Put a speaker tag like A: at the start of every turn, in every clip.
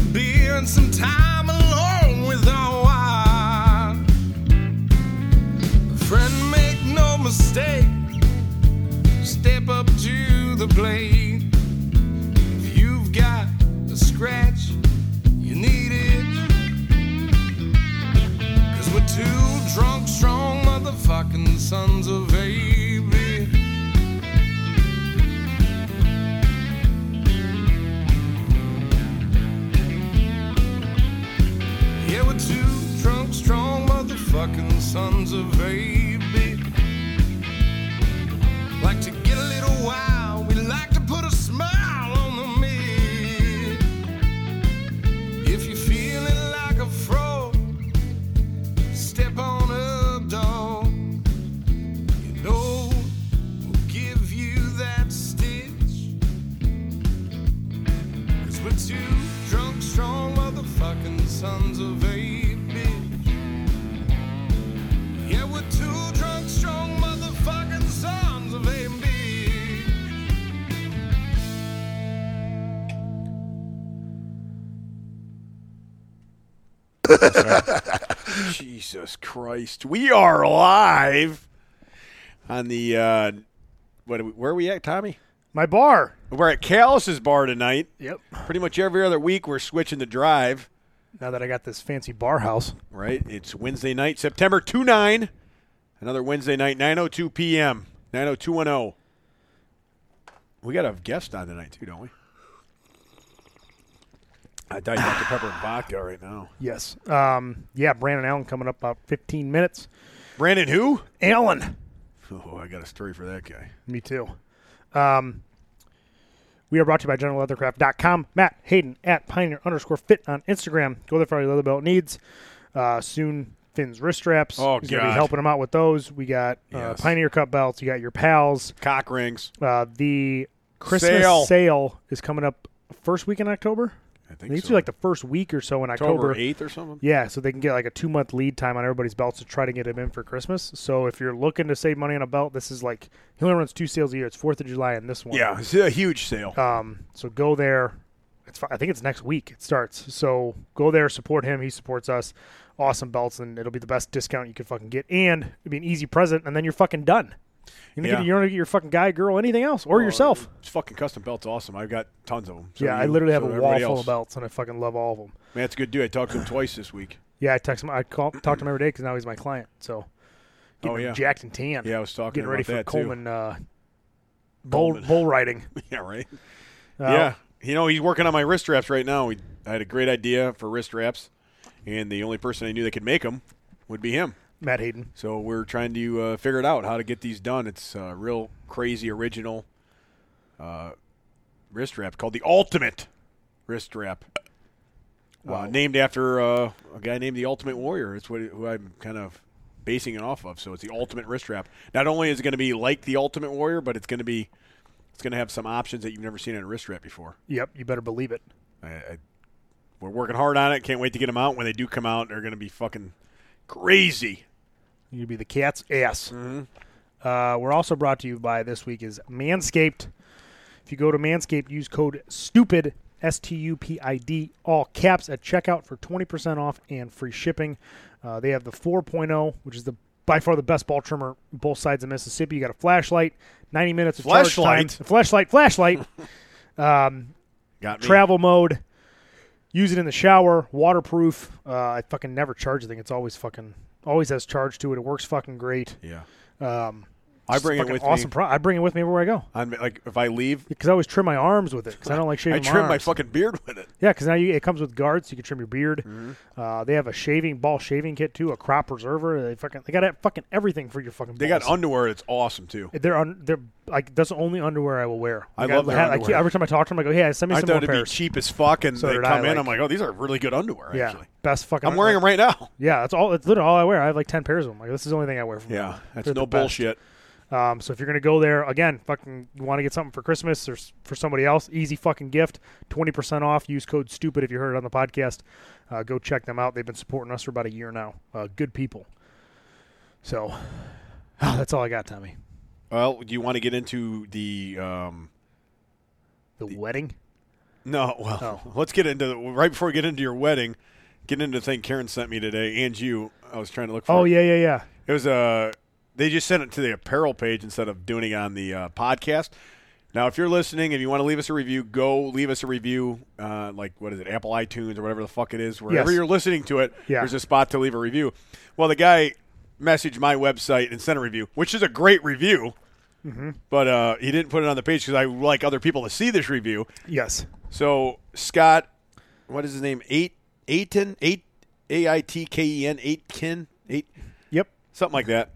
A: spend some time alone with our wine. Friend, make no mistake, step up to the plate. If you've got a scratch, you need it. Cause we're two drunk, strong motherfucking sons of baby. Yeah, we're two drunk, strong motherfucking sons of baby. Like to get a little wild, we like to put a smile on the meal. If you're feeling like a frog, step on up, dog. You know we'll give you that stitch. Cause we're two drunk, strong motherfucking sons of a bitch. Yeah, we're two drunk, strong motherfucking sons of a bitch.
B: Jesus Christ. We are live on the uh what are we, where are we at, Tommy?
C: My bar.
B: We're at Callus's bar tonight.
C: Yep.
B: Pretty much every other week we're switching the drive,
C: Now that I got this fancy bar house,
B: right? It's Wednesday night, September 2 9. Another Wednesday night, 9:02 p.m. 90210. oh. We got a guest on tonight too, don't we? I diet Dr. Pepper and vodka right now.
C: yes. Um, yeah, Brandon Allen coming up about 15 minutes.
B: Brandon, who?
C: Allen.
B: Oh, I got a story for that guy.
C: Me too. Um, we are brought to you by GeneralLeathercraft.com. Matt Hayden at Pioneer underscore fit on Instagram. Go there for all your leather belt needs. Uh, soon, Finn's wrist straps.
B: Oh,
C: He's gonna be
B: God.
C: helping him out with those. We got uh,
B: Yes.
C: Pioneer Cup belts. You got your pals.
B: Cock rings.
C: Uh, the Christmas
B: Sale.
C: sale. is coming up first week in October.
B: I think
C: They usually
B: so.
C: like the first week or so in
B: October
C: October.
B: 8th or something.
C: Yeah, so they can get like a two month lead time on everybody's belts to try to get them in for Christmas. So if you're looking to save money on a belt, this is like he only runs two sales a year. It's Fourth of July and this one.
B: Yeah, it's a huge sale.
C: Um. So go there. It's fi- I think it's next week it starts. So go there, support him. He supports us. Awesome belts, and it'll be the best discount you could fucking get, and it'd be an easy present, and then you're fucking done. You're gonna,
B: Yeah.
C: get, you're gonna get your fucking guy, girl, anything else, or yourself.
B: It's fucking custom belts awesome. I've got tons of them. So
C: yeah, I
B: you-
C: literally have
B: so
C: a wall
B: everybody
C: full
B: else.
C: of belts, and I fucking love all of them.
B: Man, that's a good dude. I talked to him twice this week.
C: Yeah, I text him. I call, talk to him every day because now he's my client. So
B: Oh,
C: getting
B: yeah.
C: jacked and tan.
B: Yeah, I was talking
C: getting
B: about
C: ready for
B: that, too.
C: Coleman uh, bull
B: Coleman.
C: bull riding.
B: yeah, right? yeah. You know, he's working on my wrist wraps right now. We, I had a great idea for wrist wraps, and the only person I knew that could make them would be him.
C: Matt Hayden.
B: So we're trying to uh, figure it out how to get these done. It's a real crazy original uh, wrist wrap called the Ultimate Wrist Wrap. Uh, named after uh, a guy named the Ultimate Warrior. It's what who I'm kind of basing it off of. So it's the Ultimate Wrist Wrap. Not only is it going to be like the Ultimate Warrior, but it's going to be it's going to have some options that you've never seen in a wrist wrap before.
C: Yep, you better believe it.
B: I, I, we're working hard on it. Can't wait to get them out. When they do come out, they're going to be fucking crazy.
C: You'd be the cat's ass. Uh, we're also brought to you by this week is Manscaped. If you go to Manscaped, use code STUPID, S T U P I D, all caps at checkout for 20% off and free shipping. Uh, they have the 4.0, which is the by far the best ball trimmer both sides of Mississippi. You got a flashlight, 90 minutes of
B: Flashlight?
C: charge time. Flashlight, flashlight.
B: Got me.
C: travel mode. Use it in the shower, waterproof. Uh, I fucking never charge the thing. It's always fucking always has charge to it. It works fucking great.
B: Yeah.
C: Um,
B: I
C: it's
B: bring it
C: fucking
B: with
C: awesome
B: me.
C: pro- I bring it with me everywhere I go
B: I'm like if I leave,
C: because I always trim my arms with it because I don't like
B: I
C: shaving.
B: trim my
C: arms.
B: fucking beard with it.
C: Yeah, because now you, it comes with guards, so you can trim your beard.
B: Mm-hmm.
C: Uh, they have a shaving ball shaving kit too, a crop preserver. They fucking they got e- fucking everything for your fucking.
B: They got
C: balls.
B: underwear that's awesome too.
C: they're on. They're like that's the only underwear I will wear.
B: I
C: Like,
B: love their
C: ha- I
B: underwear.
C: keep- every time I talk to them, I go, "Yeah, send me
B: I
C: some
B: thought
C: more
B: it'd
C: pairs."
B: be cheap as fuck, and
C: So
B: they
C: did
B: come
C: I,
B: in.
C: like-
B: I'm like, oh, these are really good underwear.
C: yeah,
B: Actually,
C: best fucking.
B: I'm wearing them
C: underwear.
B: right now.
C: Yeah, that's all. It's literally all I wear. I have like ten pairs of them. Like this is the only thing I wear. From them.
B: Yeah, that's
C: They're the
B: no
C: best.
B: bullshit.
C: Um, so if you're gonna go there again, fucking, you want to get something for Christmas or s- for somebody else, easy fucking gift, twenty percent off. Use code stupid if you heard it on the podcast. Uh, go check them out. They've been supporting us for about a year now. Uh, good people. So that's all I got, Tommy.
B: Well, do you want to get into the? Um,
C: The, wedding.
B: No, well, let's get into the, right before we get into your wedding. Get into the thing Karen sent me today, and you. I was trying to look for.
C: Oh
B: it.
C: yeah, yeah, yeah.
B: It was uh they just sent it to the apparel page instead of doing it on the uh, podcast. Now, if you're listening and you want to leave us a review, go leave us a review. Uh, like what is it, Apple iTunes or whatever the fuck it is, wherever
C: Yes.
B: you're listening to it.
C: Yeah.
B: There's a spot to leave a review. Well, the guy messaged my website and sent a review, which is a great review.
C: Mm-hmm.
B: But uh, he didn't put it on the page because I would like other people to see this review.
C: Yes.
B: So Scott, what is his name? Eight Aiton eight A I T K E N Aitken eight
C: Yep.
B: something like that.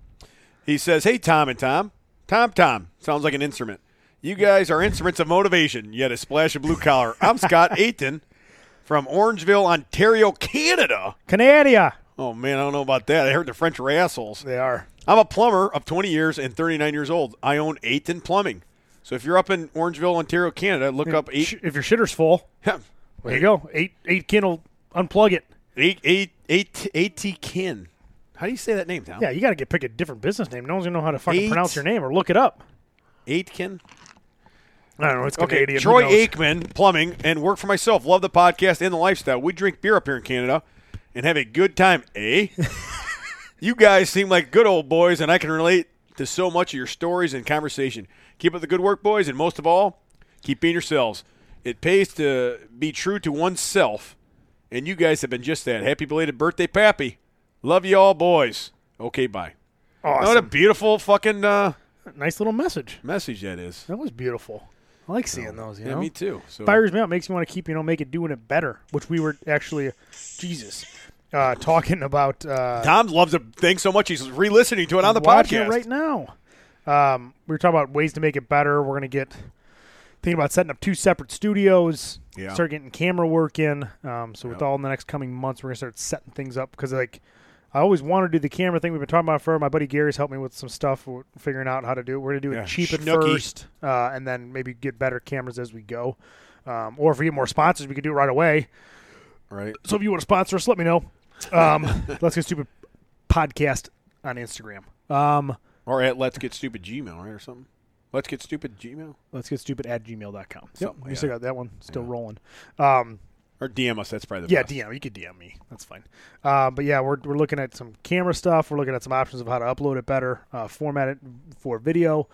B: He says, "Hey Tom and Tom, Tom Tom sounds like an instrument. You guys are instruments of motivation, yet a splash of blue collar. I'm Scott Aiton from Orangeville, Ontario, Canada.
C: Canadia.
B: Oh man, I don't know about that. I heard the French are assholes.
C: They are.
B: I'm a plumber of 20 years and 39 years old. I own Aiton Plumbing. So if you're up in Orangeville, Ontario, Canada, look up
C: Sh-
B: eight
C: If your shitter's full, there you go. Eight eight kin will unplug it.
B: eight eight eight eighty kin. How do you say that name, Tom?
C: Yeah, you got to get pick a different business name. No one's gonna know how to fucking
B: Eight.
C: pronounce your name or look it up.
B: Aitken.
C: I don't know. It's
B: Okay,
C: Canadian. who
B: Troy
C: knows?
B: Aikman, plumbing, and work for myself. Love the podcast and the lifestyle. We drink beer up here in Canada and have a good time, eh? you guys seem like good old boys, and I can relate to so much of your stories and conversation. Keep up the good work, boys, and most of all, keep being yourselves. It pays to be true to oneself, and you guys have been just that. Happy belated birthday, Pappy. Love you all, boys. Okay, bye.
C: Oh,
B: What a
C: Awesome.
B: beautiful fucking uh,
C: nice little message.
B: message that is.
C: That was beautiful. I like seeing those. You
B: Oh, Yeah,
C: know?
B: me too. So
C: fires me up. Makes me want to keep, you know, make it doing it better. Which we were actually, Jesus, uh, talking about. Uh,
B: Tom loves the thing so much he's re-listening to it on the
C: watching it
B: podcast.
C: right now. Um, we were talking about ways to make it better. We're gonna get thinking about setting up two separate studios.
B: Yeah.
C: Start getting camera work in. Um, so with all in the next coming months, we're gonna start setting things up because like. I always want to do the camera thing we've been talking about for. My buddy Gary's helped me with some stuff, we're figuring out how to do it. We're gonna do it
B: Yeah,
C: cheap at
B: schnooky.
C: first, uh, and then maybe get better cameras as we go. Um, or if we get more sponsors, we could do it right away.
B: Right.
C: So if you want to sponsor us, let me know. Um, Let's Get Stupid Podcast on Instagram. Um,
B: Or at Let's Get Stupid Gmail, right, or something. Let's Get Stupid Gmail.
C: Let's Get Stupid at gmail.com. Yep.
B: Something
C: We
B: like
C: still
B: that.
C: got that one still rolling. Um,
B: Or DM us. That's probably the
C: yeah,
B: best.
C: DM. You could DM me. That's fine. Uh, but yeah, we're, we're looking at some camera stuff. We're looking at some options of how to upload it better, uh, format it for video.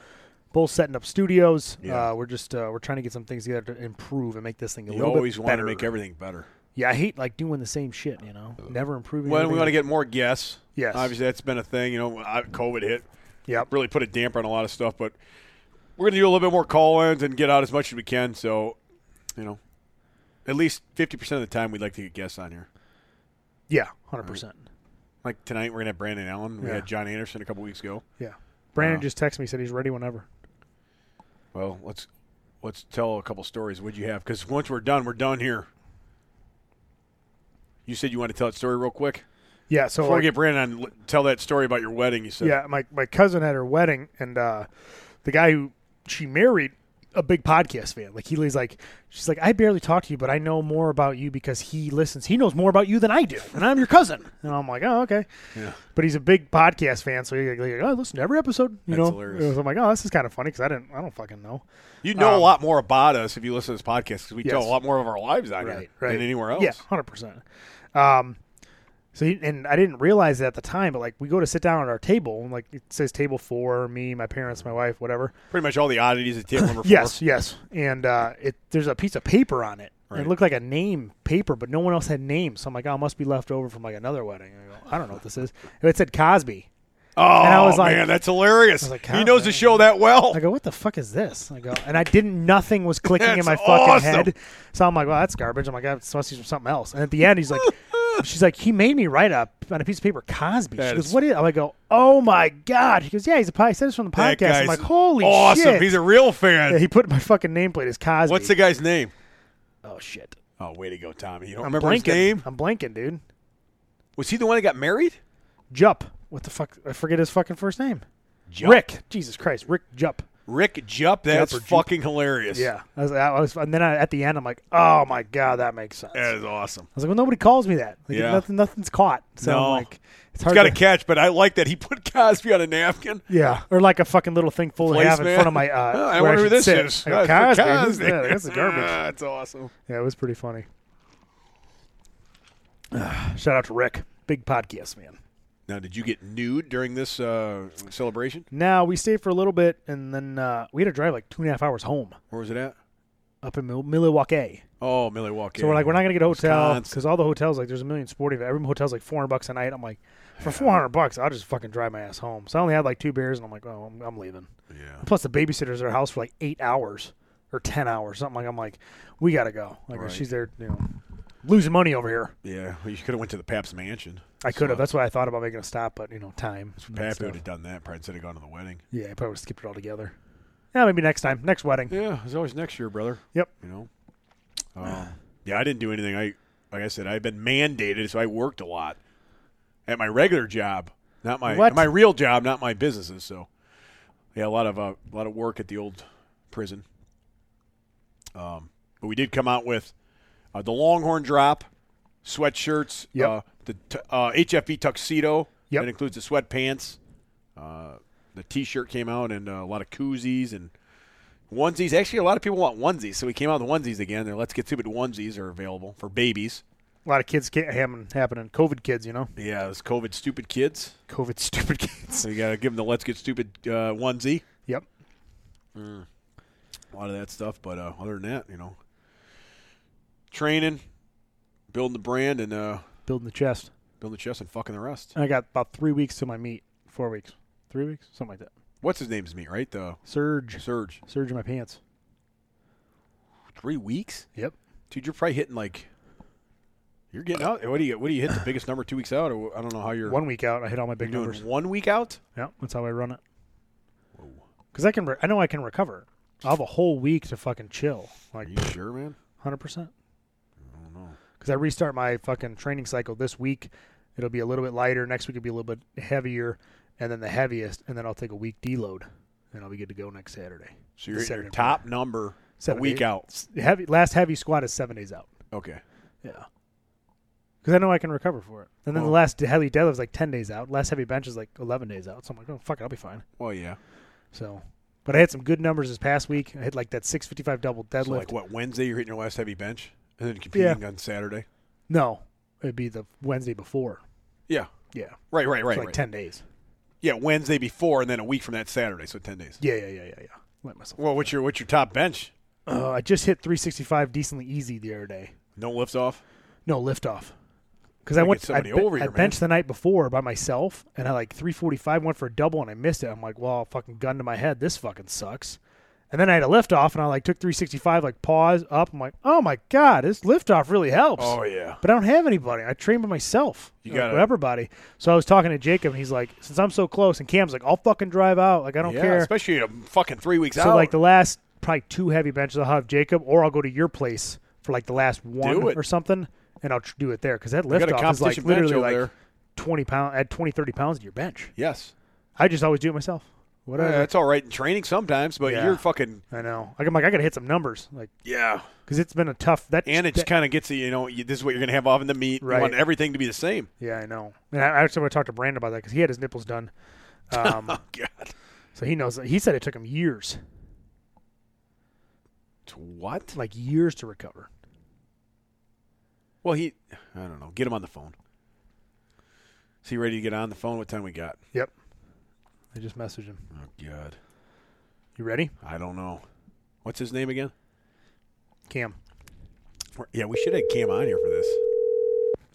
C: Both setting up studios.
B: Yeah.
C: Uh, we're just uh, we're trying to get some things together to improve and make this thing a
B: You
C: little
B: always
C: bit
B: want
C: better.
B: to make everything better.
C: yeah, I hate like doing the same shit. You know, never improving.
B: Well, we
C: anything.
B: want to get more guests.
C: Yes.
B: Obviously, that's been a thing. You know, I- COVID hit,
C: Yep.
B: really put a damper on a lot of stuff. But we're going to do a little bit more call-ins and get out as much as we can. So, you know, at least fifty percent of the time, we'd like to get guests on here.
C: Yeah, hundred percent.
B: Like tonight, we're going to have Brandon Allen. We
C: Yeah.
B: had John Anderson a couple weeks ago.
C: Yeah. Brandon
B: Wow.
C: just texted me said he's ready whenever.
B: Well, let's let's tell a couple stories. What'd you have? Because once we're done, we're done here. You said you want to tell that story real quick
C: Yeah, so
B: before
C: like,
B: we get Brandon on. l- Tell that story about your wedding. You said,
C: yeah, my my cousin had her wedding and uh the guy who she married a big podcast fan. Like he was like she's like I barely talk to you, but I know more about you because he listens. He knows more about you than I do, and I'm your cousin. And I'm like, "Oh, okay."
B: Yeah.
C: But he's a big podcast fan, so he's like, like, "Oh, I listen to every episode." You
B: That's
C: know,
B: hilarious.
C: so I'm like, "Oh, this is kind of funny because I didn't, I don't fucking know."
B: you know a
C: um,
B: lot more about us if you listen to this podcast because we tell a
C: Yes.
B: lot more of our lives out here
C: right, right.
B: than anywhere else.
C: Yeah, hundred percent. Um, so he, and I didn't realize it at the time, but like we go to sit down at our table, and like it says table four, me, my parents, my wife, whatever.
B: Pretty much all the oddities at table number four.
C: Yes, yes. And uh, it there's a piece of paper on it. And
B: Right.
C: It looked like a name paper, but no one else had names. So I'm like, oh, it must be left over from like another wedding. And I, go, I don't know what this is. And it said Cosby.
B: Oh
C: I was like-
B: man, that's hilarious.
C: like,
B: he
C: how-
B: knows the show that well.
C: I go, what the fuck is this? I go, and I didn't. Nothing was clicking in
B: That's
C: my fucking
B: awesome.
C: head. So I'm like, well, that's garbage. I'm like, that's must be from something else. And at the end, he's like, she's like, he made me write up on a piece of paper Cosby.
B: That
C: she goes,
B: is-
C: what is? I go, oh my god. She goes, yeah, he's a pie. He said it's from the
B: that
C: podcast.
B: guy's
C: I'm like, holy
B: awesome.
C: shit.
B: He's a real fan.
C: yeah, he put my fucking nameplate as Cosby.
B: What's the guy's name?
C: Oh shit.
B: Oh, way to go, Tommy. You don't
C: I'm
B: remember
C: blanking.
B: his name?
C: I'm blanking, dude.
B: Was he the one that got married?
C: Jupp. What the fuck? I forget his fucking first name.
B: Jupp.
C: Rick. Jesus Christ. Rick Jupp.
B: Rick Jupp, that's
C: Jupp or Jupp.
B: fucking hilarious.
C: Yeah. I was, I was, and then I, at the end, I'm like, oh my god, that makes sense.
B: That is awesome.
C: I was like, well, nobody calls me that. Like,
B: Yeah.
C: nothing, nothing's caught. So
B: No.
C: like,
B: He's
C: it's hard
B: got
C: to
B: a catch, but I like that he put Cosby on a napkin.
C: Yeah, or like a fucking little thing full of
B: Place
C: half in
B: man.
C: front of my. Uh,
B: Oh, I
C: where
B: wonder who
C: should
B: this
C: sit.
B: is.
C: I
B: Oh,
C: go,
B: it's for
C: Cosby. Who's
B: Cosby.
C: that? That's garbage.
B: That's awesome.
C: yeah, it was pretty funny. Shout out to Rick, big podcast man.
B: Now, did you get nude during this uh, celebration?
C: Now we stayed for a little bit, and then uh, we had to drive like two and a half hours home
B: Where was it at?
C: up in Mil- Milwaukee.
B: Oh, Milwaukee.
C: So we're like, we're not gonna get a hotel
B: Wisconsin.
C: because all the hotels like there's a million sporting. Every hotel's like 400 bucks a night. I'm like, for 400 bucks, I'll just fucking drive my ass home. So I only had like two beers, and I'm like, oh, I'm, I'm leaving.
B: Yeah.
C: Plus the babysitter's at her house for like eight hours or ten hours, something like. I'm like, we gotta go. Like
B: Right.
C: she's there, you know, losing money over here.
B: Yeah. Well, you could have went to the Paps Mansion.
C: I could have. That's why I thought about making a stop, but you know, time. and that
B: Pappy
C: stuff.
B: would have done that. Probably instead of gone to the wedding.
C: Yeah, I probably would skip it all together. Yeah, maybe next time, next wedding.
B: Yeah, it's always next year, brother.
C: Yep.
B: You know. Um, yeah, I didn't do anything. I like I said, I've been mandated, so I worked a lot at my regular job, not my
C: What?
B: my real job, not my businesses. So yeah, a lot of uh, a lot of work at the old prison. Um, but we did come out with uh, the Longhorn drop sweatshirts,
C: Yep.
B: uh, the t- uh, HFB tuxedo
C: Yep.
B: that includes the sweatpants. Uh, the T-shirt came out and uh, a lot of koozies and onesies. Actually, a lot of people want onesies, so we came out with onesies again. They're let's get stupid onesies are available for babies.
C: A lot of kids ca- happen- happening. COVID kids, you know,
B: Yeah, those COVID stupid kids.
C: COVID stupid kids.
B: So you got to give them the let's get stupid uh, onesie.
C: yep.
B: A lot of that stuff, but uh, other than that, you know, training, building the brand, and uh,
C: Building the chest.
B: building the chest and fucking the rest.
C: And I got about three weeks to my meet. Four weeks. Three weeks, something like that.
B: What's his name's meet right? The
C: Surge.
B: Surge.
C: Surge in my pants.
B: Three weeks,
C: Yep.
B: dude. You're probably hitting like. You're getting out. What do you? What do you hit the biggest number two weeks out? Or I don't know how you're.
C: One week out, I hit all my
B: you're
C: big
B: doing
C: numbers.
B: one week out.
C: Yeah, that's how I run it. Because I can, re- I know I can recover. I'll have a whole week to fucking chill, like
B: Are you sure, man?
C: hundred percent.
B: I don't know.
C: Because I restart my fucking training cycle this week. It'll be a little bit lighter. Next week it'll be a little bit heavier, and then the heaviest, and then I'll take a week deload, and I'll be good to go next Saturday.
B: So you're hitting your
C: Saturday
B: top number
C: Seven,
B: a week
C: eight.
B: out.
C: Heavy last heavy squat is seven days out.
B: Okay.
C: Yeah. Because I know I can recover for it. And then the
B: Well-
C: last heavy deadlift is like ten days out. Last heavy bench is like eleven days out. So I'm like, oh fuck, it, I'll be fine.
B: Well, yeah.
C: So, but I had some good numbers this past week. I hit like that 655 double deadlift.
B: So like what Wednesday you're hitting your last heavy bench, and then competing on Saturday.
C: no, it'd be the Wednesday before.
B: Yeah.
C: Yeah,
B: Right. Right. Right.
C: so like
B: right.
C: 10 days.
B: Yeah. Wednesday before, and then a week from that Saturday, so ten days.
C: Yeah, yeah, yeah, yeah, yeah. Let myself.
B: Well, what's your what's your top bench?
C: Uh, I just hit 365 decently easy the other day.
B: No lifts off.
C: No lift off. Because I
B: Gotta
C: went
B: get
C: to I,
B: somebody
C: ben-
B: over
C: I
B: here, man.
C: benched the night before by myself, and I like 345 went for a double, and I missed it. I'm like, well, fucking gun to my head. This fucking sucks. And then I had a lift off, and I like took 365, like pause up. I'm like, oh my god, this lift off really helps.
B: Oh, yeah.
C: but I don't have anybody. I train by myself.
B: You
C: like,
B: gotta-
C: with everybody. So I was talking to Jacob, and he's like, "Since I'm so close," and Cam's like, "I'll fucking drive out. Like I don't
B: yeah.
C: care."
B: Especially in a fucking three weeks out.
C: so like the last probably two heavy benches, I'll have Jacob, or I'll go to your place for like the last
B: Do
C: one
B: it.
C: or something, and I'll tr- do it there because that
B: got a
C: liftoff is like
B: competition bench
C: literally
B: over
C: like
B: there.
C: twenty pound, add 20, 30 pounds to your bench.
B: yes.
C: I just always do it myself. Whatever.
B: Yeah, it's all right in training sometimes, but
C: Yeah.
B: you're fucking
C: I know. Like I'm like I gotta hit some numbers, like
B: yeah.
C: because it's been a tough that
B: And it
C: that-
B: just kind of gets you, you know, you, this is what you're gonna have off in the meet.
C: Right.
B: You want everything to be the same.
C: yeah I know. And I I actually want to talk to Brandon about that because he had his nipples done. Um,
B: Oh God.
C: So he knows. He said it took him years,
B: What?
C: like years to recover.
B: Well, he, I don't know. Get him on the phone. Is he ready to get on the phone? What time we got?
C: Yep. I just messaged him.
B: Oh God,
C: You ready,
B: I don't know. What's his name again?
C: Cam?
B: We're- Yeah, we should have Cam on here for this.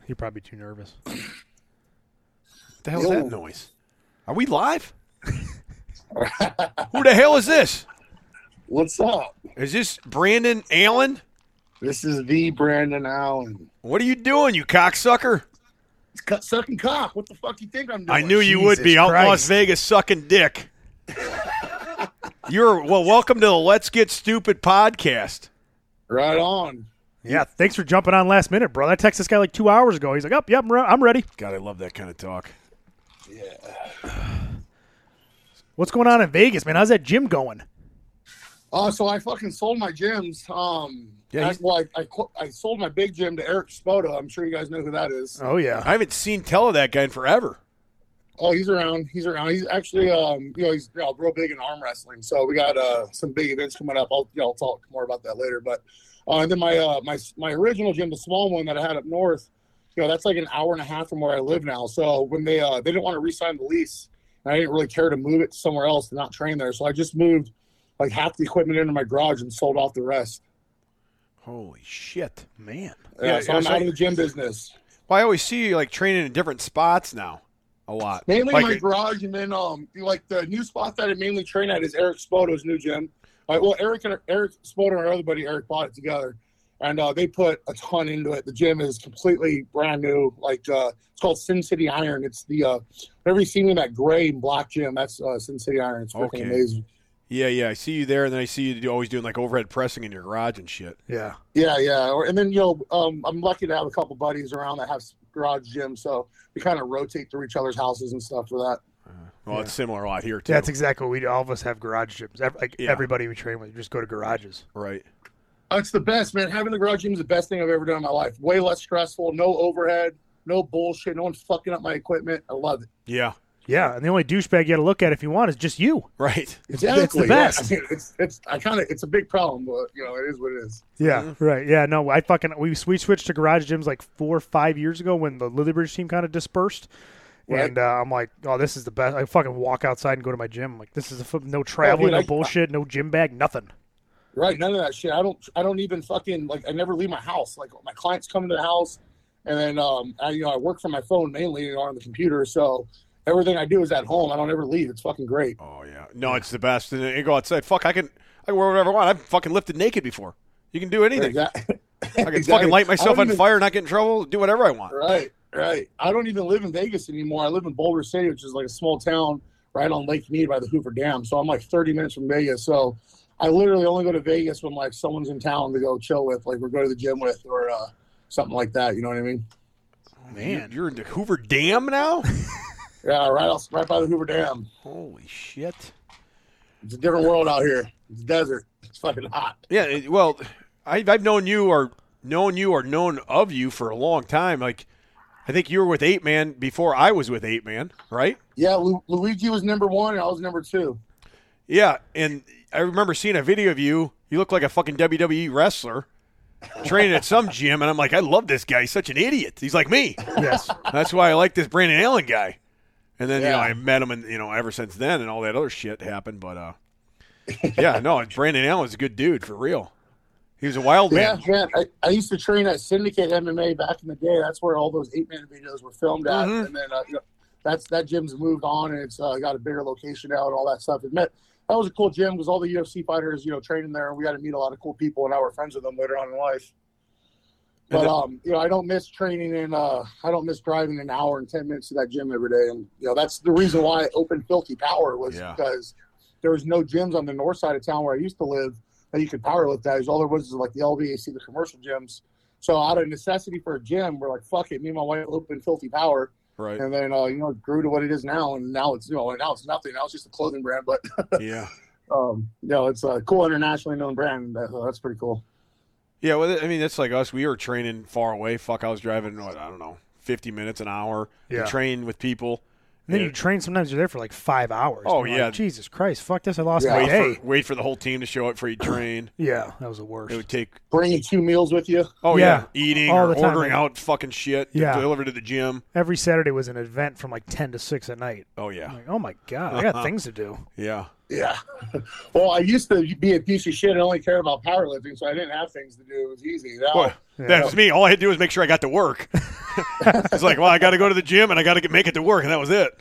C: You're probably too nervous.
B: What the hell is that noise? Are we live? Who the hell is this?
D: What's up?
B: Is this Brandon Allen?
D: This is the Brandon Allen.
B: What are you doing, you cocksucker?
D: It's cu- sucking cock. What the fuck you think I'm doing?
B: I knew you would be out in Las
C: Christ.
B: Vegas sucking dick. You're well. Welcome to the Let's Get Stupid podcast.
D: Right on.
C: Yeah. Thanks for jumping on last minute, brother. I texted this guy like two hours ago. He's like, "Up, yep, I'm, re- I'm ready."
B: God, I love that kind of talk.
D: Yeah.
C: What's going on in Vegas, man? How's that gym going?
D: Uh, so I fucking sold my gyms. Um,
B: Yeah,
D: yeah,
B: he's-
D: well, I, I, qu- I sold my big gym to Eric Spoda. I'm sure you guys know who that is.
C: Oh yeah.
B: I haven't seen tell of that guy in forever.
D: Oh, he's around. He's around. He's actually, um, you know, he's you know, real big in arm wrestling. So we got uh, some big events coming up. I'll, you know, I'll talk more about that later. But uh, and then my uh, my my original gym, the small one that I had up north, you know, that's like an hour and a half from where I live now. So when they uh, they didn't want to re-sign the lease, and I didn't really care to move it somewhere else to not train there. So I just moved like half the equipment into my garage and sold off the rest.
B: Holy shit, man!
D: Yeah,
B: Yeah,
D: so
B: yeah,
D: I'm
B: so-
D: out of the gym business.
B: Well, I always see you like training in different spots now, a lot.
D: Mainly
B: Like
D: my
B: it-
D: garage, and then um, like the new spot that I mainly train at is Eric Spoto's new gym. Uh, well, Eric and Eric Spoto and our other buddy Eric bought it together, and uh, they put a ton into it. The gym is completely brand new. Like uh, it's called Sin City Iron. It's the uh, whenever you see me in that gray and black gym, that's uh, Sin City Iron. It's freaking
B: Okay.
D: amazing.
B: Yeah, yeah, I see you there, and then I see you do- always doing like overhead pressing in your garage and shit.
C: Yeah.
D: Yeah, yeah. Or, and then you know, um, I'm lucky to have a couple buddies around that have garage gyms, so we kind of rotate through each other's houses and stuff for that.
B: Well, it's similar a lot here too.
C: That's exactly what we do. All of us have garage gyms. Ev- like
B: Yeah.
C: everybody we train with, just go to garages.
B: right.
D: Oh, It's the best, man. Having the garage gym is the best thing I've ever done in my life. Way less stressful, no overhead, no bullshit, no one's fucking up my equipment. I love it.
B: Yeah.
C: Yeah, and the only douchebag you got to look at if you want is just you.
B: Right.
C: It's- it's the
D: Yeah,
C: best.
D: I mean, it's it's I kind of it's a big problem, but you know it is what it is.
C: Yeah, right. Yeah, no, I fucking we we switched to garage gyms like four or five years ago when the Lilybridge team kind of dispersed,
D: Right.
C: and uh, I'm like, oh, this is the best. I fucking walk outside and go to my gym. I'm like this is a, fu- no traveling,
D: I-
C: no bullshit, no gym bag, nothing.
D: Right? None of that shit. I don't I don't even fucking like I never leave my house. Like my clients come to the house, and then um I you know I work from my phone mainly you know, on the computer, so everything I do is at home. I don't ever leave. It's fucking great.
B: Oh yeah. No, it's the best. And then you go outside. Fuck, I can. I can wear whatever I want. I've fucking lifted naked before. You can do anything.
D: Exactly.
B: I can fucking light myself on
D: fire.
B: fire, not get in trouble, do whatever I want.
D: Right, right. I don't even live in Vegas anymore. I live in Boulder City, which is like a small town right on Lake Mead by the Hoover Dam. So I'm like 30 minutes from Vegas. So I literally only go to Vegas when like someone's in town to go chill with, like or go to the gym with, or uh, something like that. You know what I mean?
B: Oh, Man, you're in the Hoover Dam now.
D: Yeah, right, off, right by the Hoover Dam.
B: Holy shit.
D: It's a different world out here. It's desert. It's fucking hot.
B: Yeah, it- well, I, I've known you or known you or known of you for a long time. Like, I think you were with Eight Man before I was with Eight Man, right?
D: Yeah, Lu- Luigi was number one, and I was number two.
B: Yeah, and I remember seeing a video of you. You look like a fucking WWE wrestler training at some gym, and I'm like, I love this guy. He's such an idiot. He's like me.
C: Yes,
B: That's why I like this Brandon Allen guy. And then you know
D: Yeah.
B: I met him, and you know ever since then, and all that other shit happened. But uh, yeah, no, Brandon Allen was a good dude for real. He was a wild
D: Yeah,
B: man.
D: man. I, I used to train at Syndicate MMA back in the day. That's where all those eight man videos were filmed at.
B: Mhm.
D: And then uh, you know, that's that gym's moved on and it's uh, got a bigger location now and all that stuff. It meant that was a cool gym because all the UFC fighters, you know, training there, and we got to meet a lot of cool people, and now we're friends with them later on in life.
B: And
D: But
B: the-
D: um, you know, I don't miss training and uh, I don't miss driving an hour and ten minutes to that gym every day, and you know that's the reason why I opened Filthy Power was
B: Yeah.
D: because there was no gyms on the north side of town where I used to live that you could power lift at. It was- All there was is like the LVAC, the commercial gyms. So out of necessity for a gym, we're like, fuck it. Me and my wife opened Filthy Power,
B: Right.
D: and then uh, you know it grew to what it is now, and now it's you know now it's nothing. Now it's just a clothing brand, but
B: Yeah.
D: um, you know it's a cool internationally known brand. and, uh, that's pretty cool.
B: Yeah, well, I mean, that's like us. We were training far away. Fuck, I was driving, what, I don't know, 50 minutes, an hour. to
C: Yeah.
B: train with people.
C: and then
B: Yeah.
C: you train. Sometimes you're there for like five hours.
B: Oh,
C: You're like,
B: yeah.
C: Jesus Christ, fuck this! I lost
D: Yeah.
C: my
B: Wait,
C: day.
B: for, wait for the whole team to show up for you train.
C: Yeah, that was the worst.
B: It would take,
D: Bringing two meals with you.
B: oh, yeah,
C: Yeah.
B: eating
C: All
B: or
C: the time,
B: ordering
C: man.
B: out fucking shit to
C: Yeah.
B: deliver to the gym.
C: Every Saturday was an event from like ten to six at night.
B: Oh,
C: I'm
B: yeah.
C: like, oh my god, I got things to do.
B: Yeah.
D: Yeah. Well, I used to be a piece of shit and only care about powerlifting, so I didn't have things to do. It was easy.
C: Oh.
D: Now,
B: Boy, that was me. All I had to do was make sure I got to work. it's like, well, I got to go to the gym and I got to make it to work, and that was it.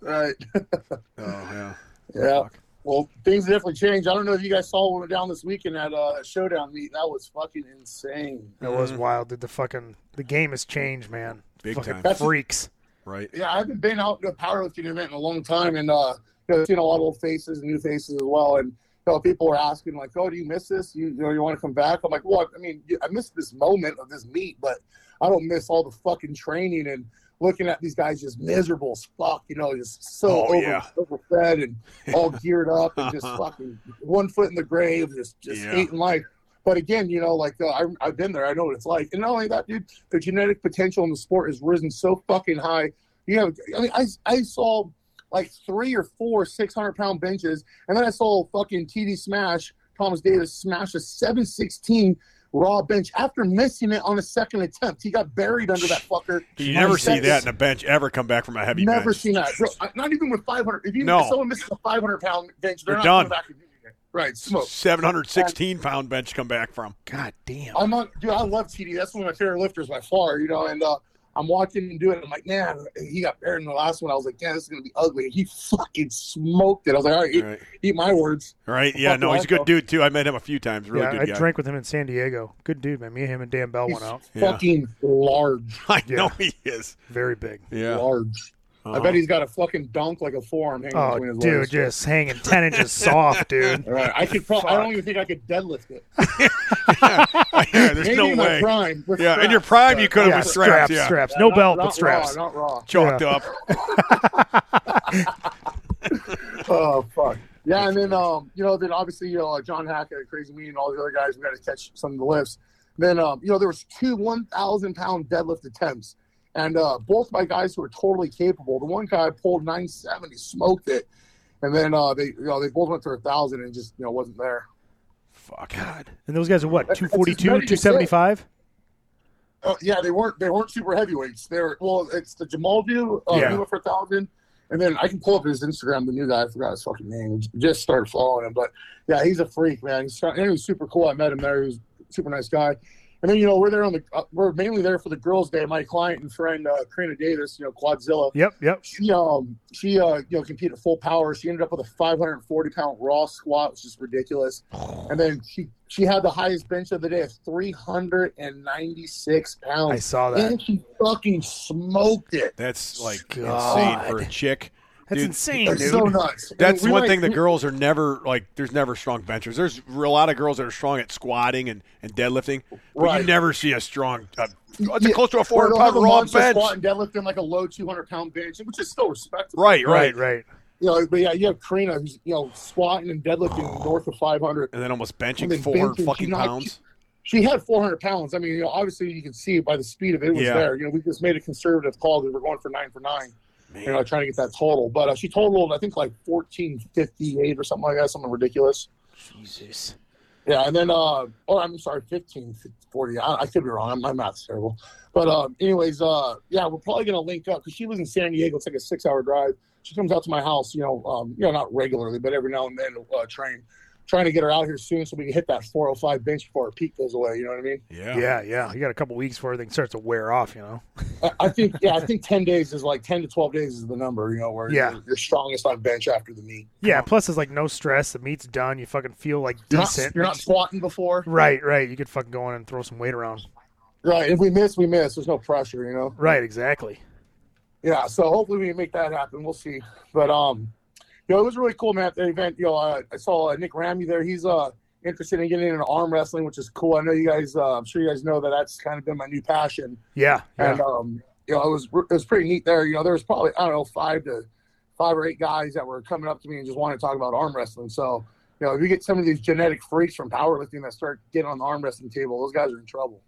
D: Right.
B: Oh, yeah.
D: Yeah.
B: Fuck.
D: Well, things definitely changed. I don't know if you guys saw what went down this weekend at uh, Showdown meet. That was fucking insane.
C: That was wild. Did the fucking the game has changed, man?
B: Mm-hmm. Big
C: fucking
B: time.
C: freaks.
B: Right.
D: Yeah, I haven't been out to a powerlifting event in a long time, and uh, you know, seen a lot of old faces and new faces as well. And you know, people were asking like, "Oh, do you miss this? You, you know, you want to come back?" I'm like, "Well, I mean, I missed this moment of this meet, but I don't miss all the fucking training and looking at these guys just miserable as fuck, you know, just so
B: Oh,
D: over,
B: yeah.
D: overfed and all geared up and just fucking one foot in the grave, just just
B: Yeah.
D: hating life. But again, you know, like uh, I, I've been there. I know what it's like. And not only that, dude, the genetic potential in the sport has risen so fucking high. You have, I mean, I, I saw like three or four 600 pound benches, and then I saw fucking TD Smash, Thomas Davis smash a 716 raw bench after missing it on the second attempt. He got buried under that fucker.
B: You
D: on
B: never
D: the
B: see
D: second-
B: that in a bench ever come back from a heavy
D: Never
B: bench.
D: seen that. Bro, I- not even with 500. If you
B: No.
D: if someone misses a 500 pound bench, they're
B: They're
D: not
B: done.
D: coming back. and doing it. Right, smoke.
B: 716 pound bench come back from.
C: God damn.
D: I'm not, dude. I love TD. That's one of my favorite lifters by far. You know, and uh, I'm watching him do it. I'm like, man, he got buried in the last one. I was like, damn, this is gonna be ugly. He fucking smoked it. I was like, all right, eat,
B: Right.
D: eat my words.
B: Right. Yeah,
D: Fuck
B: no, he's a
D: Blanco.
B: good dude too. I met him a few times. Really
C: yeah,
B: good
C: I
B: guy.
C: drank with him in San Diego. Good dude, man. Me and him and Dan Bell
D: He's
C: went out.
B: Yeah.
D: fucking large,
B: I
C: Yeah.
B: know he is.
C: Very big.
B: Yeah.
D: large. I
B: Uh-huh.
D: bet he's got a fucking dunk like a forearm hanging
C: Oh,
D: between his
C: dude,
D: legs.
C: just hanging ten inches soft, dude.
D: All right, I could probably. I
C: Fuck.
D: don't even think I could deadlift it.
B: yeah, there's
D: Maybe
B: no
D: in my
B: way.
D: prime. with
B: Yeah, in your
D: straps,
B: prime,
D: but-
B: you could have
C: yeah,
B: with straps,
C: straps,
B: yeah.
C: straps.
D: Yeah,
C: No
D: not-
C: belt,
D: not
C: but straps.
D: Raw, not raw.
B: Chalked up.
D: Oh fuck. Yeah, and then um, you know, then obviously you know like John Hackett, Crazy Me, and all the other guys, we got to catch some of the lifts. Then um, you know, there was two one thousand pound deadlift attempts, and uh, both by guys who were totally capable. The one guy pulled nine seventy, smoked it, and then uh, they you know they both went for a thousand and just you know wasn't there.
B: Fuck. God.
C: And those guys are what,
D: That's as
C: 242,
D: many as you
C: 275?
D: Uh, yeah, they weren't they weren't super heavyweights. They were well, it's the Jamal dude, uh,
C: Yeah.
D: he went for a thousand, and then I can pull up his Instagram. The new guy, I forgot his fucking name. Just started following him, but yeah, he's a freak, man. He's and he was super cool. I met him there. He was a super nice guy. And then you know we're there on the uh, we're mainly there for the girls' day. My client and friend uh, Karina Davis, you know Quadzilla,
C: Yep, yep.
D: she um she uh you know competed at full power. She ended up with a 540 pound raw squat, which is ridiculous. And then she she had the highest bench of the day of 396
C: I
D: pounds,
C: saw that.
D: and she fucking smoked it.
B: That's like
C: God.
B: insane for a chick.
C: That's
B: Dude,
C: insane, dude.
D: It's so nuts. And
B: That's
D: we
B: one
D: might-
B: thing that
D: we-
B: girls are never like. There's never strong benchers. There's a lot of girls that are strong at squatting and, and deadlifting, but you
D: Right.
B: never see a strong. Uh, it's
D: Yeah.
B: close to a
D: or
B: four
D: they'll
B: pound
D: have a
B: raw
D: monster
B: bench.
D: squat and deadlifting like a low 200 pound bench, which is still respectable.
B: Right, right,
C: Right, right.
D: You know, but yeah, you have Karina who's you know squatting and deadlifting north of 500.
B: And then almost benching
D: And then
B: four
D: benching,
B: fucking
D: she's not-
B: pounds.
D: she had 400 pounds. I mean, you know, obviously you can see by the speed of it, it was
B: Yeah.
D: there. You know, we just made a conservative call that we're going for nine for nine. You know,
B: Man,
D: trying to get that total, but uh, she totaled I think like 1458 or something like that, something ridiculous.
C: Jesus.
D: Yeah, and then uh, or I'm sorry, 1540. I, I could be wrong. My math's terrible, but um, anyways, uh, yeah, we're probably gonna link up because she was in San Diego. It's like a six-hour drive. She comes out to my house, you know, um, you know, not regularly, but every now and then, uh, train. Trying to get her out here soon so we can hit that 405 bench before her peak goes away. You know what I mean?
B: yeah.
C: Yeah, yeah. You got a couple weeks before everything starts to wear off, you know?
D: I- I think yeah, I think ten days is like ten to twelve days is the number, you know, where
C: Yeah.
D: you're, you're strongest on bench after the meet.
C: Yeah, plus there's like no stress. The meat's done. You fucking feel like
D: You're not,
C: decent.
D: you're not squatting before.
C: Right, right. You could fucking go in and throw some weight around.
D: Right. If we miss, we miss. There's no pressure, you know?
C: Right, exactly.
D: Yeah, so hopefully we can make that happen. We'll see. But um you know, it was really cool, man, at the event. You know, uh, I saw uh, Nick Ramey there. He's uh interested in getting into arm wrestling, which is cool. I know you guys uh, I'm sure you guys know that that's kind of been my new passion.
C: Yeah, yeah.
D: And um, you know, it was it was pretty neat there. You know, there was probably I don't know five to five or eight guys that were coming up to me and just wanted to talk about arm wrestling. So you know, if you get some of these genetic freaks from powerlifting that start getting on the arm wrestling table, those guys are in trouble.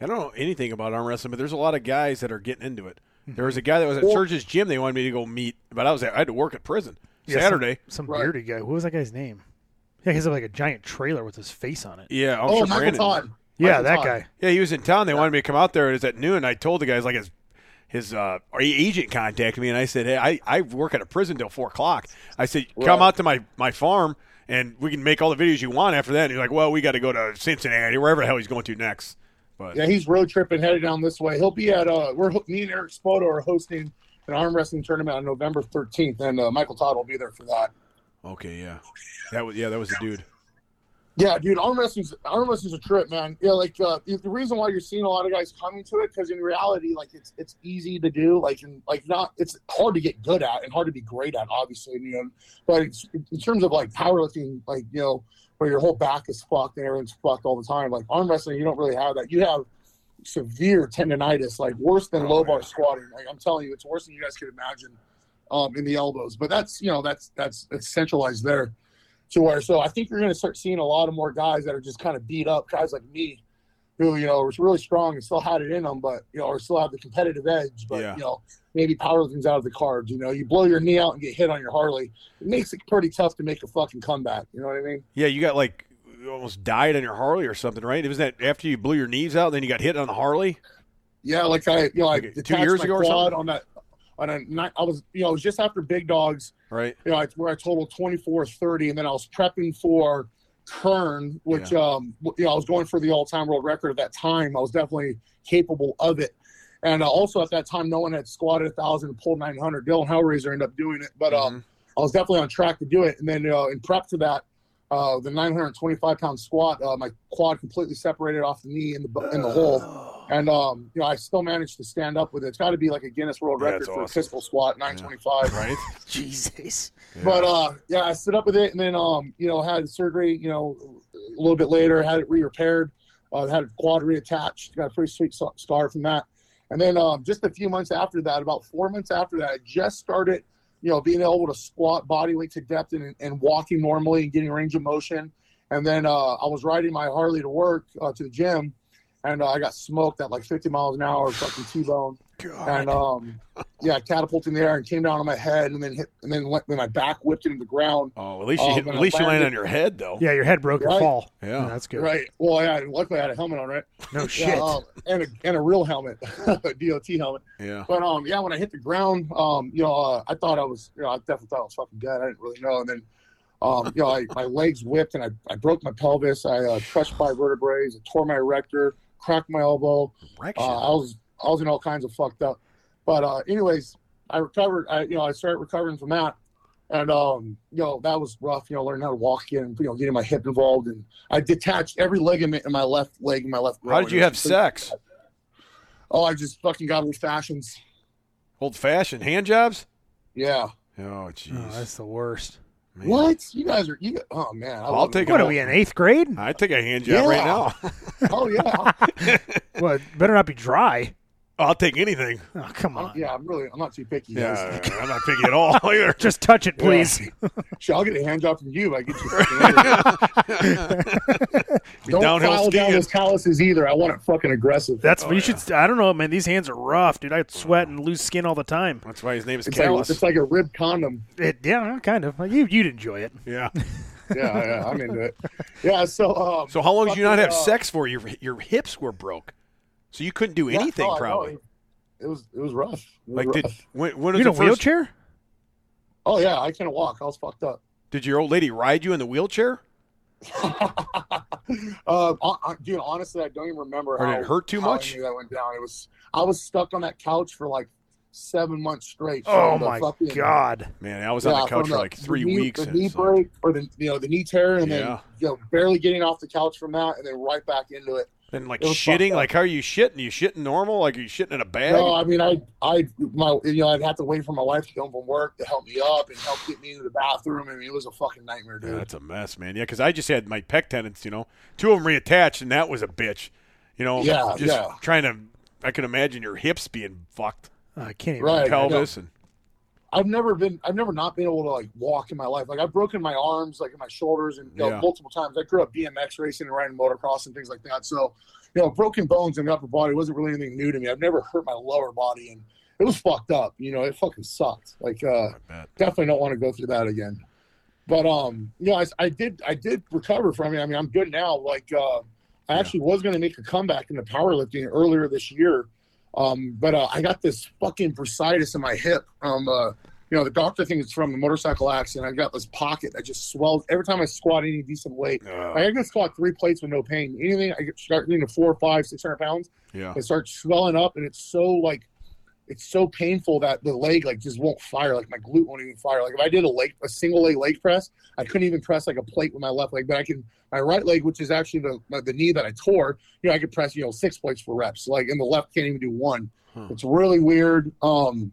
B: I don't know anything about arm wrestling, but there's a lot of guys that are getting into it. There was a guy that was at
D: Mm-hmm. Well-
B: Church's gym. They wanted me to go meet, but I was I had to work at prison
C: Yeah, some-
B: Saturday.
C: Some
D: Right.
C: bearded guy. What was that guy's name? Yeah, he's like a giant trailer with his face on it.
B: Yeah, I'm
D: oh,
B: sure
D: Michael
B: Brandon-
D: Todd.
C: Yeah,
D: Michael
C: that
D: Todd.
C: guy.
B: Yeah, he was in town. They wanted me to come out there. It was at noon. I told the guys like his his uh, our agent contacted me, and I said, "Hey, I, I work at a prison till four o'clock." I said, "Come
D: Right.
B: out to my my farm, and we can make all the videos you want." After that, and he's like, "Well, we got to go to Cincinnati, wherever the hell he's going to next." But
D: Yeah, he's road tripping headed down this way. He'll be at uh, we're me and Eric Spoto are hosting an arm wrestling tournament on November 13th, and uh, Michael Todd will be there for that.
B: okay, yeah, that was yeah, that was the dude.
D: Yeah, dude, arm wrestling's arm wrestling's a trip, man. Yeah, like uh, the the reason why you're seeing a lot of guys coming to it because in reality, like it's it's easy to do, like and like not it's hard to get good at and hard to be great at, obviously. You know, but it's, in terms of like powerlifting, like you know, where your whole back is fucked and everyone's fucked all the time, like arm wrestling, you don't really have that. You have severe tendonitis, like worse than low bar squatting. Like I'm telling you, it's worse than you guys could imagine um, in the elbows. But that's you know that's that's it's centralized there to where. So I think you're going to start seeing a lot of more guys that are just kind of beat up, guys like me, who you know was really strong and still had it in them, but you know or still have the competitive edge, but
B: Yeah.
D: you know maybe powerlifting's out of the cards. You know, you blow your knee out and get hit on your Harley, it makes it pretty tough to make a fucking comeback. You know what I mean?
B: Yeah, you got like you almost died on your Harley or something, right? It was that after you blew your knees out, then you got hit on the Harley.
D: Yeah, like I, you know, I
B: Like, two
D: detached
B: years
D: my
B: ago or
D: quad
B: something?
D: on that. On a night, I was, you know, it was just after Big Dogs,
B: Right.
D: you know, I, where I totaled 24, 30, and then I was prepping for Kern, which, um, w- you know, I was going for the all-time world record at that time. I was definitely capable of it, and uh, also at that time, no one had squatted a thousand and pulled 900. Dylan Hellraiser ended up doing it, but um,
B: Mhm.
D: I was definitely on track to do it. And then you know, in prep to that, uh, the 925 pound squat, uh, my quad completely separated off the knee in the bu- in the
B: Oh.
D: hole, and um, you know I still managed to stand up with it. It's got to be like a Guinness World
B: Yeah,
D: Record
B: that's
D: for
B: awesome.
D: a pistol squat 925.
B: Mm-hmm. Right.
E: Jesus.
D: But uh, yeah, I stood up with it, and then um, you know, had surgery. You know, a little bit later, had it re-repaired. Uh, had a quad reattached. Got a pretty sweet so- scar from that. And then um, just a few months after that, about four months after that, I just started, you know, being able to squat body weight to depth and, and walking normally and getting range of motion. And then uh, I was riding my Harley to work uh, to the gym, and uh, I got smoked at like 50 miles an hour, fucking T-bone and um, yeah, catapulted in the air and came down on my head, and then hit, and then went, then my back whipped into the ground.
B: Oh, at least you
D: Oh,
B: hit,
D: but
B: at
D: I
B: least you land
D: landed-
B: on your head though.
C: Yeah, your head broke your
D: Right.
C: fall.
B: Yeah.
C: that's good.
D: Right. Well, yeah. Luckily, I had a helmet on, right?
C: No shit.
D: Yeah, um, and a and a real helmet, a DOT helmet.
B: Yeah.
D: But um, yeah, when I hit the ground, um, you know, uh, I thought I was, you know, I definitely thought I was fucking dead. I didn't really know, and then. Um, you know, I, my legs whipped and I, I broke my pelvis. I uh, crushed five vertebrae, tore my erector, cracked my elbow,
B: Correction.
D: Uh, I was I was in all kinds of fucked up. But uh, anyways, I recovered. I you know I started recovering from that, and um you know that was rough. You know learning how to walk again. You know getting my hip involved, and I detached every ligament in my left leg and my left.
B: How
D: groin.
B: did you
D: It was
B: have
D: just-
B: sex?
D: Oh, I just fucking got old fashions.
B: Old fashioned hand jobs?
D: Yeah.
B: Oh,
C: Oh,
B: jeez.
C: that's the worst.
B: man.
D: What? You guys are you? Oh man. I
B: I'll
D: love it.
B: take a-
C: What are we in eighth grade?
B: I take a hand job right
D: Yeah.
B: now.
D: Oh yeah.
C: Well, it better not be dry.
B: I'll take anything.
C: Oh, come
D: I'm-
C: on.
D: yeah. I'm really. I'm not too picky. guys.
B: Yeah, I'm not picky at all either.
C: Just touch it, please.
D: Shit, I'll get a hand job from you. if I get you. fucking- Don't
B: downhill
D: file down
B: skiing.
D: those calluses either. I want it fucking aggressive.
C: That's you should. I don't know, man. These hands are rough, dude. I sweat and lose skin all the time.
B: That's why his name is
D: It's like,
B: Callus.
D: it's like a rib condom.
C: It, yeah, kind of. Like, you you'd enjoy it.
B: yeah.
D: Yeah, yeah, I'm into it. Yeah, so um,
B: So how long did you not
D: fucking,
B: have
D: uh,
B: sex for? Your your hips were broke, so you couldn't do
D: yeah,
B: anything
D: no, I know,
B: probably.
D: It, it was it was rough. It was
B: Like did
D: rough.
B: when, when was
C: You in
B: the
C: a
B: first?
C: wheelchair?
D: oh yeah, I couldn't walk. I was fucked up.
B: Did your old lady ride you in the wheelchair,
D: Uh, hon- hon- dude, honestly, I don't even remember.
B: or
D: how,
B: did it hurt too
D: how I
B: much?
D: knew that went down. It was I was stuck on that couch for like seven months straight.
C: Oh
D: from the
C: my
D: fucking-
C: god.
B: Man, I was
D: yeah,
B: on the couch
D: from
B: for like three
D: the knee-
B: weeks.
D: The
B: and
D: knee
B: it's like-
D: break or the you know the knee tear, and
B: Yeah.
D: then you know barely getting off the couch from that, and then right back into it.
B: and like
D: it was fucked
B: shitting.
D: up.
B: Like how are you shitting? Are you shitting normal? Like are you shitting in a bag?
D: No, I mean, I, I, my, you know, I'd have to wait for my wife to come from work to help me up and help get me into the bathroom. I mean, it was a fucking nightmare,
B: Yeah,
D: dude.
B: that's a mess, man. Yeah, because I just had my pec tendons, you know, two of them reattached, and that was a bitch. You know,
D: Yeah,
B: just
D: yeah.
B: trying to. I can imagine your hips being fucked,
C: I can't even.
D: Right.
B: pelvis, and
D: I've never been, I've never not been able to like walk in my life. Like I've broken my arms, like in my shoulders, and you know,
B: Yeah.
D: multiple times. I grew up BMX racing and riding motocross and things like that. So, you know, broken bones in the upper body wasn't really anything new to me. I've never hurt my lower body, and it was fucked up. You know, it fucking sucked. Like, uh,
B: I bet.
D: definitely don't want to go through that again. But um, you know, I, I did I did recover from it. I mean, I'm good now. Like uh, I
B: Yeah.
D: actually was going to make a comeback in the powerlifting earlier this year, um, but uh, I got this fucking bursitis in my hip from uh, you know the doctor thinks it's from the motorcycle accident. I got this pocket that just swelled every time I squat any decent weight.
B: Ugh,
D: Like, I can squat three plates with no pain. Anything I get start getting to four, five, six hundred pounds
B: yeah.
D: it starts swelling up and it's so like it's so painful that the leg like just won't fire like my glute won't even fire like if i did a leg a single leg leg press i couldn't even press like a plate with my left leg but i can my right leg which is actually the my- the knee that i tore you know i could press you know six plates for reps like and the left can't even do one
B: Huh.
D: it's really weird um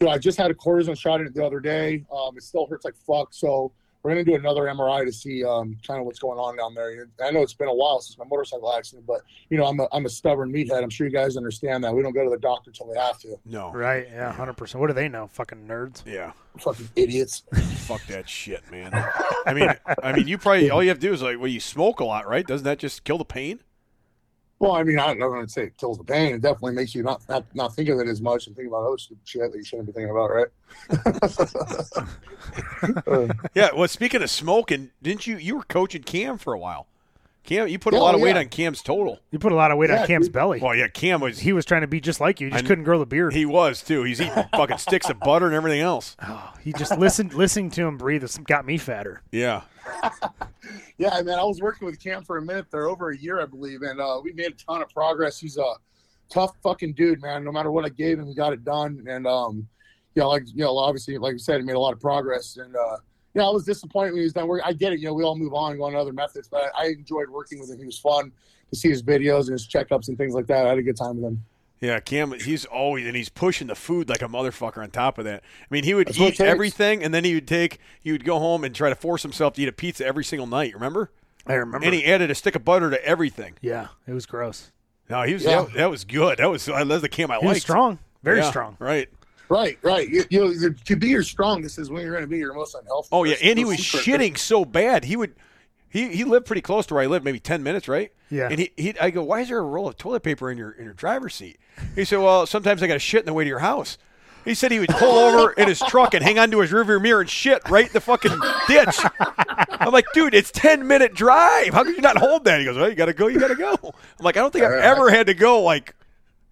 D: you know i just had a cortisone shot in it the other day um it still hurts like fuck so we're gonna do another MRI to see um, kind of what's going on down there. I know it's been a while since my motorcycle accident, but you know I'm a I'm a stubborn meathead. I'm sure you guys understand that. We don't go to the doctor till we have to.
B: No.
C: Right? Yeah, hundred percent. What do they know? Fucking nerds.
B: Yeah.
D: Fucking idiots.
B: Fuck that shit, man. I mean, I mean, you probably all you have to do is like, well, you smoke a lot, right? Doesn't that just kill the pain?
D: Well, I mean, I don't know. I'm gonna say it kills the pain. It definitely makes you not not, not think of it as much and think about other stupid shit that you shouldn't be thinking about, right?
B: Yeah. Well, speaking of smoking, didn't you you were coaching Cam for a while? Cam, you put a
D: Yeah,
B: lot of
D: oh,
B: weight
D: yeah.
B: on Cam's total.
C: You put a lot of weight on
D: Yeah,
C: Cam's
D: dude.
C: belly.
B: Well, yeah, Cam was he,
C: He was trying to be just like you. He just
B: I-
C: couldn't grow the beard.
B: he was too. He's eating fucking sticks of butter and everything else.
C: Oh, he just listened listening to him breathe has got me fatter.
B: Yeah.
D: Yeah, man, I was working with Cam for a minute there, over a year, I believe, and uh, we made a ton of progress. He's a tough fucking dude, man. No matter what I gave him, he got it done. And um, you know, like you know, obviously, like you said, he made a lot of progress. And uh, you know, I was disappointed when he was done. working. I get it, you know, we all move on, and go on to other methods, but I, I enjoyed working with him. He was fun to see his videos and his checkups and things like that. I had a good time with him.
B: Yeah, Cam, he's always and he's pushing the food like a motherfucker. On top of that, I mean, he would
D: That's what it
B: eat
D: takes.
B: everything, and then he would take, he would go home and try to force himself to eat a pizza every single night. Remember?
C: I remember.
B: And he added a stick of butter to everything.
C: yeah, it was gross.
B: No, he was
D: Yeah.
B: that, that was good. That was that was the Cam I
C: He was
B: liked.
C: strong, very
B: Yeah,
C: strong.
B: Right.
D: Right, right. You, you know, to be your strongest is when you're going to be your most unhealthy.
B: Oh yeah,
D: That's
B: and
D: the
B: he was
D: secret.
B: shitting so bad. He would. He, he lived pretty close to where I lived, maybe ten minutes, right?
C: Yeah.
B: And he, he I go, why is there a roll of toilet paper in your in your driver's seat? He said, well, sometimes I got to shit in the way to your house. He said he would pull over in his truck and hang onto his rearview mirror and shit right in the fucking ditch. I'm like, dude, it's ten minute drive. How could you not hold that? He goes, well, you gotta go, you gotta go. I'm like, I don't think I've ever had to go like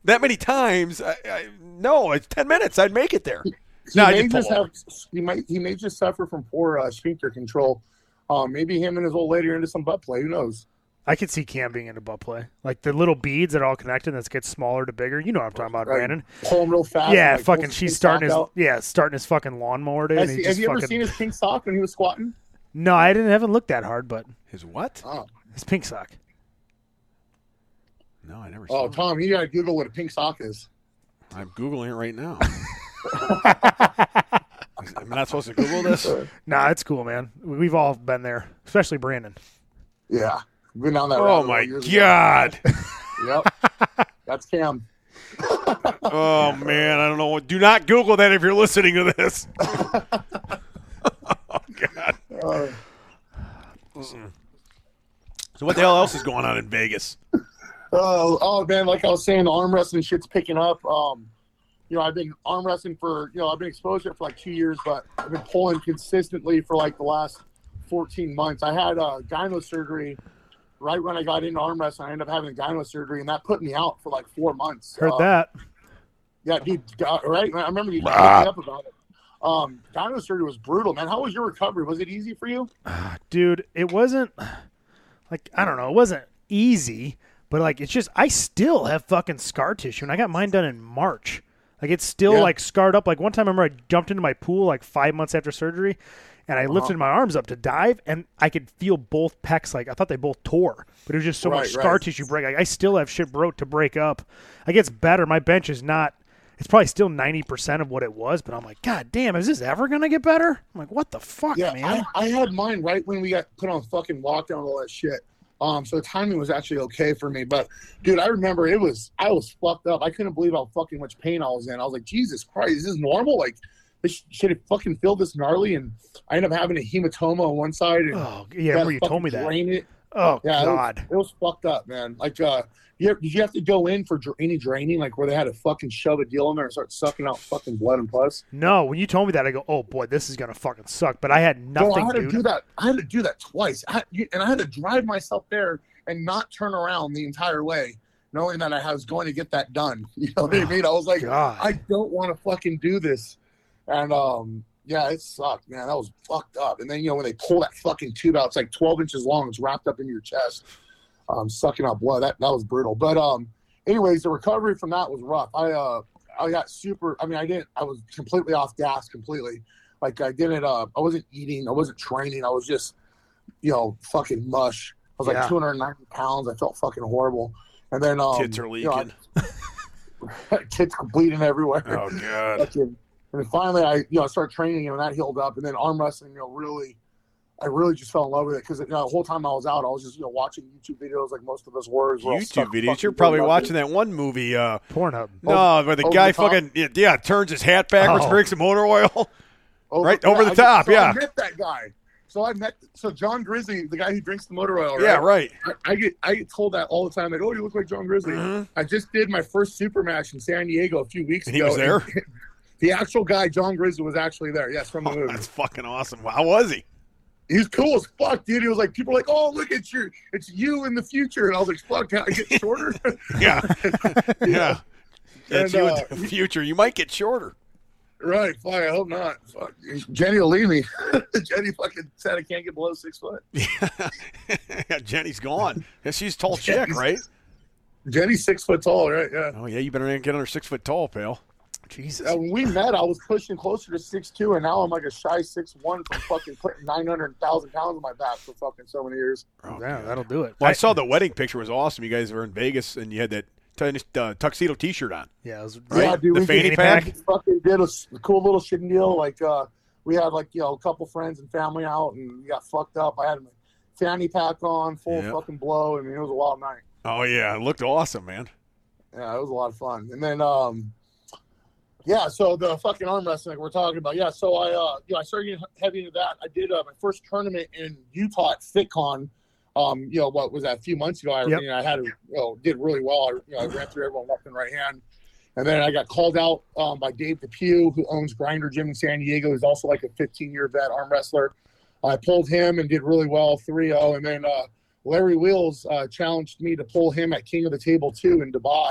B: that many times. I, I, no, it's ten minutes. I'd make it there.
D: he
B: No, I
D: may
B: did pull
D: just have he might he may just suffer from poor uh, sphincter control. Um, maybe him and his old lady are into some butt play. Who knows?
C: I could see Cam being into butt play, like the little beads that all connect and that gets smaller to bigger. You know what I'm talking about,
D: Right.
C: Brandon?
D: Pull him real fast.
C: Yeah,
D: and, like,
C: fucking.
D: pulls
C: She's
D: his
C: starting his
D: sock out.
C: yeah, starting his fucking lawnmower, dude.
D: Has
C: and he
D: he-
C: just
D: have you ever
C: fucking-
D: seen his pink sock when he was squatting?
C: No, I didn't. Haven't looked that hard, but
B: His what?
D: Oh,
C: his pink sock.
B: No, I never.
D: oh
B: saw
D: Tom, you gotta Google what a pink sock is.
B: it. I'm googling it right now. I'm not supposed to Google this.
C: Nah, it's cool, man. We- We've all been there, especially Brandon.
D: Yeah, been on that.
B: Oh
D: rabbit hole
B: my
D: years
B: god!
D: ago. Yep, that's Cam.
B: Oh man, I don't know. what Do not Google that if you're listening to this. oh god! Mm.
D: Uh,
B: So what the hell else is going on in Vegas?
D: Oh, oh man, like I was saying, the arm wrestling shit's picking up. Um, you know, I've been arm wrestling for you know, I've been exposed to it for like two years, but I've been pulling consistently for like the last fourteen months. I had uh gyno surgery right when I got into arm wrestling. I ended up having gyno surgery and that put me out for like four months.
C: Heard
D: Uh,
C: that?
D: Yeah, dude, uh, right. I remember you
B: Ah.
D: talking up about it. Um, gyno surgery was brutal, man. How was your recovery? Was it easy for you?
C: dude, it wasn't like I don't know, it wasn't easy, but like it's just I still have fucking scar tissue, and I got mine done in March. Like it's still
D: Yeah.
C: like scarred up. Like one time, I remember I jumped into my pool like five months after surgery, and I
D: Uh-huh.
C: lifted my arms up to dive, and I could feel both pecs. Like I thought they both tore, but it was just so
D: Right,
C: much scar
D: right.
C: tissue break. Like I still have shit broke to break up. It gets better. My bench is not. It's probably still ninety percent of what it was, but I'm like, God damn, is this ever gonna get better? I'm like, what the fuck,
D: Yeah,
C: man?
D: I, I had mine right when we got put on fucking lockdown and all that shit. Um, so the timing was actually okay for me. But dude, I remember it was I was fucked up. I couldn't believe how fucking much pain I was in. I was like, Jesus Christ, is this normal? Like this shit it fucking feel this gnarly and I ended up having a hematoma on one side and
C: Oh yeah, remember you
D: gotta
C: told me
D: fucking
C: that.
D: drain it.
C: Oh
D: Yeah, it was-
C: God,
D: It was fucked up, man. Like uh you, did you have to go in for dra- any draining, like where they had to fucking shove a deal in there and start sucking out fucking blood and pus?
C: no! When you told me that, I go, oh boy, this is gonna fucking suck. But I had
D: Bro, I
C: nothing,
D: had
C: dude.
D: to do that. I had to do that twice, I, you- and I had to drive myself there and not turn around the entire way, knowing that I was going to get that done. You know what I mean? I was like,
C: God,
D: I don't want to fucking do this, and um, yeah, it sucked, man. That was fucked up. And then you know when they pull that fucking tube out, it's like twelve inches long. It's wrapped up in your chest, um, sucking out blood. That that was brutal. But um, anyways, the recovery from that was rough. I uh, I got super. I mean, I didn't. I was completely off gas, completely like I didn't uh I wasn't eating, I wasn't training, I was just, you know, fucking mush. I was
C: Yeah.
D: like 290 pounds. I felt fucking horrible. And then um,
B: Tits are
D: you know, I-
B: leaking.
D: tits bleeding everywhere.
B: Oh god!
D: Fucking- and then finally I you know I started training and that healed up and then arm wrestling you know really I really just fell in love with it because you know, the whole time I was out, I was just you know watching YouTube videos like most of us were. We're all
B: YouTube
D: stuck
B: videos.
D: fucking
B: You're probably
D: doing
B: watching
D: nothing.
B: that one movie. Uh,
C: Pornhub.
B: no, where the
D: over
B: guy
D: the top?
B: fucking yeah, yeah, turns his hat backwards,
C: Oh.
B: drinks some motor oil. right
D: yeah,
B: over the
D: I-
B: top,
D: so
B: yeah.
D: I met that guy. So I met so John Grizzly, the guy who drinks the motor oil.
B: Yeah,
D: right?
B: right.
D: I, I get I get told that all the time. Like, oh, you look like John Grizzly.
B: Mhm.
D: I just did my first super match in San Diego a few weeks
B: And he
D: ago.
B: was there.
D: and the actual guy, John Grizzly, was actually there. Yes, from the
B: Oh,
D: movie.
B: that's fucking awesome. How was he?
D: He's cool as fuck, dude. He was like, people are like, oh, look at you, it's you in the future. And I was like, fuck, can I get shorter?
B: Yeah, yeah. That's
D: And,
B: you
D: uh,
B: in the future. You might get shorter.
D: right, fuck, I hope not. Fuck, Jenny will leave me. Jenny fucking said I can't get below six foot.
B: yeah, Jenny's gone. Yeah, she's a tall chick,
D: Jenny's-
B: right?
D: Jenny's six foot tall, right? Yeah.
B: Oh yeah, you better get under six foot tall, pal.
C: Jesus.
D: Yeah, when we met, I was pushing closer to six two, and now I'm like a shy six one from fucking putting nine hundred thousand pounds on my back for fucking so many years.
B: Oh,
C: yeah,
B: God.
C: that'll do it.
B: Well, I saw the wedding picture was awesome. You guys were in Vegas and you had that t- uh, tuxedo T-shirt on.
C: yeah, it was,
B: Right?
D: Yeah, dude,
B: The
D: we
B: fanny
D: did-
B: pack?
D: we fucking did a s- cool little shitty deal. Like uh, we had like you know a couple friends and family out, and we got fucked up. I had my fanny pack on, full
B: Yeah.
D: fucking blow. I mean, it was a wild night.
B: Oh yeah, it looked awesome, man.
D: Yeah, it was a lot of fun. And then, um, yeah, so the fucking arm wrestling we're talking about. Yeah, so I, uh, you know, I started getting heavy into that. I did uh, my first tournament in Utah at FitCon. Um, you know, what was that? A few months ago, I,
C: Yep.
D: you know, I had, a- you know, did really well. I, you know, I ran through everyone left and right hand. And then I got called out um, by Dave DePew, who owns Grinder Gym in San Diego. He's also like a 15 year vet arm wrestler. I pulled him and did really well 3 0. And then uh, Larry Wheels uh, challenged me to pull him at King of the Table 2 in Dubai.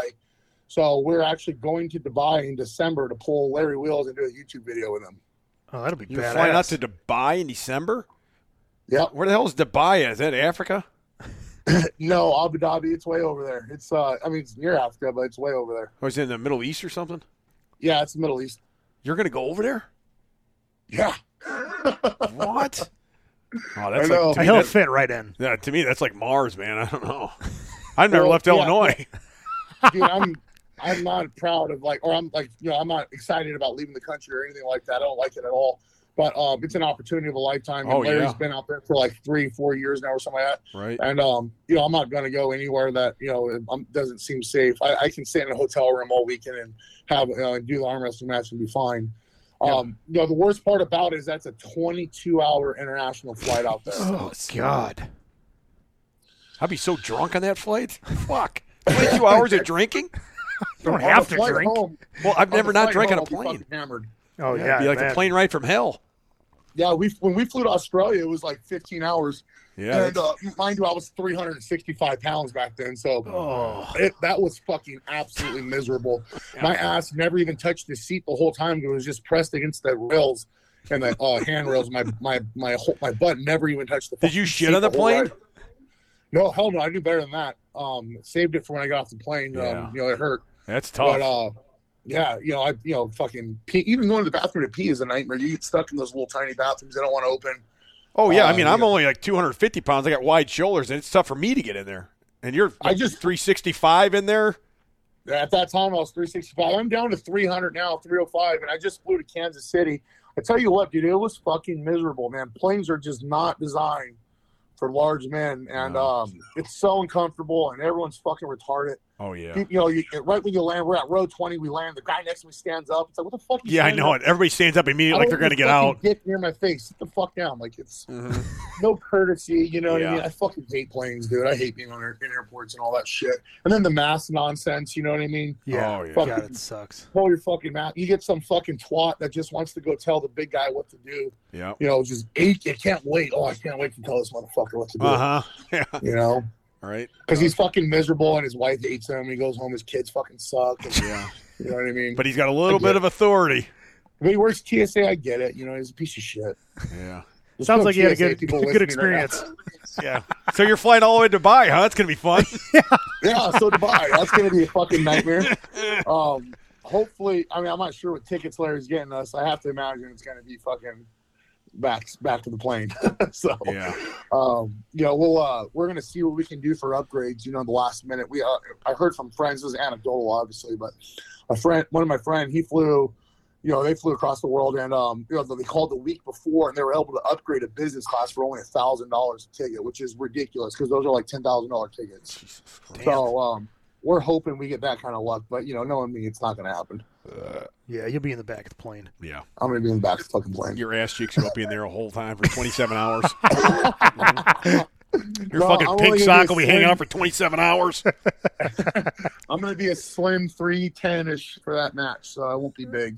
D: So we're actually going to Dubai in December to pull Larry Wheels and do a YouTube video with him.
C: oh, that'll be
B: You were
C: badass.
B: flying out to Dubai in December.
D: Yep.
B: Where the hell is Dubai? Is that Africa?
D: No, Abu Dhabi, it's way over there. It's uh I mean it's near Africa, but it's way over there.
B: Or is it in the Middle East or something?
D: Yeah, it's the Middle East.
B: You're gonna go over there?
D: Yeah.
B: What? Oh,
D: I
B: that's
D: know.
B: like, to, me,
C: He'll
B: that-
C: fit right in.
B: yeah, to me, that's like Mars, man. I don't know. I've never
D: Well,
B: left
D: yeah.
B: Illinois.
D: Dude, I'm I'm not proud of like or I'm like you know, I'm not excited about leaving the country or anything like that. I don't like it at all. But um it's an opportunity of a lifetime. And
B: Oh,
D: Larry's
B: yeah.
D: been out there for like three, four years now or something like that.
B: Right.
D: and um, you know, I'm not going to go anywhere that you know um, doesn't seem safe. I, I can stay in a hotel room all weekend and have uh, do the arm wrestling match and be fine. Um, you know, the worst part about it is that's a 22 hour international flight out there.
C: Oh God.
B: I'd be so drunk on that flight. Fuck. 22 hours of drinking?
C: You don't
D: On
C: have
D: the
C: to
D: flight
C: drink.
D: home-
B: Well, I've
D: on the
B: never not
D: flight
B: drank on a
D: home, I'll be
B: plane.
D: fucking Hammered.
C: Oh yeah,
B: it'd be like
C: man.
B: a plane ride from hell.
D: Yeah, we when we flew to Australia, it was like 15 hours.
B: Yeah.
D: and uh, mind you, I was 365 pounds back then, so
C: Oh,
D: it, that was fucking absolutely miserable. My ass never even touched the seat the whole time. It was just pressed against the rails and the uh, handrails. My my my whole, my butt never even touched the.
B: Did you
D: fucking
B: shit
D: seat
B: on the
D: whole
B: plane?
D: ride. No, hell no. I knew better than that. Um, saved it for when I got off the plane.
B: Yeah.
D: Um, you know, it hurt.
B: That's
D: But uh, yeah, you know, I you know, fucking pee. Even going to the bathroom to pee is a nightmare. You get stuck in those little tiny bathrooms. They don't want to open.
B: oh, yeah. I
D: uh,
B: mean, I'm
D: yeah.
B: only like 250 pounds. I got wide shoulders, and it's tough for me to get in there. And you're
D: I just
B: 365 in there?
D: At that time, I was 365. I'm down to 300 now, 305, and I just flew to Kansas City. I tell you what, dude, it was fucking miserable, man. Planes are just not designed for large men, and
B: No.
D: um, it's so uncomfortable, and everyone's fucking retarded.
B: Oh, yeah.
D: You, you know, you, right when you land, we're at row 20, we land. The guy next to me stands up. It's like, what the fuck?
B: Yeah, I know it. Everybody stands up immediately like they're going to get out.
D: Get near my face. Sit the fuck down. Like it's
B: Mhm.
D: no courtesy. You know what
B: Yeah.
D: I mean? I fucking hate planes, dude. I hate being on air, in airports and all that shit. And then the mask nonsense. You know what I mean?
C: yeah.
B: Oh, yeah.
D: Fuck.
C: God, it sucks.
D: pull your fucking mouth. You get some fucking twat that just wants to go tell the big guy what to do.
B: Yeah.
D: You know, just ache. I can't wait. Oh, I can't wait to tell this motherfucker what to do.
C: Uh-huh.
B: Uh huh. Yeah.
D: You know,
B: All right.
D: because he's fucking miserable and his wife hates him. He goes home, his kids fucking suck. And,
B: Yeah.
D: you know what I mean? But
B: But he's got a little bit of authority.
D: if he works TSA, I get it. You know, he's a piece of shit.
B: Yeah.
D: There's
C: Sounds
D: no
C: like you had a
D: TSA
C: good,
D: people
C: good
D: listening right
C: experience.
D: now.
B: Yeah. So you're flying all the way to Dubai, huh? That's going to be fun.
D: yeah, so Dubai. That's gonna be a fucking nightmare. Um, hopefully, I mean, I'm not sure what tickets Larry's getting us. I have to imagine it's gonna be fucking back back to the plane. so.
B: Yeah.
D: um, you know, we'll uh, we're gonna see what we can do for upgrades. You know, in the last minute, we uh, I heard from friends. This is anecdotal, obviously, but a friend, one of my friend, he flew. you know, they flew across the world, and um, you know, they called the week before, and they were able to upgrade a business class for only a thousand dollars a ticket, which is ridiculous because those are like ten thousand dollar tickets. So um, we're hoping we get that kind of luck, but you know, knowing me, it's not going to happen.
C: Yeah, you'll be in the back of the plane.
B: Yeah.
D: I'm going to be in the back of the fucking plane.
B: Your ass cheeks will be in there a whole time for 27 hours. Your
D: No,
B: fucking
D: I'm
B: pink
D: only gonna
B: sock
D: be
B: will be hanging
D: slim.
B: out for 27 hours.
D: I'm going to be a slim three ten ish for that match, so I won't be big.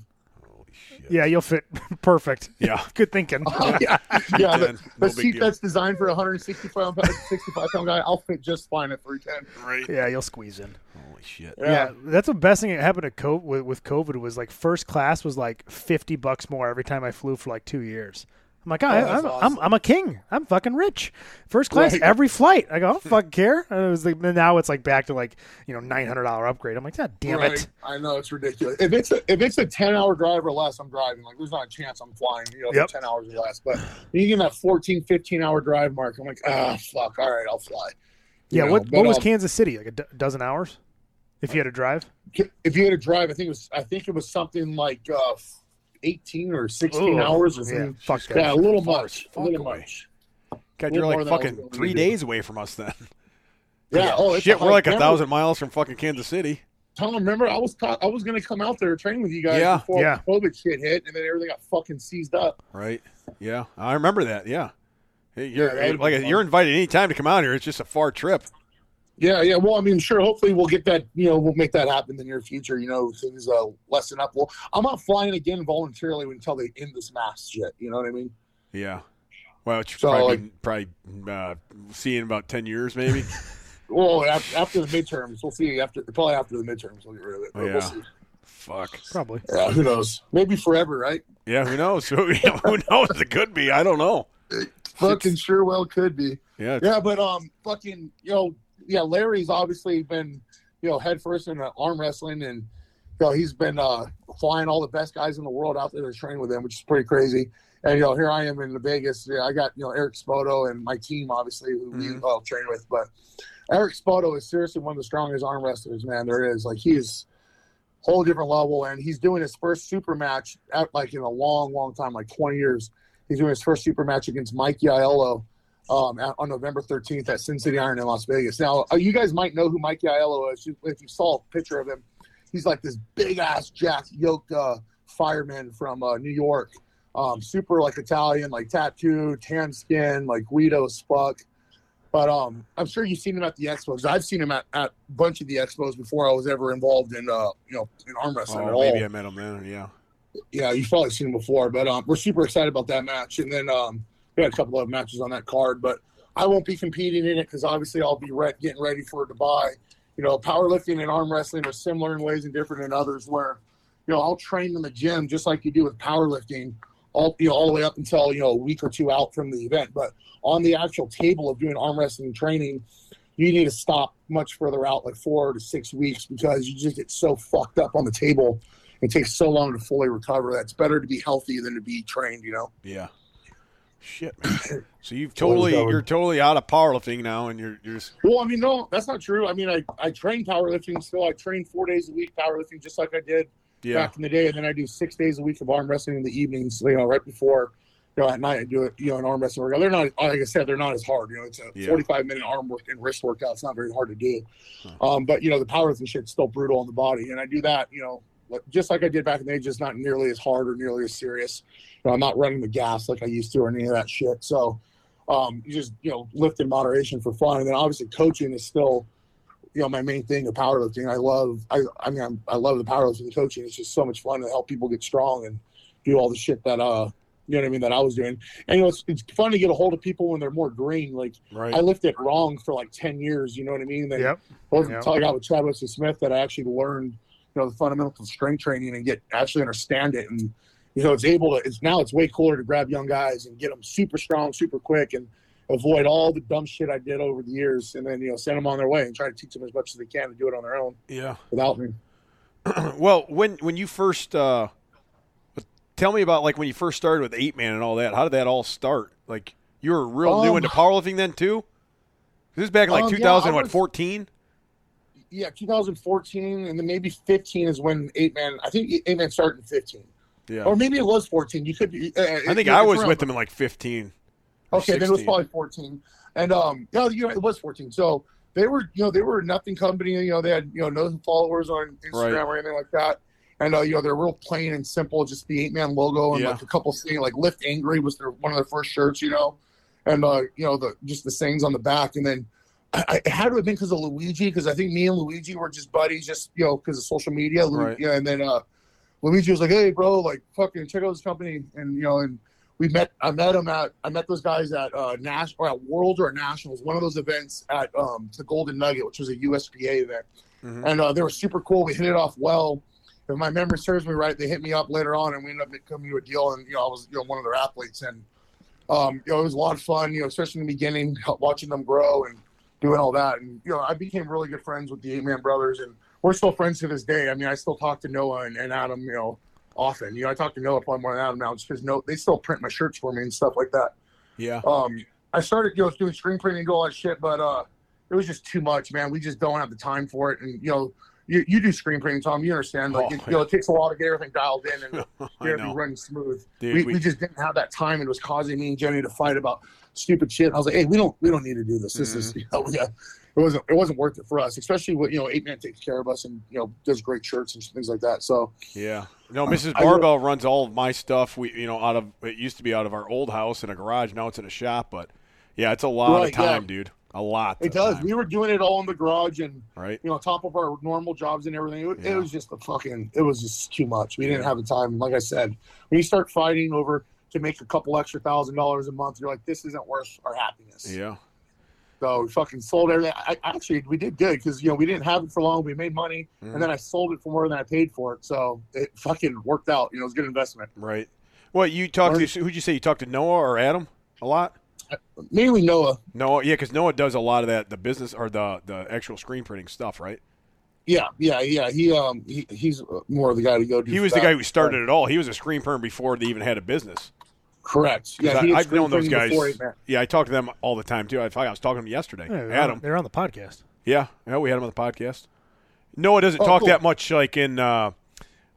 C: Yeah, you'll fit perfect.
B: Yeah.
C: Good thinking.
D: yeah, yeah.
B: Then, no
D: The, the
B: big
D: seat
B: deal.
D: that's designed for a 165 pound, 65 pound guy, I'll fit just fine at 310.
B: Right.
C: yeah, you'll squeeze in.
B: Holy shit.
C: Yeah. that's the best thing that happened to COVID, with, with COVID was like first class was like fifty bucks more every time I flew for like two years. I'm like, oh, I,
D: that's
C: I'm,
D: awesome.
C: I'm, I'm a king. I'm fucking rich. First class
D: Right.
C: every flight. I go, I don't fucking care. And it was like, then now it's like back to like you know nine hundred dollar upgrade. I'm like, God damn
D: Right.
C: it.
D: I know it's ridiculous. If it's a, if it's a ten hour drive or less, I'm driving. Like there's not a chance I'm flying. You know,
C: Yep.
D: for ten hours or less. But you get in that 14, 15 hour drive mark. I'm like, ah, fuck. All right, I'll fly. You
C: Yeah,
D: know,
C: what
D: but,
C: what was
D: um,
C: Kansas City like a d- dozen hours? If you had to drive,
D: If you had to drive, I think it was I think it was something like uh, eighteen or sixteen
C: Ugh.
D: hours or
C: yeah,
D: something.
C: fuck
D: Yeah,
C: that.
D: a little
B: Far
D: much.
B: as
D: A
B: fuck
D: little
B: away.
D: much.
B: God, you're
D: Little
B: like
D: more than I was
B: fucking
D: gonna
B: three
D: do.
B: days away from us then.
D: Yeah. Oh, it's
B: shit, we're like a
D: hike.
B: thousand miles from fucking Kansas City.
D: Tom, remember I was ta- I was gonna come out there train with you guys
B: Yeah.
D: before
C: Yeah.
D: COVID shit hit, and then everything got fucking seized up.
B: Right. Yeah. I remember that. Yeah. Hey, You're,
D: that would've
B: like
D: been fun.
B: you're invited any time to come out here. It's just a far trip.
D: Yeah, yeah. Well, I mean, sure. Hopefully, we'll get that. You know, we'll make that happen in the near future. You know, things uh, lessen up. Well, I'm not flying again voluntarily until they end this mass shit. You know what I mean?
B: Yeah. Well, it's
D: So,
B: probably probably uh, see you in about ten years, maybe.
D: Well, after, after the midterms, we'll see. After probably after the midterms, we'll get rid of it. but
B: Yeah.
D: We'll see.
B: Fuck.
C: Probably.
D: Yeah. Who knows? Maybe forever, right?
B: Yeah. Who knows? who knows? It could be. I don't know.
D: Fucking sure, well could be.
B: Yeah. it's-
D: Yeah, but um, fucking, you know, yeah, Larry's obviously been, you know, head first in uh, arm wrestling, and you know he's been uh flying all the best guys in the world out there to train with him, which is pretty crazy. And you know, here I am in Vegas. Yeah, I got you know Eric Spoto and my team, obviously, who we
B: Mhm.
D: all train with. But Eric Spoto is seriously one of the strongest arm wrestlers, man. There is like he is whole different level, and he's doing his first super match at like in a long, long time, like twenty years. He's doing his first super match against Mike Iello um, at, on November 13th at Sin City Iron in Las Vegas. Now, uh, you guys might know who Mike Iello is. You- If you saw a picture of him, he's like this big ass jack yoked uh, fireman from uh, New York. Um, super like Italian, like tattoo, tan skin, like Guido as fuck. But um, I'm sure you've seen him at the expos. I've seen him at, at a bunch of the expos before I was ever involved in uh, you know in arm wrestling at
B: Oh,
D: all
B: maybe I met him then. Yeah.
D: yeah, you've probably seen him before, but um, we're super excited about that match. And then um, we had a couple of matches on that card, but I won't be competing in it because obviously I'll be re- getting ready for Dubai. You know, powerlifting and arm wrestling are similar in ways and different in others. Where, you know, I'll train in the gym just like you do with powerlifting, all you know, all the way up until you know a week or two out from the event. But on the actual table of doing arm wrestling training, you need to stop much further out, like four to six weeks, because you just get so fucked up on the table it takes so long to fully recover. That's better to be healthy than to be trained, you know?
B: Yeah. Shit. Man. So you've
D: So where's
B: totally
D: that one?
B: you're totally out of powerlifting now, and you're you're just
D: Well, I mean, no, that's not true. I mean, I, I train powerlifting still. I train four days a week powerlifting just like I did
B: yeah
D: back in the day. And then I do six days a week of arm wrestling in the evenings, you know, right before, you know, at night I do it, you know, an arm wrestling workout. They're not, like I said, they're not as hard. You know, it's a
B: Yeah.
D: 45 minute arm work and wrist workout. It's not very hard to do.
B: Huh.
D: Um, but, you know, the powerlifting shit's still brutal on the body. And I do that, you know, like, just like I did back in the day, just not nearly as hard or nearly as serious. You know, I'm not running the gas like I used to or any of that shit. So, um, you just, you know, lift in moderation for fun. And then obviously coaching is still, you know my main thing of powerlifting. I love I I mean I'm, I love the powerlifting coaching. It's just so much fun to help people get strong and do all the shit that uh you know what I mean that I was doing. And you know it's, it's fun to get a hold of people when they're more green. Like
B: right.
D: I lifted wrong for like ten years. You know what I mean? Then
C: Yep.
D: it wasn't
C: Yep.
D: until I got with Chad Wesley Smith that I actually learned you know the fundamentals of strength training and get actually understand it and you know it's able to it's now it's way cooler to grab young guys and get them super strong super quick and avoid all the dumb shit I did over the years and then you know send them on their way and try to teach them as much as they can to do it on their own
B: yeah.
D: without me.
B: well, when when you first uh, tell me about like when you first started with Eight Man and all that. How did that all start? Like you were real new
D: Um,
B: into powerlifting then too. This is back in like
D: um, yeah,
B: 2000
D: I
B: what
D: was-
B: 14?
D: Yeah, 2014 and then maybe 15 is when eight man I think eight man started in 15.
B: Yeah.
D: or maybe it was 14. You could. Uh,
B: I think I was with them in like 15. or
D: Okay, then it was
B: 16.
D: probably 14. And um, no, you know, it was 14. So they were, you know, they were a nothing company. You know, they had, you know, no followers on Instagram
B: Right.
D: or anything like that. And uh, you know, they're real plain and simple, just the eight man logo and
B: Yeah.
D: like a couple things. Like Lift Angry was their one of their first shirts, you know, and uh, you know the just the sayings on the back. And then I, I it had to have been because of Luigi, because I think me and Luigi were just buddies, just you know, because of social media. Lu-
B: Right.
D: Yeah, and then uh, Luigi was like, "Hey, bro, like fucking check out this company," and you know, and we met I met him at I met those guys at uh Nash or at World or Nationals, one of those events at um the Golden Nugget, which was a USPA event.
B: Mhm.
D: And uh, they were super cool. We hit it off well. If my memory serves me right, they hit me up later on and we ended up coming to a deal and you know, I was you know one of their athletes and um you know it was a lot of fun, you know, especially in the beginning, watching them grow and doing all that. And you know, I became really good friends with the eight man brothers and we're still friends to this day. I mean, I still talk to Noah and, and Adam, you know, often. You know, I talk to Noah probably more than Adam now just because no, they still print my shirts for me and stuff like that.
B: Yeah.
D: Um, I started, you know, doing screen printing and all that shit, but uh, it was just too much, man. We just don't have the time for it. And you know, you, you do screen printing, Tom. You understand, like
B: Oh,
D: it, you know, it takes a while to get everything dialed in and
B: I
D: get everything
B: know.
D: running smooth.
B: Dude,
D: we,
B: we-
D: we, just didn't have that time, and it was causing me and Jenny to fight about stupid shit. I was like, hey, we don't we don't need to do this. This is
B: Mm-hmm.
D: you know, yeah. It wasn't it wasn't worth it for us, especially what you know. Eight man takes care of us and you know does great shirts and things like that. So
B: Yeah. No, Mrs.
D: I will-
B: Barbell runs all of my stuff. We, you know, out of it used to be out of our old house in a garage. Now it's in a shop, but yeah, it's a lot of
D: Right, yeah.
B: time, dude. A lot.
D: it
B: of
D: does.
B: time,
D: We were doing it all in the garage and
B: right.
D: you know, on top of our normal jobs and everything. It, was-
B: Yeah.
D: it was just a fucking, it was just too much. We didn't have the time. Like I said, when you start fighting over to make a couple extra thousand dollars a month, you're like, this isn't worth our happiness.
B: Yeah.
D: So we fucking sold everything. I, I- actually, we did good because, you know, we didn't have it for long. We made money
B: Mhm.
D: and then I sold it for more than I paid for it. So it fucking worked out. You know, it was a good investment.
B: Right. Well, you talked to
D: Learn-
B: who'd you say you talked to Noah or Adam a lot?
D: Mainly Noah.
B: Noah, yeah, because Noah does a lot of that, the business or the the actual screen printing stuff, right?
D: Yeah, yeah, yeah. He um he, he's more of the guy to go. Do
B: He was the
D: that.
B: guy who started it all. He was a screen printer before they even had a business.
D: Correct.
B: 'Cause
D: he
B: I,
D: had
B: I've known those
D: screen
B: guys.
D: printing before he met-
B: Yeah, I talk to them all the time too. I, I was talking to them yesterday.
C: Yeah, they're
B: Adam,
C: on, they're on the podcast.
B: Yeah, yeah, we had him on the podcast. Noah doesn't
D: Oh,
B: talk
D: cool.
B: that much, like in uh,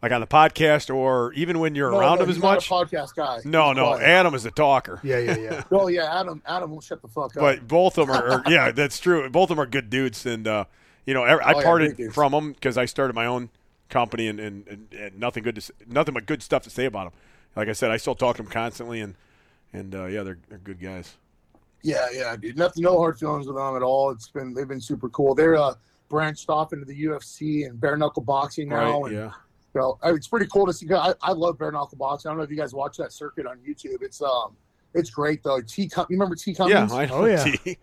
B: like on the podcast, or even when you're
D: No,
B: around
D: no,
B: him as
D: he's not
B: much.
D: a podcast guy.
B: No,
D: He's
B: no, eh.
D: quiet.
B: Adam is the talker.
C: Yeah, yeah, yeah.
D: Oh yeah, Adam. Adam will shut the fuck up.
B: But both of them are, are- yeah, that's true. Both of them are good dudes, and uh, you know, I, I
D: Oh, yeah,
B: parted
D: great dudes.
B: from them because I started my own company, and, and, and, and nothing good, to, s- nothing but good stuff to say about them. Like I said, I still talk to them constantly, and and uh, yeah, they're they're good guys.
D: yeah, yeah, dude. Nothing, no hard feelings with them at all. It's been they've been super cool. They're uh, branched off into the UFC and bare knuckle boxing now.
B: right?
D: and,
B: Yeah.
D: So I- it's pretty cool to see. I, I love bare knuckle boxing. I don't know if you guys watch that circuit on YouTube. It's um, it's great though. T. Com- you remember T.
B: Yeah.
D: Cummings?
B: I know.
C: Oh, yeah.
B: T.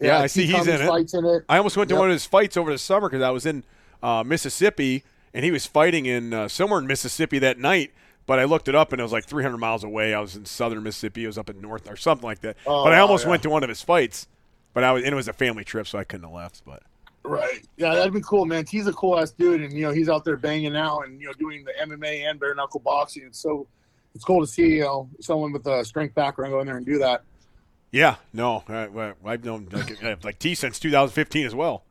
B: yeah, I
D: T.
B: see he's in
D: Cummings
B: it.
D: Fights in it.
B: I almost went to
D: Yep.
B: one of his fights over the summer because I was in uh, Mississippi and he was fighting in uh, somewhere in Mississippi that night. But I looked it up and it was like 300 miles away. I was in southern Mississippi. It was up in north or something like that.
D: Oh,
B: but I almost
D: yeah.
B: went to one of his fights. But I was and it was a family trip, so I couldn't have left. But
D: Right. Yeah, that'd be cool, man. He's a cool ass dude, and you know he's out there banging out and you know doing the MMA and bare knuckle boxing. It's so it's cool to see you know someone with a strength background go in there and do that.
B: yeah, no, I, I- I've known like, uh, like T since 2015 as well.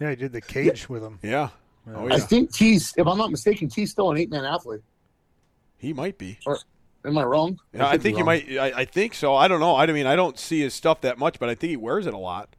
C: Yeah, I did the cage with him.
B: Yeah, oh
D: I
B: yeah,
D: think T's, if I'm not mistaken, T's still an eight man athlete.
B: he might be.
D: Am I wrong?
B: Yeah, I
D: could be
B: think you
D: wrong.
B: might. I, I think so. I don't know. I mean, I don't see his stuff that much, but I think he wears it a lot.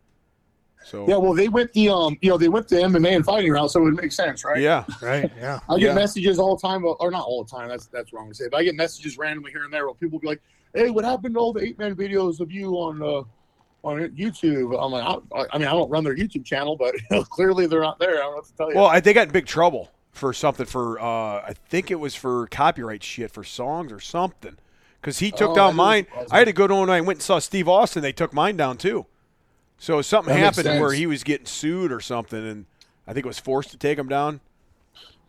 B: So
D: Yeah, well, they went the um, you know, they went the MMA and fighting route, so it would make sense, right?
B: yeah,
C: Right. Yeah.
D: I get
B: yeah.
D: messages all the time, or not all the time. That's that's wrong to say, but I get messages randomly here and there where people be like, "Hey, what happened to all the eight man videos of you on uh, on YouTube?" I'm like, I, I mean, I don't run their YouTube channel, but clearly they're not there. I don't know what to tell you.
B: Well, I, they got in big trouble for something for uh, I think it was for copyright shit for songs or something. Because he took
D: Oh, I
B: down
D: knew
B: mine.
D: it was-
B: I had to go down and I went and saw Steve Austin. They took mine down too. So something
D: That makes
B: happened where
D: sense.
B: he was getting sued or something, and I think it was forced to take him down.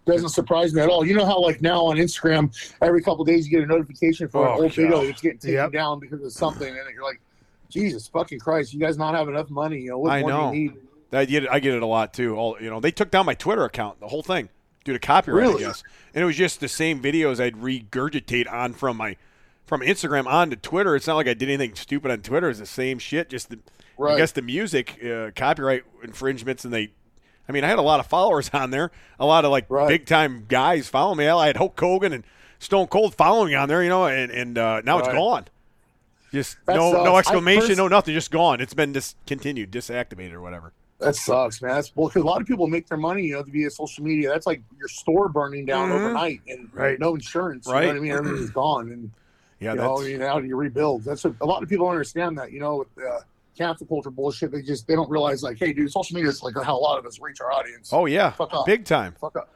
D: doesn't surprise me at all. You know how like now on Instagram, every couple of days you get a notification for
B: Oh,
D: an old video
B: God.
D: that's getting taken
C: Yep.
D: down because of something, and you're like, Jesus fucking Christ, you guys not have enough money. You know what
B: I
D: more
B: know.
D: do you need?
B: I get it, I get it a lot too. All you know, they took down my Twitter account, the whole thing, due to copyright,
D: Really?
B: I guess. And it was just the same videos I'd regurgitate on from my from Instagram on to Twitter. It's not like I did anything stupid on Twitter. It's the same shit. Just the, I
D: Right.
B: guess the music uh, copyright infringements, and they. I mean, I had a lot of followers on there. A lot of like
D: Right.
B: big time guys following me. I had Hulk Hogan and Stone Cold following on there, you know, and and uh, now it's
D: Right.
B: gone. Just
D: That
B: no
D: sucks.
B: no
D: I
B: exclamation,
D: pers-
B: no nothing, just gone. It's been discontinued, disactivated or whatever.
D: That sucks, man. That's bull. Because a lot of people make their money, you know, via social media. That's like your store burning down
B: Mhm.
D: overnight, and
C: Right.
D: no insurance.
B: Right.
D: You know what I mean? Everything's gone, and
B: Yeah,
D: you
B: that's
D: know, you know, how do you rebuild? That's what, a lot of people don't understand that. You know, with the cancel culture bullshit, they just they don't realize like, hey, dude, social media is like how a lot of us reach our audience.
B: oh yeah,
D: Fuck up.
B: big time.
D: Fuck up.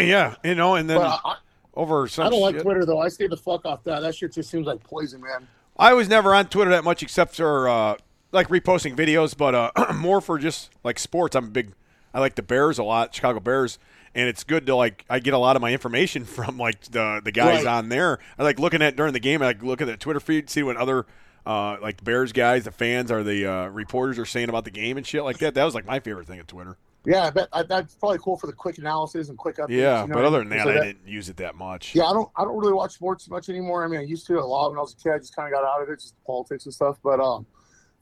B: yeah, you know, and then
D: But I,
B: over some.
D: I don't like
B: shit-
D: Twitter though. I stay the fuck off that. That shit just seems like poison, man.
B: I was never on Twitter that much except for uh, like reposting videos, but uh, more for just like sports. I'm a big. I like the Bears a lot, Chicago Bears, and it's good to like. I get a lot of my information from like the the guys
D: Right.
B: on there. I like looking at during the game. I like look at the Twitter feed, see what other. Uh, like Bears guys, the fans or the uh, reporters are saying about the game and shit like that. That was like my favorite thing at Twitter.
D: Yeah, I bet I, that's probably cool for the quick analysis and quick updates.
B: Yeah,
D: you know
B: but
D: what I
B: other
D: mean?
B: than that,
D: So
B: I didn't use it that much.
D: Yeah, I don't I don't really watch sports much anymore. I mean, I used to a lot when I was a kid. I just kind of got out of it, just politics and stuff. But um,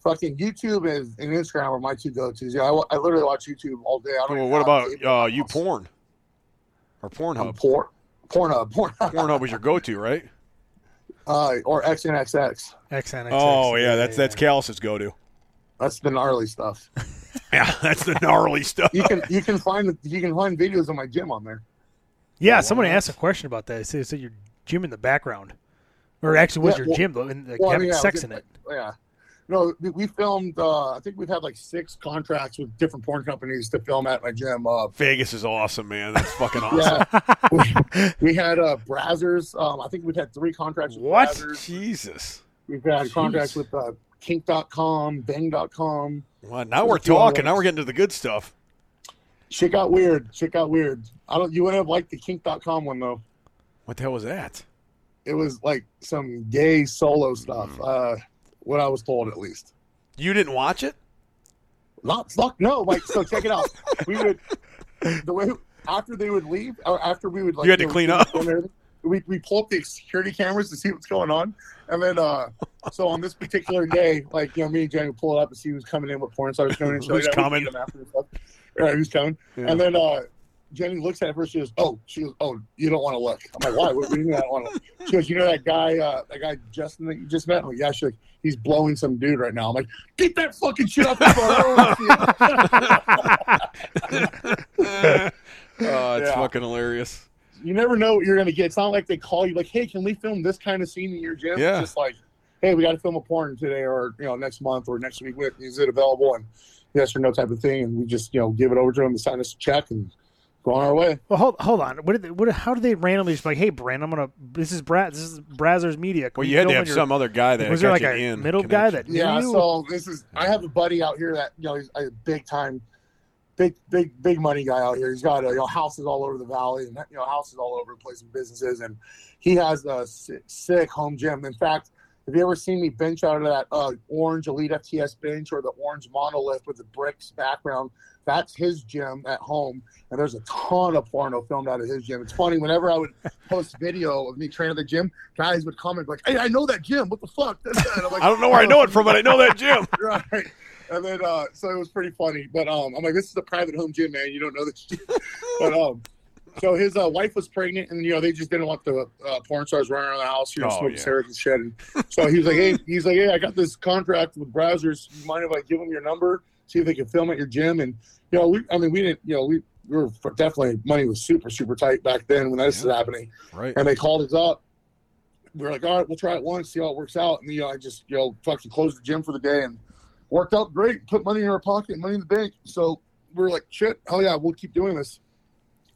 D: fucking YouTube and, and Instagram are my two go tos. Yeah, I, wa- I literally watch YouTube all day. I don't.
B: Well,
D: even
B: what
D: have
B: about
D: cable
B: uh,
D: in my
B: you
D: house.
B: porn or
D: Um,
B: Pornhub?
D: Por- Pornhub, Pornhub,
B: Pornhub was your go-to, right?
D: uh, or XNXX.
C: XNXX.
B: Oh yeah, that's that's Callus's go-to.
D: That's the gnarly stuff.
B: Yeah, that's the gnarly stuff.
D: You can you can find you can find videos of my gym on there.
C: Yeah, somebody asked a question about that. They said, they said your gym in the background, or actually, was
D: Yeah,
C: your
D: well-
C: gym though, and like,
D: Well, I
C: having
D: mean, yeah,
C: sex
D: we
C: in
D: did,
C: it.
D: like, Yeah. No, we- we filmed. Uh, I think we've had like six contracts with different porn companies to film at my gym. Uh,
B: Vegas is awesome, man. That's fucking awesome.
D: yeah, we, we had uh, Brazzers. Um, I think we've had three contracts with
C: What?
D: Brazzers.
B: Jesus.
D: We've had
B: Jeez.
D: contracts with uh, Kink.com, Bang.com.
B: Well, now we're
D: a few other
B: talking. Now we're getting to the good stuff.
D: Shit got weird. Shit got weird. I don't. You wouldn't have liked the Kink.com one though.
B: What the hell was that?
D: It was like some gay solo stuff.
B: Hmm.
D: Uh, what I was told, at least.
B: You didn't watch it?
D: Not fuck no. Like so, check it out. We would the way after they would leave, or after we would like
B: You had to
D: know,
B: clean
D: we
B: up.
D: would film everything, We we pull up the security cameras to see what's going on, and then uh, so on this particular day, like you know, me and Jen would pull it up and see who's coming in, what porn stars coming in, so
B: Who's
D: yeah, we'd
B: coming.
D: meet 'em after and stuff. Yeah, who's coming,
B: Yeah.
D: and then uh. Jenny looks at her. She goes, "Oh, she goes, oh, you don't want to look." I'm like, "Why? What do you mean I don't want to?" look?" She goes, "You know that guy, uh, that guy Justin that you just met?" I'm like, "Yeah." She's like, "He's blowing some dude right now." I'm like, "Get that fucking shit off your phone." I don't wanna see it."
B: oh, it's
D: Yeah.
B: fucking hilarious.
D: you never know what you're gonna get. It's not like they call you like, "Hey, can we film this kind of scene in your gym?"
B: Yeah.
D: It's just like, "Hey, we got to film a porn today, or you know, next month, or next week. With is it available?" And yes or no type of thing, and we just you know give it over to them to sign us a check and go on our way.
C: Well, hold hold on. What did they, what? How did they randomly just be like, hey, Brand, I'm gonna. This is Brad. This is Brazzers Media. Can
B: Well,
C: we
B: you had to
C: film
B: have
C: your-
B: some other guy that
C: Was there
B: got
C: like
B: you
C: a
B: in
C: middle guy
B: connection.
C: that knew
D: Yeah.
C: you?
D: So this is I have a buddy out here that you know he's a big time, big big big money guy out here. He's got uh, you know houses all over the valley and you know houses all over the place and businesses, and he has a si- sick home gym. In fact, have you ever seen me bench out of that uh, orange Elite FTS bench or the orange monolith with the bricks background? That's his gym at home, and there's a ton of porno filmed out of his gym. It's funny whenever I would post video of me training at the gym, guys would comment like, "Hey, I know that gym. What the fuck?" And I'm like,
B: I don't know where I know it from, but I know that gym.
D: right. And then uh, so it was pretty funny. But um, I'm like, this is a private home gym, man. You don't know this. shit." but um, so his uh, wife was pregnant, and you know they just didn't want the uh, porn stars running around the house, you know,
B: Oh, yeah.
D: smoking cigarettes and shit. And so he was like, hey, he's like, hey, I got this contract with browsers. You mind if I give them your number? See if they can film at your gym. And you know, we, I mean, we didn't, you know, we. We were definitely money was super super tight back then when this
B: Yeah.
D: is happening
B: Right.
D: and they called us up. We were like, all right, we'll try it once, see how it works out. And you know, I just you know fucking closed the gym for the day and worked out great. Put money in our pocket, money in the bank. So we were like, shit, hell yeah, we'll keep doing this.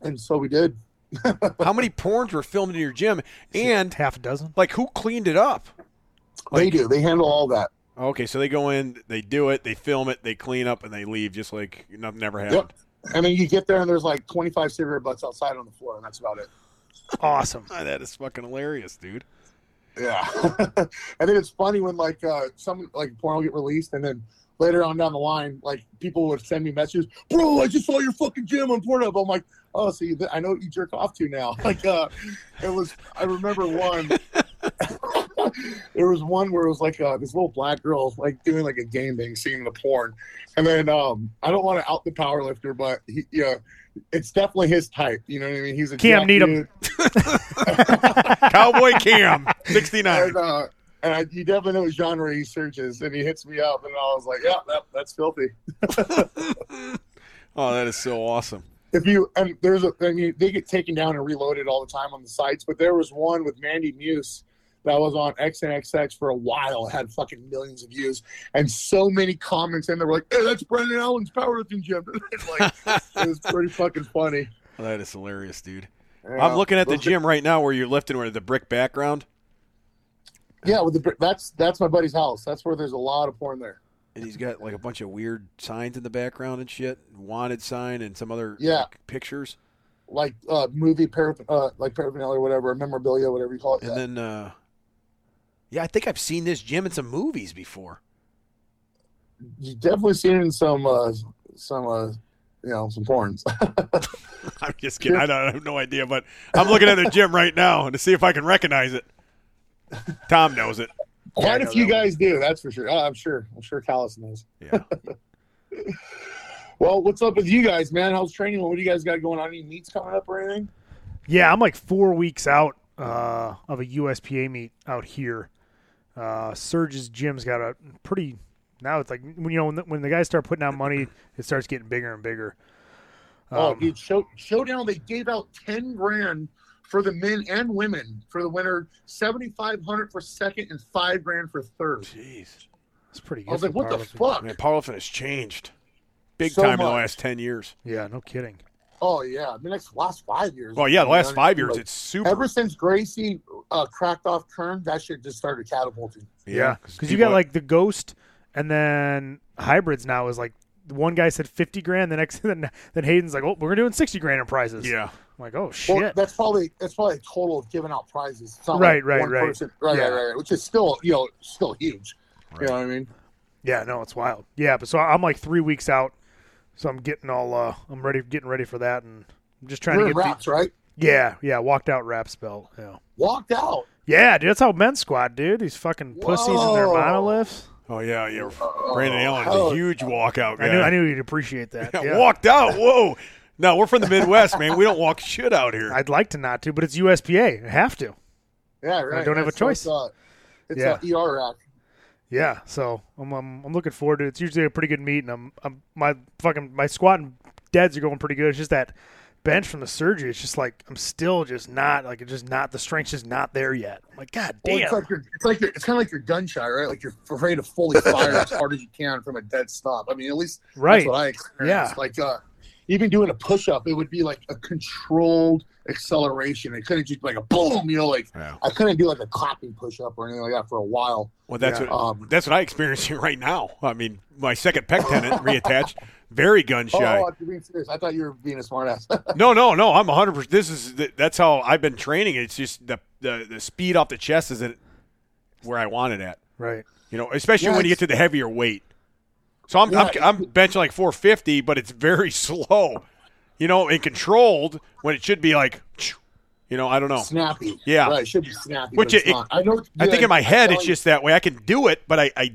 D: And so we did.
B: How many porns were filmed in your gym? And
C: half a dozen.
B: like, who cleaned it up?
D: They
B: Like-
D: do. They handle all that.
B: Okay, so they go in, they do it, they film it, they clean up, and they leave just like nothing ever happened.
D: Yep. I mean, you get there and there's like 25 cigarette butts outside on the floor, and that's about it.
C: Awesome.
B: Ah, that is fucking hilarious, dude.
D: Yeah. and then it's funny when like uh some like porn will get released and then later on down the line, like people would send me messages, Bro, I just saw your fucking gym on Pornhub. I'm like, Oh, so you I know what you jerk off to now. Like uh it was I remember one there was one where it was like uh, this little black girl like doing like a gangbang scene in a porn, and then um, I don't want to out the power lifter, but he, you know, it's definitely his type. You know what I mean? He's a
C: Cam
D: jack
C: Needham.
D: dude.
B: Cowboy Cam, 69.
D: and, uh, and I, you definitely know what genre he searches, and he hits me up, and I was like, "Yeah, that, that's filthy."
B: Oh, that is so awesome.
D: If you and there's a, I mean, they get taken down and reloaded all the time on the sites, but there was one with Mandy Muse that was on XNXX for a while. It had fucking millions of views, and so many comments in there were like, "Hey, that's Brendan Allen's powerlifting gym." like, it was pretty fucking funny.
B: Oh,
D: Uh,
B: that is hilarious, dude.
D: Yeah.
B: I'm looking at the
D: Those-
B: gym right now where you're lifting with the brick background.
D: Yeah, with the br- that's that's my buddy's house. That's where there's a lot of porn there.
B: And he's got like a bunch of weird signs in the background and shit. Wanted sign and some other
D: Yeah.
B: like, pictures.
D: Like uh, movie parap- uh, like paraphernalia or whatever, memorabilia, whatever you call it.
B: And then, uh, yeah, I think I've seen this gym in some movies before.
D: you definitely seen it in some uh some uh you know some porns
B: I'm just kidding. I, don't, I have no idea, but I'm looking at the gym right now to see if I can recognize it. Tom knows it.
D: quite
B: I
D: a
B: know
D: few
B: that one.
D: guys do that's for sure oh, i'm sure i'm sure callus knows
B: Yeah.
D: well what's up with you guys man how's training what do you guys got going on any meets coming up or anything
C: Yeah, I'm like four weeks out uh, of a USPA meet out here. Uh, Surge's gym's got a pretty. Now it's like when you know when the, when the guys start putting out money, it starts getting bigger and bigger.
D: oh
C: Um,
D: dude show, showdown they gave out 10 grand for the men and women for the winner 7500 for second and 5 grand for third
B: Jeez.
C: it's pretty good.
D: i was like
C: for
D: what the
C: powerlifting.
D: fuck
B: Man, powerlifting has changed big
D: So
B: time in the
D: much.
B: last 10 years.
C: Yeah, no kidding.
D: oh yeah the next last five years
B: Well, Oh, yeah, the last five years,
D: Like,
B: it's super.
D: ever since gracie uh, cracked off Kern, that shit just started catapulting
C: Yeah, because you got like the ghost, and then hybrids now is like the one guy said fifty grand, the next then then Hayden's like, oh, we're doing sixty grand in prizes.
B: Yeah.
C: I'm like, oh shit.
D: Well, that's probably that's probably a total of giving out prizes. It's not
C: Right,
D: like
C: right,
D: one
C: right.
D: Person, right,
C: Yeah.
D: right, right, right, Which is still you know still huge. You know what I mean?
C: Yeah, no, it's wild. Yeah, but so I'm like three weeks out, so I'm getting all uh, I'm ready, getting ready for that, and I'm just trying
D: You're
C: to
D: in
C: get
D: wraps, right?
C: the yeah, yeah, walked out rap spell. Yeah,
D: Walked out.
C: yeah, dude, that's how men squat, dude. These fucking pussies in their
D: Whoa.
C: monoliths.
B: Oh, yeah, yeah. Brandon Allen's
D: Oh, hell-
B: a huge walkout guy.
C: I knew, I knew you'd appreciate that.
B: Yeah,
C: yeah.
B: Walked out. Whoa. No, we're from the Midwest, man. We don't walk shit out here.
C: I'd like to not to, but it's USPA. I have to.
D: Yeah, right.
C: don't have a
D: yeah, so
C: choice.
D: It's, uh, it's uh, ER rack.
C: Yeah, so I'm, I'm I'm looking forward to it. It's usually a pretty good meet, and I'm, I'm my fucking my squat and deads are going pretty good. It's just that bench from the surgery. It's just like I'm still just not like it's just not the strength's just not there yet. I'm like God
D: Well,
C: damn.
D: it's like you're, it's like you're, it's kind of like you're gun shy, right? Like you're afraid to fully fire as hard as you can from a dead stop. I mean, at least
C: Right.
D: that's what I
C: Yeah.
D: experienced. Like uh, even doing a push up, it would be like a controlled acceleration. It couldn't just be like a boom, you know, like
B: Yeah.
D: I couldn't do like a clapping push up or anything like that for a while.
B: Well, that's
C: Yeah.
B: what
D: Um,
B: that's what I experiencing right now. I mean, my second pec tendon reattached, very gun shy.
D: Oh, you're being serious. I thought you were being a smartass.
B: No, no, no. I'm 100. percent This is th- that's how I've been training. It's just the the, the speed off the chest isn't where I want it at.
C: right.
B: You know, especially when you get
D: Yes.
B: to the heavier weight. So I'm,
D: Yeah.
B: I'm I'm benching like 450, but it's very slow. You know, and controlled when it should be like, you know, I don't know.
D: snappy.
B: Yeah.
D: Right, it should be snappy.
B: Which
D: Which it's
B: it-
D: not. I know. what-
B: I think
D: yeah,
B: in my
D: I'm
B: head it's
D: telling you.
B: just that way. I can do it, but I, I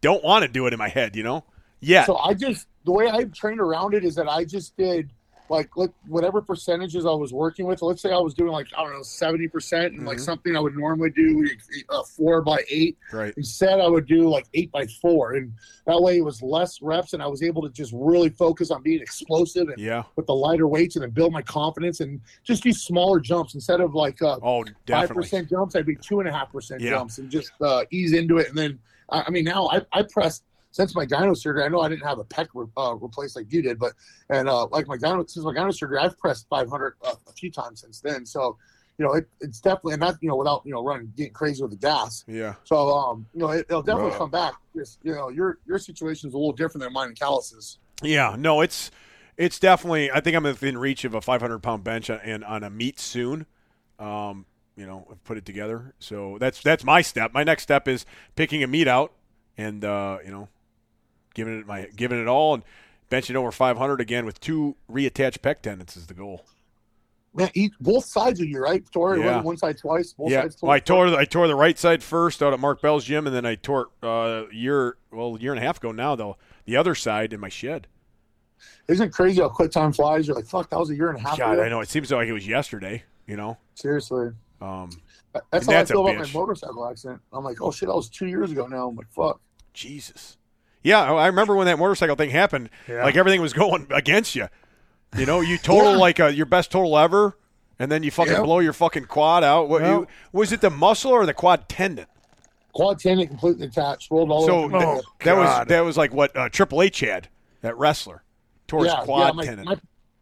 B: don't want to do it in my head. You know? Yeah.
D: So I just the way I've trained around it is that I just did like look whatever percentages I was working with. Let's say I was doing like I don't know seventy percent and like
B: Mhm.
D: something I would normally do like, uh, four by eight.
B: right.
D: Instead, I would do like eight by four, and that way it was less reps, and I was able to just really focus on being explosive and
B: Yeah.
D: with the lighter weights, and then build my confidence and just do smaller jumps instead of like uh,
B: Oh,
D: five
B: definitely.
D: percent jumps, I'd be two and a half percent
B: Yeah.
D: jumps and just uh, ease into it. And then I, I mean, now I, I pressed since my gyno surgery. I know I didn't have a pec re- uh, replaced like you did, but and uh, like my gyno since my gyno surgery, I've pressed 500 uh, a few times since then. So you know, it, it's definitely and not you know without you know running getting crazy with the gas.
B: Yeah.
D: So um, you know, it, it'll definitely
B: Right.
D: come back. Just, you know, your your situation's a little different than mine and Callus's.
B: Yeah. No, it's it's definitely. I think I'm within reach of a 500 pound bench on- and on a meet soon. Um, you know, I've put it together. So that's that's my step. My next step is picking a meet out and uh, you know, giving it my giving it all and benching over 500 again with two reattached pec tendons is the goal.
D: man, eat both sides of you, right? Tore
B: Yeah.
D: yeah. one side twice, both
B: yeah,
D: sides.
B: well, I tore the, I tore the right side first out at Mark Bell's gym, and then I tore it, uh, a year well a year and a half ago now though the other side in my shed.
D: Isn't it crazy how quick time flies? You're like, fuck, that was a year and a half.
B: God,
D: ago.
B: I know it seems like it was yesterday. You know,
D: Seriously,
B: um,
D: that's
B: And
D: how
B: that's a
D: I feel about
B: bitch.
D: my motorcycle accident. I'm like, oh shit, that was two years ago now. I'm like, fuck.
B: Jesus. Yeah, I I remember when that motorcycle thing happened.
C: Yeah.
B: Like everything was going against you. You know, you total
D: Yeah.
B: like uh your best total ever, and then you fucking
D: Yeah.
B: blow your fucking quad out. What
C: Well-
B: you, was it the muscle or the quad tendon?
D: Quad tendon completely attached, rolled all
B: so
D: over.
B: th-
C: Oh,
B: that was
C: God.
B: that was like what uh, Triple H had that wrestler towards quad
D: my,
B: tendon.
D: My,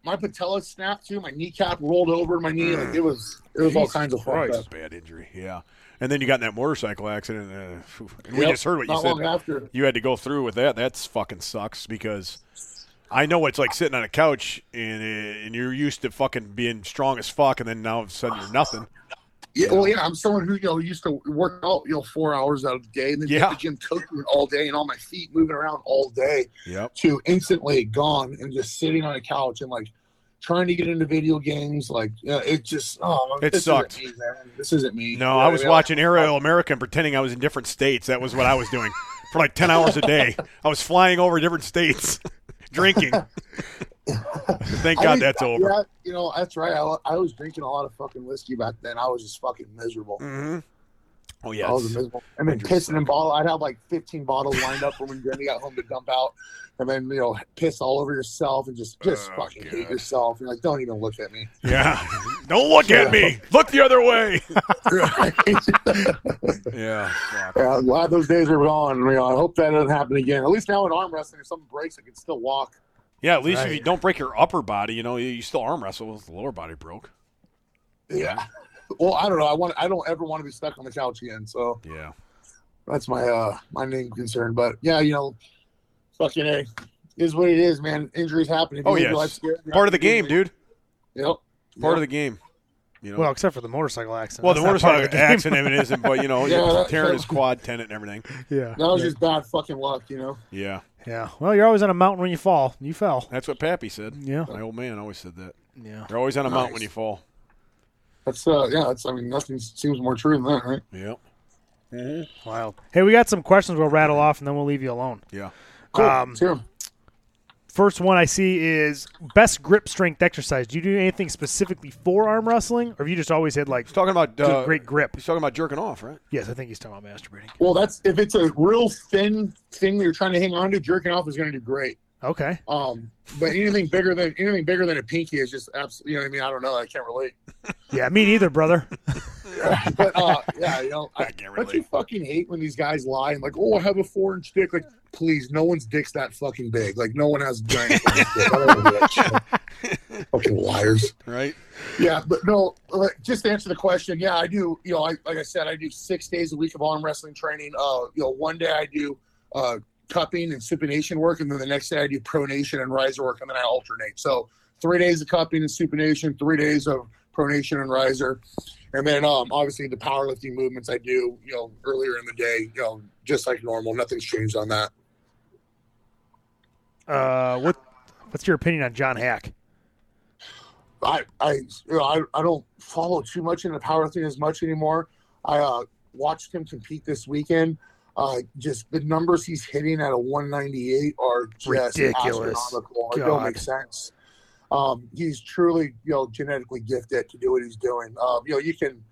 D: my patella snapped too. My kneecap rolled over my knee. Like it was, it was all
B: Jesus
D: kinds of fucked
B: Christ,
D: up.
B: bad injury. Yeah, and then you got in that motorcycle accident. Uh, phew. And we
D: Yep,
B: just heard what you
D: not
B: said.
D: long after.
B: you had to go through with that. That's fucking sucks because I know it's like sitting on a couch and uh, and you're used to fucking being strong as fuck, and then now all of a sudden you're nothing.
D: Yeah, well, yeah, I'm someone who you know used to work out you know four hours out of the day, and then
B: Yeah.
D: yeah. the gym cooking all day, and all my feet moving around all day,
B: Yep.
D: to instantly gone and just sitting on a couch and like trying to get into video games. Like yeah, it just oh,
B: It
D: this isn't
B: sucked.
D: me, man. This isn't me.
B: No, I
D: Yeah,
B: was
D: yeah.
B: watching Aerial American, pretending I was in different states. That was what I was doing for like ten hours a day. I was flying over different states, drinking. Thank
D: I
B: God
D: was-
B: that's over.
D: Yeah, you know that's right. I, I was drinking a lot of fucking whiskey back then. I was just fucking miserable.
B: hmm Oh
D: I was
B: yes.
D: miserable. And then pissing and bottle. I'd have like 15 bottles lined up for when Jenny got home to dump out, and then you know piss all over yourself and just just
B: Oh,
D: fucking
B: God.
D: hate yourself. You're like, don't even look at me.
B: Yeah. Don't look at me. Look the other way. Yeah.
D: Yeah, I'm glad those days are gone. You know, I hope that doesn't happen again. At least now in arm wrestling, if something breaks, I can still walk.
B: Yeah. At least if
C: Right.
B: you don't break your upper body, you know, you, you still arm wrestle. The lower body broke.
D: Yeah. Well, I don't know. I want. I don't ever want to be stuck on the couch again. So
B: Yeah.
D: that's my uh my main concern. But yeah, you know, fucking a is what it is, man. Injuries happen. If you
B: Oh,
D: live
B: yes.
D: your life scared, you're
B: Part of the
D: not gonna
B: game,
D: do
B: dude.
D: it. Yep.
B: Part
D: Yep.
B: of the game. You know.
C: Well, except for the motorcycle accident.
B: Well, the
C: That's not part
B: motorcycle
C: of the game.
B: accident it isn't, but you know,
D: Yeah,
B: you're
D: that-
B: tearing his quad tendon and everything.
C: yeah.
D: That was just bad fucking luck, you know.
B: Yeah,
C: Yeah. Well, you're always on a mountain when you fall. You fell.
B: that's what Pappy said.
C: Yeah.
B: My old man always said that.
C: Yeah.
B: You're always on a mount
D: Nice.
B: when you fall.
D: That's uh, yeah. That's I mean, nothing seems more true than that, right?
B: Yep.
C: Wild. Hey, we got some questions we'll rattle off and then we'll leave you alone.
B: Yeah.
D: Cool.
C: Um,
D: Let's hear 'em.
C: First one I see is best grip strength exercise. Do you do anything specifically for arm wrestling or have you just always had like
B: He's talking about uh,
C: good, great grip?
B: He's talking about jerking off, right?
C: Yes, I think he's talking about masturbating.
D: Well, that's if it's a real thin thing that you're trying to hang on to, jerking off is going to do great.
C: Okay.
D: Um, but anything bigger than anything bigger than a pinky is just absolutely. You know what I mean? I don't know. I can't relate.
C: Yeah, me neither, brother.
D: But uh, yeah, you know,
B: I
D: I,
B: can't
D: don't you
B: relate.
D: fucking hate when these guys lie and like, oh, I have a four inch dick. Like, please, no one's dick's that fucking big. Like, no one has a giant. fucking dick. I don't wanna do that shit. fucking liars.
B: Right?
D: Yeah, but no, like, just to answer the question, yeah, I do. You know, I, like I said, I do six days a week of arm wrestling training. Uh, you know, one day I do uh, cupping and supination work, and then the next day I do pronation and riser work, and then I alternate. So three days of cupping and supination, three days of pronation and riser, and then um, obviously the powerlifting movements I do. You know, earlier in the day, you know, just like normal, nothing's changed on that.
C: Uh, what what's your opinion on John Hack?
D: I I you know, I, I don't follow too much into powerlifting as much anymore. I uh, watched him compete this weekend. Uh, just the numbers he's hitting at a 198 are just
C: Ridiculous.
D: astronomical. It don't make
C: God.
D: sense. Um, he's truly you know genetically gifted to do what he's doing. Um, you know you can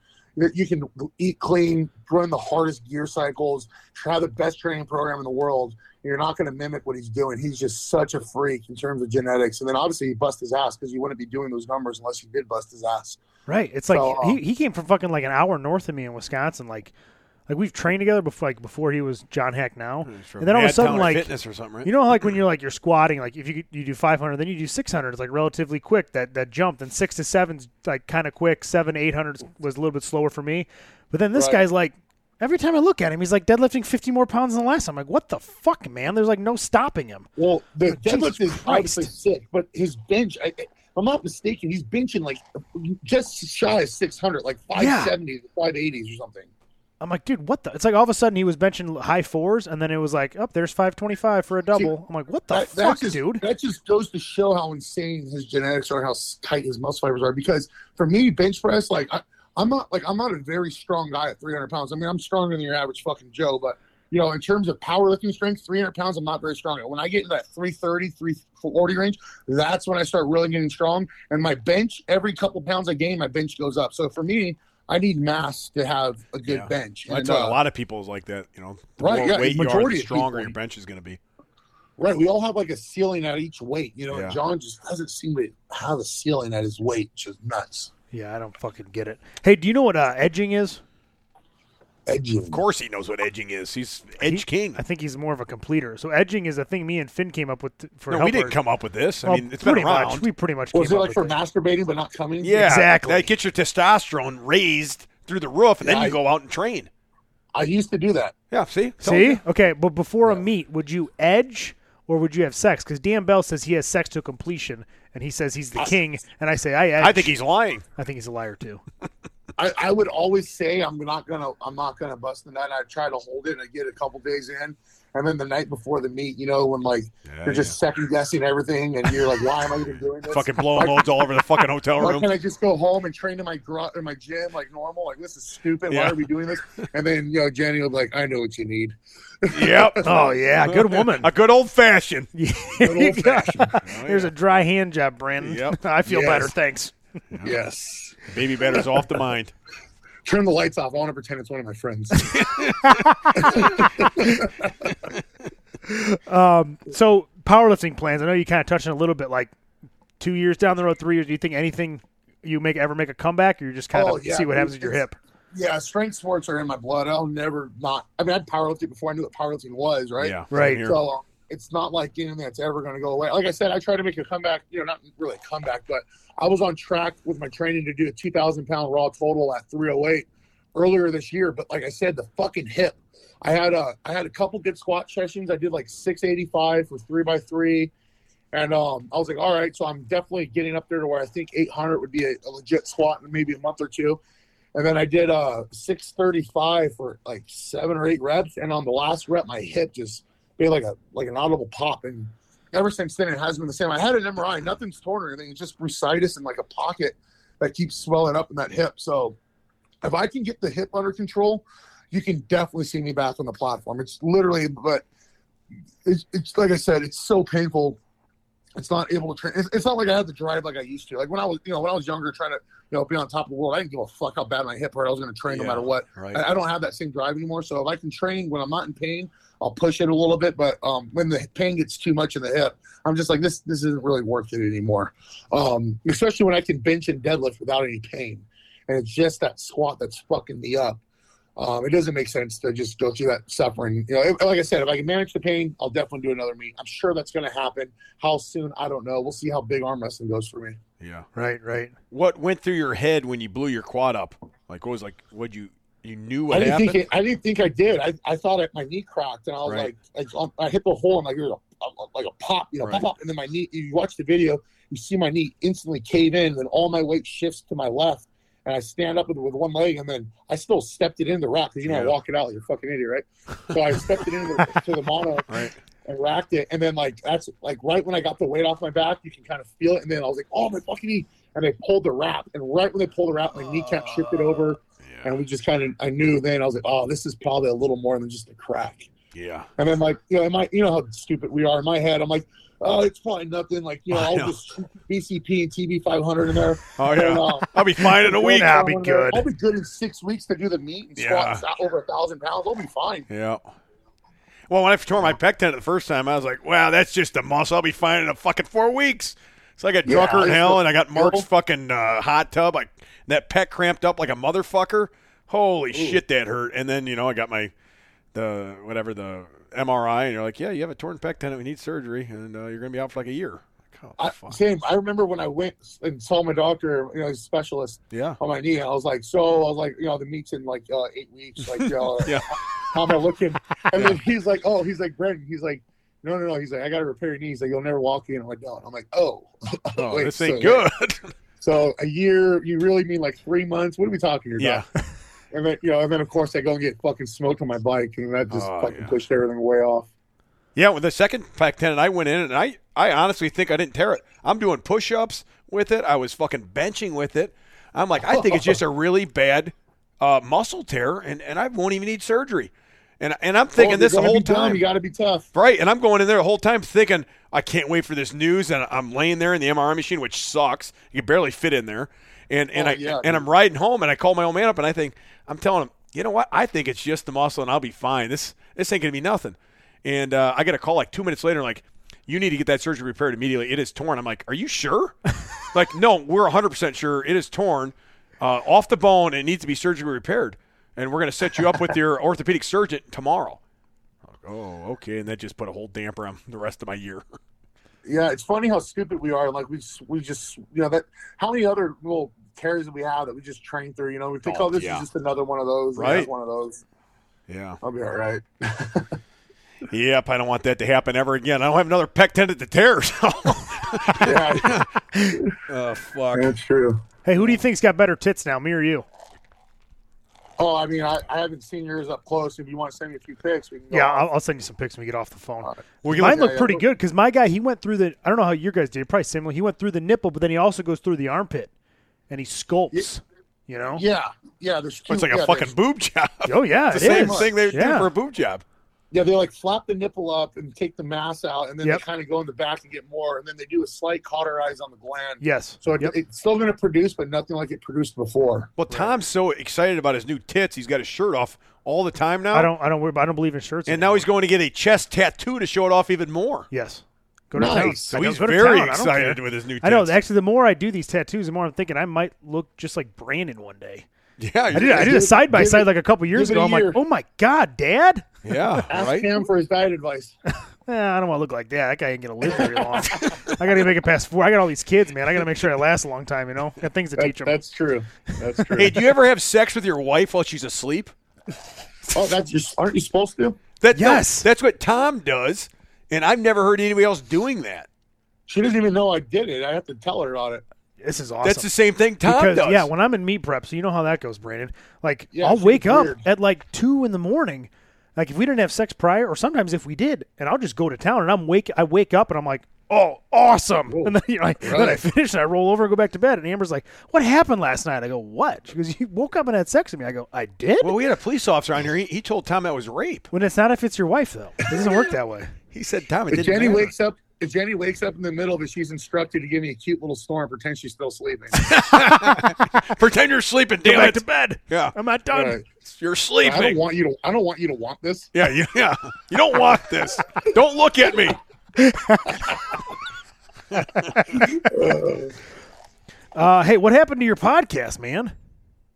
D: you can eat clean, run the hardest gear cycles, try the best training program in the world. You're not going to mimic what he's doing. He's just such a freak in terms of genetics. And then obviously he bust his ass because you wouldn't be doing those numbers unless you did bust his ass.
C: Right. um, It's like
D: So, uh,
C: he, he came from fucking like an hour north of me in Wisconsin. Like like we've trained together before like before he was John Hack now.
B: He's from
C: And then all of a
B: Mad
C: sudden,
B: Town
C: like,
B: fitness or something, right?
C: You know, how, like when you're like you're squatting, like if you you do 500, then you do 600. It's like relatively quick that that jump. Then six to seven's like kind of quick. Seven to 800 was a little bit slower for me. But then this
D: Right.
C: guy's like, every time I look at him, he's like deadlifting 50 more pounds than the last. time. I'm like, what the fuck, man? There's like no stopping him.
D: Well, the
C: Jesus
D: deadlift is obviously
C: Christ.
D: sick, but his bench, I, if I'm not mistaken, he's benching like just shy of 600, like
C: Yeah.
D: 570s, 580s or something.
C: I'm like, dude, what the? It's like all of a sudden he was benching high fours, and then it was like, up oh, there's 525 for a double. I'm like, what the
D: That, that
C: fuck,
D: just,
C: dude?
D: That just goes to show how insane his genetics are, how tight his muscle fibers are. Because for me, bench press, like I, I'm not like I'm not a very strong guy at 300 pounds. I mean, I'm stronger than your average fucking Joe, but you know, in terms of powerlifting strength, 300 pounds, I'm not very strong. When I get into that 330, 340 range, that's when I start really getting strong. And my bench, every couple pounds I gain, my bench goes up. So for me, I need mass to have a good
B: Yeah.
D: bench.
B: I
D: And,
B: tell a
D: uh,
B: lot of people is like that. You know, the
D: Right,
B: more
D: yeah,
B: weight you are,
D: majority
B: the
D: of
B: stronger
D: people.
B: your bench is going to be.
D: Right. We all have like a ceiling at each weight, you know,
B: Yeah.
D: and John just doesn't seem to have a ceiling at his weight, which is nuts.
C: Yeah, I don't fucking get it. Hey, do you know what uh, edging is?
D: Edgy.
B: Of course, he knows what edging is. He's edge
C: He-
B: king.
C: I think he's more of a completer. So edging is a thing me and Finn came up with t- for
B: No,
C: helpers.
B: we didn't come up with this. I
C: Well,
B: mean, it's been
C: pretty
B: around.
C: Much, we pretty much
D: Was
C: came
D: it
C: up
D: like
C: with
D: for
C: it.
D: masturbating but not coming?
B: yeah,
C: Exactly.
B: That gets your testosterone raised through the roof, and then
D: Yeah,
B: you
D: I-
B: go out and train.
D: I used to do that.
B: Yeah, see, Told
C: See?
B: you.
C: Okay, but before a meet, would you edge or would you have sex? Because Dan Bell says he has sex to completion, and he says he's the king, and I say I edge.
B: I think he's lying.
C: I think he's a liar too.
D: I, I would always say I'm not gonna I'm not gonna bust the nut. I try to hold it and I get a couple days in. And then the night before the meet, you know, when like you're just second guessing everything and you're like, Why am I even doing this?
B: fucking blowing loads all over the fucking hotel
D: Why
B: room.
D: can't I just go home and train in my gr- in my gym like normal? Like this is stupid.
B: Yeah.
D: Why are we doing this? And then you know, Jenny will be like, I know what you need.
B: yep.
C: Oh yeah, good woman.
B: A good old fashioned.
C: There you
D: old
C: go.
D: fashioned.
C: Here's a dry hand job, Brandon.
B: Yep.
C: I feel
D: Yes.
C: better, thanks.
D: Yes.
B: Baby batter's off the mind.
D: Turn the lights off. I want to pretend it's one of my friends.
C: Um, So powerlifting plans. I know you kind of touched on it a little bit, like two years down the road, three years. Do you think anything you make ever make a comeback, or you just kind
D: Oh,
C: of
D: yeah,
C: see what happens with
D: it's-
C: your hip?
D: yeah, strength sports are in my blood. I'll never not. I mean, I powerlifted before I knew what powerlifting was, right?
B: Yeah. same
C: Right.
B: here.
D: So um, it's not like anything that's ever going to go away. Like I said, I tried to make a comeback. You know, not really a comeback, but I was on track with my training to do a 2,000 pound raw total at 308 earlier this year. But like I said, the fucking hip. I had a I had a couple good squat sessions. I did like 685 for three by three, and um, I was like, all right, so I'm definitely getting up there to where I think 800 would be a, a legit squat in maybe a month or two. And then I did uh 635 for like seven or eight reps, and on the last rep, my hip just made like a like an audible pop, and ever since then it has been the same. I had an MRI, nothing's torn or anything. It's just brucitis and like a pocket that keeps swelling up in that hip. So if I can get the hip under control, you can definitely see me back on the platform. It's literally, but it's, it's like I said, it's so painful. It's not able to train. It's, it's not like I had to drive like I used to. Like when I was, you know, when I was younger, trying to, you know, be on top of the world, I didn't give a fuck how bad my hip hurt. I was going to train
B: Yeah.
D: no matter what.
B: Right.
D: I, I don't have that same drive anymore. So if I can train when I'm not in pain, I'll push it a little bit. But um, when the pain gets too much in the hip, I'm just like this. This isn't really worth it anymore. Um, especially when I can bench and deadlift without any pain, and it's just that squat that's fucking me up. Um, it doesn't make sense to just go through that suffering. You know, if- like I said, if I can manage the pain, I'll definitely do another meet. I'm sure that's going to happen. How soon? I don't know. We'll see how big arm wrestling goes for me.
B: Yeah.
C: Right. Right.
B: What went through your head when you blew your quad up? Like, what was like, what you you knew what
D: I didn't
B: happened?
D: think it, I didn't think I did. I, I thought it, my knee cracked, and I was
B: Right.
D: like, like I hit the hole, and like it was a, a- like a pop, you know,
B: Right.
D: pop pop, and then my knee. You watch the video, you see my knee instantly cave in, then all my weight shifts to my left, and I stand up with, with one leg, and then I still stepped it in the rack because you know
B: Yeah.
D: I walk it out like a fucking idiot, right? So I stepped it into the, to the mono,
B: Right.
D: and racked it. And then like that's like right when I got the weight off my back, you can kind of feel it. And then I was like, oh my fucking knee. And they pulled the wrap. And right when they pulled the wrap, my kneecap shifted over.
B: Yeah.
D: And we just kind of I knew then I was like, oh, this is probably a little more than just a crack.
B: Yeah.
D: And then like, you know, in my you know how stupid we are in my head. I'm like, oh, it's probably nothing. Like, you know,
B: I
D: I'll
B: know.
D: just shoot BCP and TB 500 in there.
B: Oh
D: And,
B: yeah.
D: uh,
B: I'll be fine in a week.
C: Nah, I'll be
D: in there.
C: good.
D: I'll be good in six weeks to do the meet and
B: Yeah.
D: squat over a thousand pounds. I'll be fine.
B: Yeah. Well, when I tore my pec tendon the first time, I was like, "Wow, that's just a muscle. I'll be fine in a fucking four weeks." So I got
D: Yeah,
B: drunker in
D: it's
B: hell,
D: the-
B: and I got Mark's
D: Nope.
B: fucking uh, hot tub. Like that pec cramped up like a motherfucker. Holy shit, that hurt! And then you know I got my the whatever the MRI, and you're like, "Yeah, you have a torn pec tendon. We need surgery, and uh, you're gonna be out for like a year." Like, oh,
D: I,
B: fuck.
D: same. I remember when I went and saw my doctor, you know, his specialist,
B: Yeah.
D: on my knee. And I was like, so I was like, you know, the meet's in like uh, eight weeks. Like, uh,
B: Yeah.
D: how am I looking? And then he's like, oh, he's like, Brendan, he's like, no, no, no. He's like, I got to repair your knee. He's like, you'll never walk again. I'm like, no. And I'm like, oh.
B: Oh,
D: Wait,
B: this ain't
D: so-
B: good.
D: So a year, you really mean like three months? What are we talking here?
B: yeah.
D: Doc? and then you know, and then of course I go and get fucking smoked on my bike, and that just
B: Oh,
D: fucking
B: yeah.
D: pushed everything way off.
B: Yeah, well, the second Pac-10, and I went in, and I, I honestly think I didn't tear it. I'm doing push-ups with it. I was fucking benching with it. I'm like, I think it's just a really bad uh, muscle tear, and, and I won't even need surgery. And and I'm thinking
D: Well,
B: this the
D: you're gonna
B: whole
D: be dumb,
B: time,
D: You got to be tough.
B: right? And I'm going in there the whole time thinking I can't wait for this news, and I'm laying there in the MRI machine, which sucks. You can barely fit in there, and and
D: Oh,
B: I
D: yeah,
B: and
D: dude.
B: I'm riding home, and I call my old man up, and I think I'm telling him, you know what? I think it's just the muscle, and I'll be fine. This this ain't gonna be nothing. And uh, I get a call like two minutes later, like you need to get that surgery repaired immediately. It is torn. I'm like, are you sure? like, no, we're 100 percent sure it is torn uh, off the bone. and It needs to be surgically repaired, and we're gonna set you up with your orthopedic surgeon tomorrow. Oh, okay. And that just put a whole damper on the rest of my year.
D: Yeah, it's funny how stupid we are. Like we s- we just you know that how many other little tears that we have that we just train through. You know, we think
B: Oh,
D: oh, this
B: yeah.
D: is just another one of those. and
B: Right.
D: that's One of those.
B: Yeah.
D: I'll be all right.
B: Yep. I don't want that to happen ever again. I don't have another pec tendon to tear. So.
D: yeah,
B: oh, fuck.
D: that's true.
C: Hey, who do you think's got better tits now, me or you?
D: Oh, I mean, I, I haven't seen yours up close. If you want to send me a few pics, we can. Go
C: Yeah,
D: on.
C: I'll, I'll send you some pics when we get off the phone.
D: All right.
B: Well, you
C: Mine
D: look-
C: looked
D: yeah,
C: pretty
D: yeah.
C: good because my guy, he went through the. I don't know how your guys did. Probably similar. He went through the nipple, but then he also goes through the armpit, and he sculpts. You know.
D: yeah, yeah. There's
B: uh-huh.
D: two,
B: it's like
D: yeah,
B: a fucking
D: there's-
B: boob job.
C: Oh yeah,
B: It's
C: it
B: the same
C: is.
B: thing they do
C: Yeah.
B: for a boob job.
D: Yeah, they like flap the nipple up and take the mass out, and then
C: Yep.
D: they kind of go in the back and get more, and then they do a slight cauterize on the gland.
C: Yes.
D: So it,
C: Yep.
D: it's still going to produce, but nothing like it produced before.
B: Well, Tom's so excited about his new tits. He's got his shirt off all the time now.
C: I don't. I don't. worry- I don't believe in shirts.
B: and now he's going to get a chest tattoo to show it off even more.
C: Yes. Go to town.
D: Nice.
B: So
C: I know,
B: he's
C: go to
B: very
C: town. I don't
B: excited
C: care.
B: with his new tits.
C: I know. Actually, the more I do these tattoos, the more I'm thinking I might look just like Brandon one day.
B: Yeah.
C: I did. I did
D: give
C: a
D: it-
C: side by
D: give
C: side
D: it-
C: like a couple years
D: give
C: ago.
D: it a
C: I'm
D: year.
C: like, oh my god, Dad.
B: Yeah.
D: Ask
B: right.
D: him for his diet advice.
C: Eh, I don't want to look like that. That guy ain't gonna live very long. I gotta make it past four. I got all these kids, man. I gotta make sure I last a long time. You know, got things to
D: That,
C: teach them.
D: that's true. That's true.
B: Hey, do you ever have sex with your wife while she's asleep?
D: oh, that's just aren't you supposed to?
B: That, no,
C: Yes.
B: that's what Tom does, and I've never heard anybody else doing that.
D: She doesn't even know I did it. I have to tell her about it.
C: This is awesome.
B: That's the same thing Tom
C: because
B: does.
C: yeah, when I'm in meat prep, so you know how that goes, Brandon. Like
D: Yeah,
C: I'll
D: she's
C: wake up
D: weird.
C: at like two in the morning. Like if we didn't have sex prior, or sometimes if we did, and I'll just go to town and I'm wake I wake up and I'm like, oh, awesome. And then, you know, I, then I
D: Right.
C: finish and I roll over and go back to bed. And Amber's like, what happened last night? I go, what? She goes, you woke up and had sex with me. I go, I did.
B: well, we had a police officer on here. He, he told Tom that was rape.
C: when it's not if it's your wife though, it doesn't work that way.
B: He said Tom. It
D: If
B: didn't
D: Jenny
B: matter.
D: wakes up, if Jenny wakes up in the middle of it, she's instructed to give me a cute little snore and pretend she's still sleeping.
B: Pretend you're sleeping.
C: Go
B: Damn
C: back
B: it.
C: to bed.
B: yeah,
C: I'm not done.
D: Right.
B: you're
D: I don't
B: sleeping.
D: want you to. I don't want you to want this.
B: yeah, you, yeah. You don't want this. don't look at me.
C: Uh, hey, what happened to your podcast, man?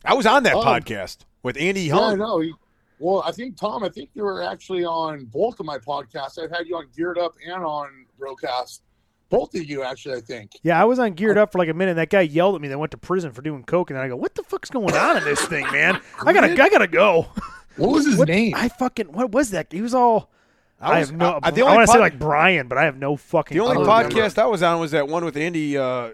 B: I was on that
D: Oh.
B: podcast with Andy
D: Yeah, I
B: Young.
D: know. He- Well, I think Tom, I think you were actually on both of my podcasts. I've had you on Geared Up and on Brocast. Both of you, actually, I think.
C: Yeah, I was on geared up for like a minute. And that guy yelled at me. They went to prison for doing coke, and then I go, "What the fuck's going on in this thing, man? I gotta, I gotta go."
D: What was his
C: What-
D: name?
C: I fucking what was that? He was all. I,
B: was-
C: have no.
B: I-
C: I,
B: the only
C: want to say
B: pod-
C: like Brian, but I have no fucking.
B: The only
C: clue.
D: I don't
B: podcast I was on was that one with Andy, uh,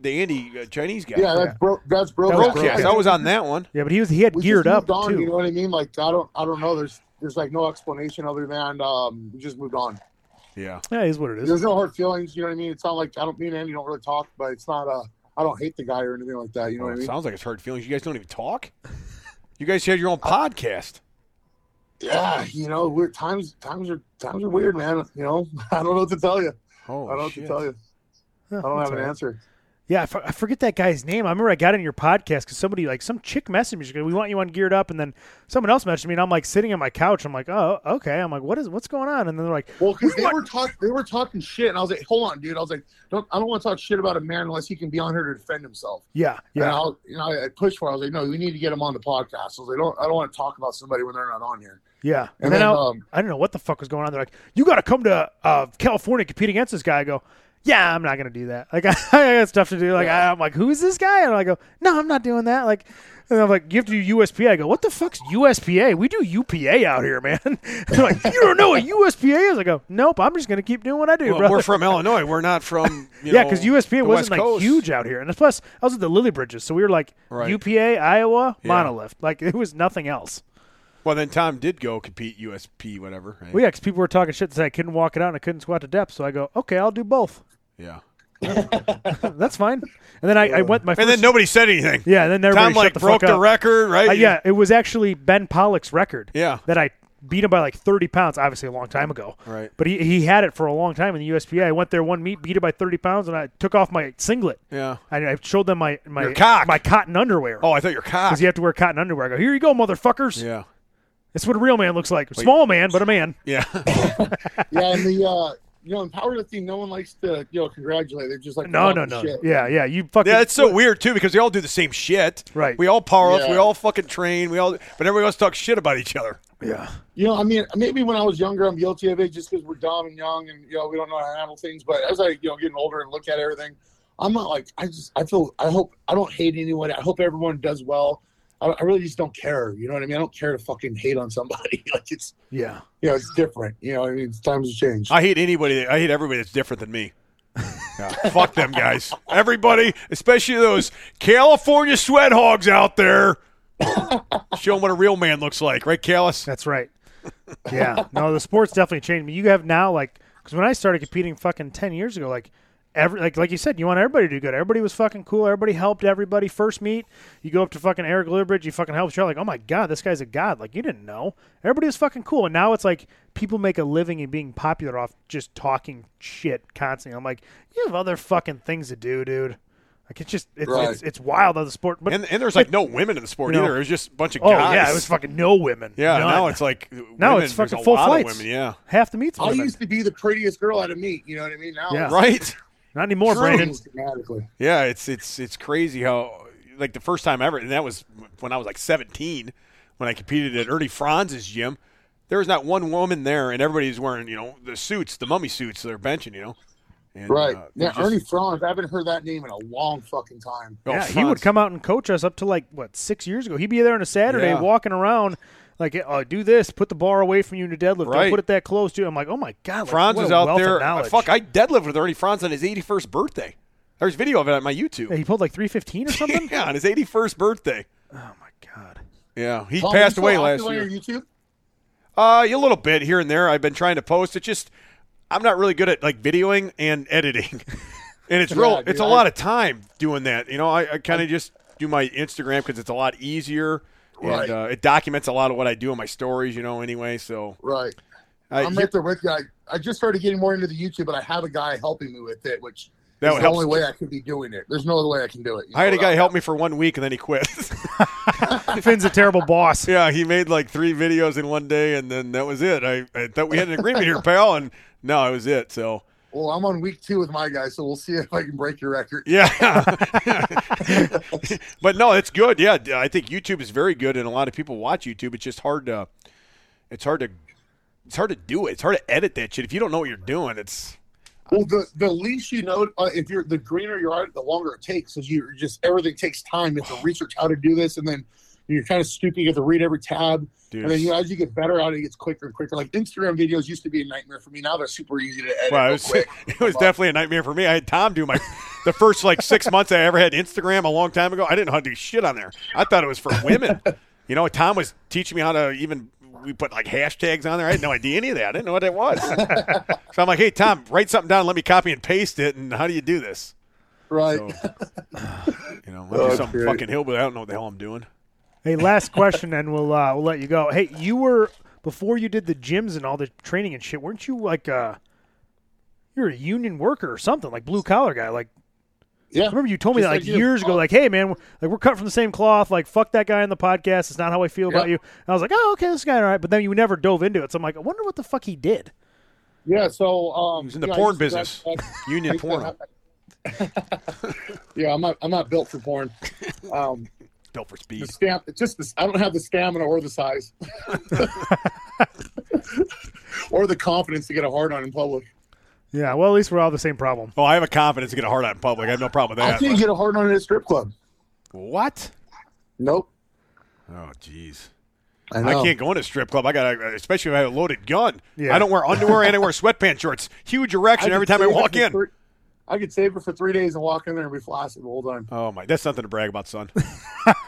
B: the Andy uh, Chinese guy.
D: yeah, that's bro. That's bro.
C: That was Brocast.
B: Broadcast. I was on that one.
C: Yeah, but he was he had
D: We
C: geared
D: just
C: up
D: moved on,
C: too.
D: You know what I mean? Like I don't, I don't know. There's, there's like no explanation other than um, we just moved on.
B: Yeah.
C: yeah, it is what it is.
D: There's no hard feelings. You know what I mean? It's not like I don't mean Andy. Don't really talk, but it's not uh I I don't hate the guy or anything like that. You know
B: Oh,
D: what I
B: it
D: mean?
B: sounds like it's hurt feelings. You guys don't even talk. You guys had your own podcast.
D: Yeah, you know, we're times, times are, times are weird, man. You know, I don't know what to tell you.
B: Oh,
D: I don't know what
B: shit.
D: to tell you.
C: Huh,
D: I don't
C: that's
D: have an
C: all right.
D: answer.
C: Yeah, I for- I forget that guy's name. I remember I got in your podcast because somebody like some chick messaged me. She goes, "We want you on Geared Up," and then someone else messaged me, and I'm like sitting on my couch. I'm like, "Oh, okay." I'm like, "What is what's going on?" And then they're like,
D: Well, because they were talking, they were talking shit, and I was like, "Hold on, dude." I was like, "Don't, I don't want to talk shit about a man unless he can be on here to defend himself."
C: "Yeah,
D: Yeah, and
C: yeah."
D: I, was- you know, I I pushed for. it. I was like, "No, we need to get him on the podcast." I was like, "Don't, I don't want to talk about somebody when they're not on here."
C: Yeah. And,
D: And
C: then,
D: then,
C: I,
D: um,
C: I don't know what the fuck was going on. They're like, you got to come to uh, California compete against this guy. I go, yeah, I'm not gonna do that. Like I, I got stuff to do. Like I, I'm like, who's this guy? And I go, no, I'm not doing that. Like, and I'm like, you have to do USPA. I go, what the fuck's USPA? We do UPA out here, man. They're like, you don't know what USPA is. I go, nope. I'm just gonna keep doing what I do,
B: Well,
C: brother.
B: we're from Illinois. We're not from you
C: yeah,
B: know,
C: because USPA
B: the
C: wasn't
B: West
C: like
B: Coast.
C: huge out here, and plus I was at the Lily Bridges, so we were like
B: Right.
C: UPA, Iowa,
B: Yeah.
C: Monolith. Like it was nothing else.
B: Well, then Tom did go compete USP whatever. right?
C: Well, yeah, 'cause people were talking shit, said I couldn't walk it out and I couldn't squat to depth, so I go, okay, I'll do both.
B: yeah.
C: That's fine. And then I, I went my
B: And
C: first.
B: then nobody said anything.
C: yeah, and then everybody
B: Tom like
C: shut the
B: broke
C: fuck
B: the
C: up.
B: record, right?
C: Uh, yeah, it was actually Ben Pollock's record.
B: Yeah.
C: That I beat him by like 30 pounds, obviously a long time ago.
B: Right.
C: But he, he had it for a long time in the USPA. I went there one meet, beat it by 30 pounds, and I took off my singlet.
B: Yeah.
C: I, I showed them my my,
B: Your cock.
C: my cotton underwear.
B: Oh, I thought your cock.
C: Because you have to wear cotton underwear. I go, here you go, motherfuckers.
B: yeah.
C: That's what a real man looks like. Small man, but a man.
B: Yeah.
D: Yeah, and the uh, you know in powerlifting, no one likes to you know congratulate. They're just like
C: No, no,
D: talking
C: no.
D: Oh, shit.
C: Yeah, yeah. You fucking.
B: Yeah, it's so weird too because they all do the same shit.
C: Right.
B: We all power up. We
D: Yeah.
B: all fucking train. We all, but everybody else talks shit about each other.
C: Yeah.
D: You know, I mean, maybe when I was younger, I'm guilty of it just because we're dumb and young and, you know, we don't know how to handle things. But as I, you know, getting older and look at everything, I'm not like, I just, I feel, I hope, I don't hate anyone. I hope everyone does well. I, I really just don't care. You know what I mean? I don't care to fucking hate on somebody. like it's,
C: Yeah.
D: you know, it's different. You know, I mean, times have changed.
B: I hate anybody. That, I hate everybody that's different than me. Yeah, fuck them guys. Everybody, especially those California sweat hogs out there. Show 'em what a real man looks like, right, Callis?
C: That's right. Yeah. No, the sport's definitely changed. But you have now like because when I started competing fucking ten years ago, like every like like you said, you want everybody to do good. Everybody was fucking cool. Everybody helped everybody. First meet, you go up to fucking Eric Libridge, you fucking help. You're like, oh my god, this guy's a god. Like you didn't know. Everybody was fucking cool. And now it's like people make a living and being popular off just talking shit constantly. I'm like, you have other fucking things to do, dude. Like it's just it's
D: Right.
C: it's, it's wild how the sport. But
B: And, and there's like no women in the sport
C: You know-
B: either. It was just a bunch of
C: oh
B: guys.
C: yeah, it was fucking no women.
B: Yeah,
C: None.
B: now it's like
C: Now
B: women,
C: it's
B: there's
C: fucking
B: a
C: full
B: lot
C: flights.
B: Of women, yeah,
C: half the meets.
D: I
C: women.
D: used to be the prettiest girl at a meet. You know what I mean? Now,
C: Yeah.
D: it's
B: right.
C: Not anymore,
B: True.
C: Brandon.
D: changed dramatically.
B: Yeah, it's it's it's crazy how like the first time ever, and that was when I was like 17, when I competed at Ernie Franz's gym. There was not one woman there, and everybody's wearing you know the suits, the mummy suits they're benching, you know. And,
D: Right.
B: uh,
D: yeah.
B: just-
D: Ernie Franz. I haven't heard that name in a long fucking time.
B: oh,
C: yeah, he
B: Franz.
C: would come out and coach us up to like what six years ago. He'd be there on a Saturday
B: Yeah.
C: walking around. Like, oh, do this. Put the bar away from you in a deadlift. Don't
B: Right.
C: put it that close to. you." I'm like, oh my god. Like,
B: Franz
C: what
B: was
C: a
B: out
C: wealth of
B: there.
C: knowledge.
B: Fuck, I deadlifted with Ernie Franz on his 81st birthday. There's video of it on my
C: Yeah,
B: YouTube.
C: he pulled like 315 or something.
B: yeah, on his 81st birthday.
C: Oh my god.
B: Yeah, he
D: Tom,
B: passed
D: you still
B: away
D: active
B: last
D: on
B: year.
D: your YouTube?
B: Uh, a little bit here and there. I've been trying to post. It's just I'm not really good at like videoing and editing, and it's real.
D: Yeah, dude,
B: it's a
D: I-
B: lot of time doing that. You know, I, I kind of just do my Instagram because it's a lot easier,
D: Right.
B: and uh, it documents a lot of what I do in my stories. You know, anyway. So
D: Right.
B: I,
D: I'm right there with you. I, I just started getting more into the YouTube, but I have a guy helping me with it, which
B: That
D: is the
B: helps.
D: only way I could be doing it. There's no other way I can do it. you
B: I had
D: know
B: a guy
D: that?
B: help me for one week and then he quit.
C: Finn's a terrible boss.
B: yeah, he made like three videos in one day, and then that was it. I, I thought we had an agreement here, pal, and no, it was it. So
D: Well, I'm on week two with my guy, so we'll see if I can break your record.
B: Yeah. but no, it's good. Yeah, I think YouTube is very good, and a lot of people watch YouTube. It's just hard to, it's hard to, it's hard to do it. It's hard to edit that shit if you don't know what you're doing. It's
D: Well, the the least you know, uh, if you're the greener you are, the longer it takes. Because you just everything takes time. You have to research how to do this, and then you're kind of stupid. You have to read every tab,
B: dude.
D: and then you know, as you get better at it, it gets quicker and quicker. Like Instagram videos used to be a nightmare for me. Now they're super easy to edit.
B: well, it
D: real
B: was,
D: quick.
B: it was definitely a nightmare for me. I had Tom do my the first like six months I ever had Instagram a long time ago. I didn't know how to do shit on there. I thought it was for women. you know, Tom was teaching me how to even we put like hashtags on there. I had no idea any of that. I didn't know what that was. so I'm like, hey Tom, write something down. Let me copy and paste it. And how do you do this?
D: right. Oh,
B: So, you know, let me do some fucking hillbilly. I don't know what the hell I'm doing.
C: Hey, last question, and we'll uh, we'll let you go. Hey, you were before you did the gyms and all the training and shit. Weren't you like uh, you're a union worker or something, like blue collar guy, like
D: Yeah.
C: I remember you told me
D: Just
C: that like
D: like you.
C: years ago, like, hey man, we're, like we're cut from the same cloth. Like, fuck that guy on the podcast. It's not how I feel about you.
D: Yeah.
C: And I was like, oh, okay, this guy, all right. But then you never dove into it. So I'm like, I wonder what the fuck he did.
D: Yeah, so um,
B: He's in the
D: yeah, I
B: porn
D: used to drive
B: business.
D: trucks.
B: Union porno.
D: yeah, I'm not. I'm not built for porn. Um,
B: Built for
D: the
B: speed.
D: stamp. It's just this. I don't have the stamina or the size, or the confidence to get a hard on in public.
C: Yeah, well, at least we're all the same problem.
B: Well, Oh, I have a confidence to get a hard on in public. I have no problem with
D: I
B: that.
D: can't get a hard on at a strip club.
B: what?
D: Nope.
B: Oh, jeez.
D: I,
B: I
D: know.
B: can't go in a strip club. I got, to especially if I have a loaded gun.
C: Yeah.
B: I don't wear underwear and I wear sweatpants shorts. Huge
D: I
B: erection
D: could
B: every time I
D: save it
B: walk
D: for
B: in.
D: three- I could save it for three days and walk in there and be flaccid the whole time.
B: Oh my, that's nothing to brag about, son.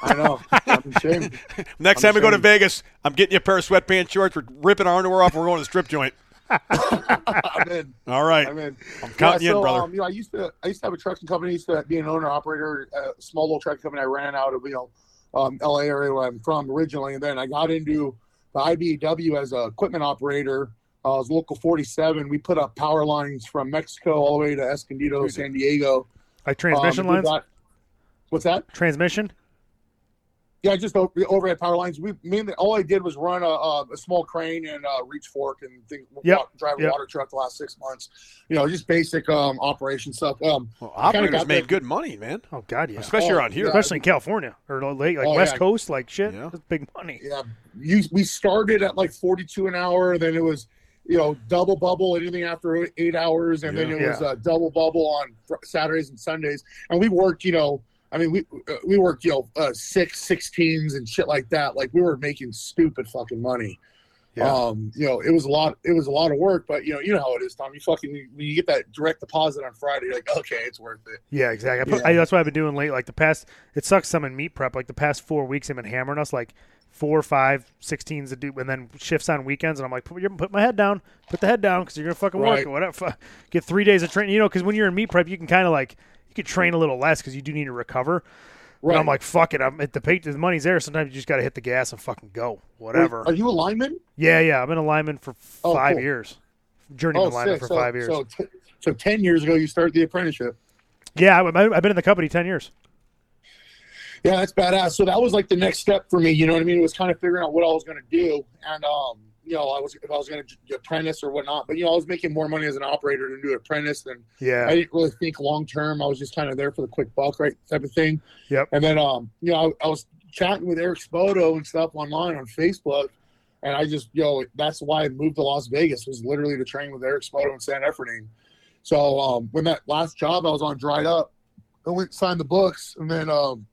D: I know. I'm ashamed.
B: Next
D: I'm
B: time we go to
D: ashamed.
B: Vegas, I'm getting you a pair of sweatpants shorts. We're ripping our underwear off. and We're going to the strip joint.
D: I'm in.
B: All right.
D: I'm in.
B: I'm counting
D: yeah,
B: you in,
D: so,
B: brother.
D: Um, you know, I used to I used to have a trucking company. I used to be an owner operator, a small little trucking company. I ran out of you know, um, L.A. area where I'm from originally, and then I got into the IBEW as a equipment operator. Uh, I was local 47. We put up power lines from Mexico all the way to Escondido, San Diego.
C: Like
D: Um,
C: transmission
D: we
C: lines,
D: got- what's that?
C: transmission.
D: Yeah, just o- the overhead power lines. We mainly all I did was run a, a, a small crane and uh, reach fork and think,
C: Yep,
D: wa- drive
C: yep.
D: a water truck the last six months. You know, just basic um, operation stuff. Um,
B: Well,
D: kinda
B: operators
D: got
B: make
D: that-
B: good money, man.
C: Oh God, yeah.
B: Especially
D: Oh,
B: around here.
D: yeah.
C: Especially in California or like, like
D: Oh,
C: West
D: yeah.
C: Coast, like shit.
B: Yeah.
C: That's big money.
D: yeah, you, we started at like forty-two an hour. Then it was, you know, double bubble anything after eight hours, and then
B: Yeah.
D: it was uh, double bubble on fr- Saturdays and Sundays. And we worked, you know, I mean, we uh, we worked, you know, uh, six, sixteens and shit like that. Like we were making stupid fucking money.
C: Yeah.
D: Um, you know, it was a lot. It was a lot of work, but you know, you know how it is, Tom. You fucking when you get that direct deposit on Friday, you're like, okay, it's worth it.
C: Yeah, exactly. I put,
D: Yeah.
C: I, that's what I've been doing late. Like the past, it sucks. Some in meat prep. Like the past four weeks, they've been hammering us like four, five, sixteens to do, and then shifts on weekends. And I'm like, put, your- put my head down, put the head down, because you're gonna fucking work
D: Right.
C: or whatever. Fu- Get three days of training, you know, because when you're in meat prep, you can kind of like you could train a little less because you do need to recover. Right.
D: Right.
C: I'm like, fuck it. I'm at the pay. The money's there. Sometimes you just got to hit the gas and fucking go. Whatever.
D: Are you a lineman?
C: yeah, yeah. I'm in alignment for
D: Oh,
C: five
D: cool.
C: years. Journeyman alignment for
D: Oh, so,
C: five years.
D: So, t- so ten years ago, you started the apprenticeship.
C: yeah, I, I've been in the company ten years.
D: Yeah, that's badass. So that was like the next step for me. You know what I mean? It was kind of figuring out what I was going to do, and um, you know, I was if I was going to apprentice or whatnot. But you know, I was making more money as an operator than do apprentice, than
C: Yeah.
D: I didn't really think long term. I was just kind of there for the quick buck, right, type of thing.
C: Yep.
D: And then, um, you know, I, I was chatting with Eric Spoto and stuff online on Facebook, and I just, you know, that's why I moved to Las Vegas was literally to train with Eric Spoto and San Efrain. So um, when that last job I was on dried up, I went and signed the books, and then um,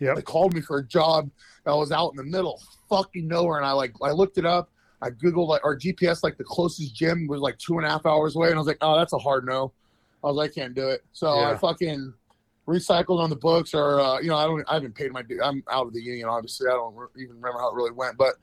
C: Yep.
D: they called me for a job that was out in the middle, fucking nowhere, and I like I looked it up. I googled like our GPS, like the closest gym was like two and a half hours away, and I was like, oh, that's a hard no. I was like, I can't do it. So
C: Yeah.
D: I fucking recycled on the books, or uh, you know, I don't, I haven't paid my. due- I'm out of the union, obviously. I don't re- even remember how it really went, but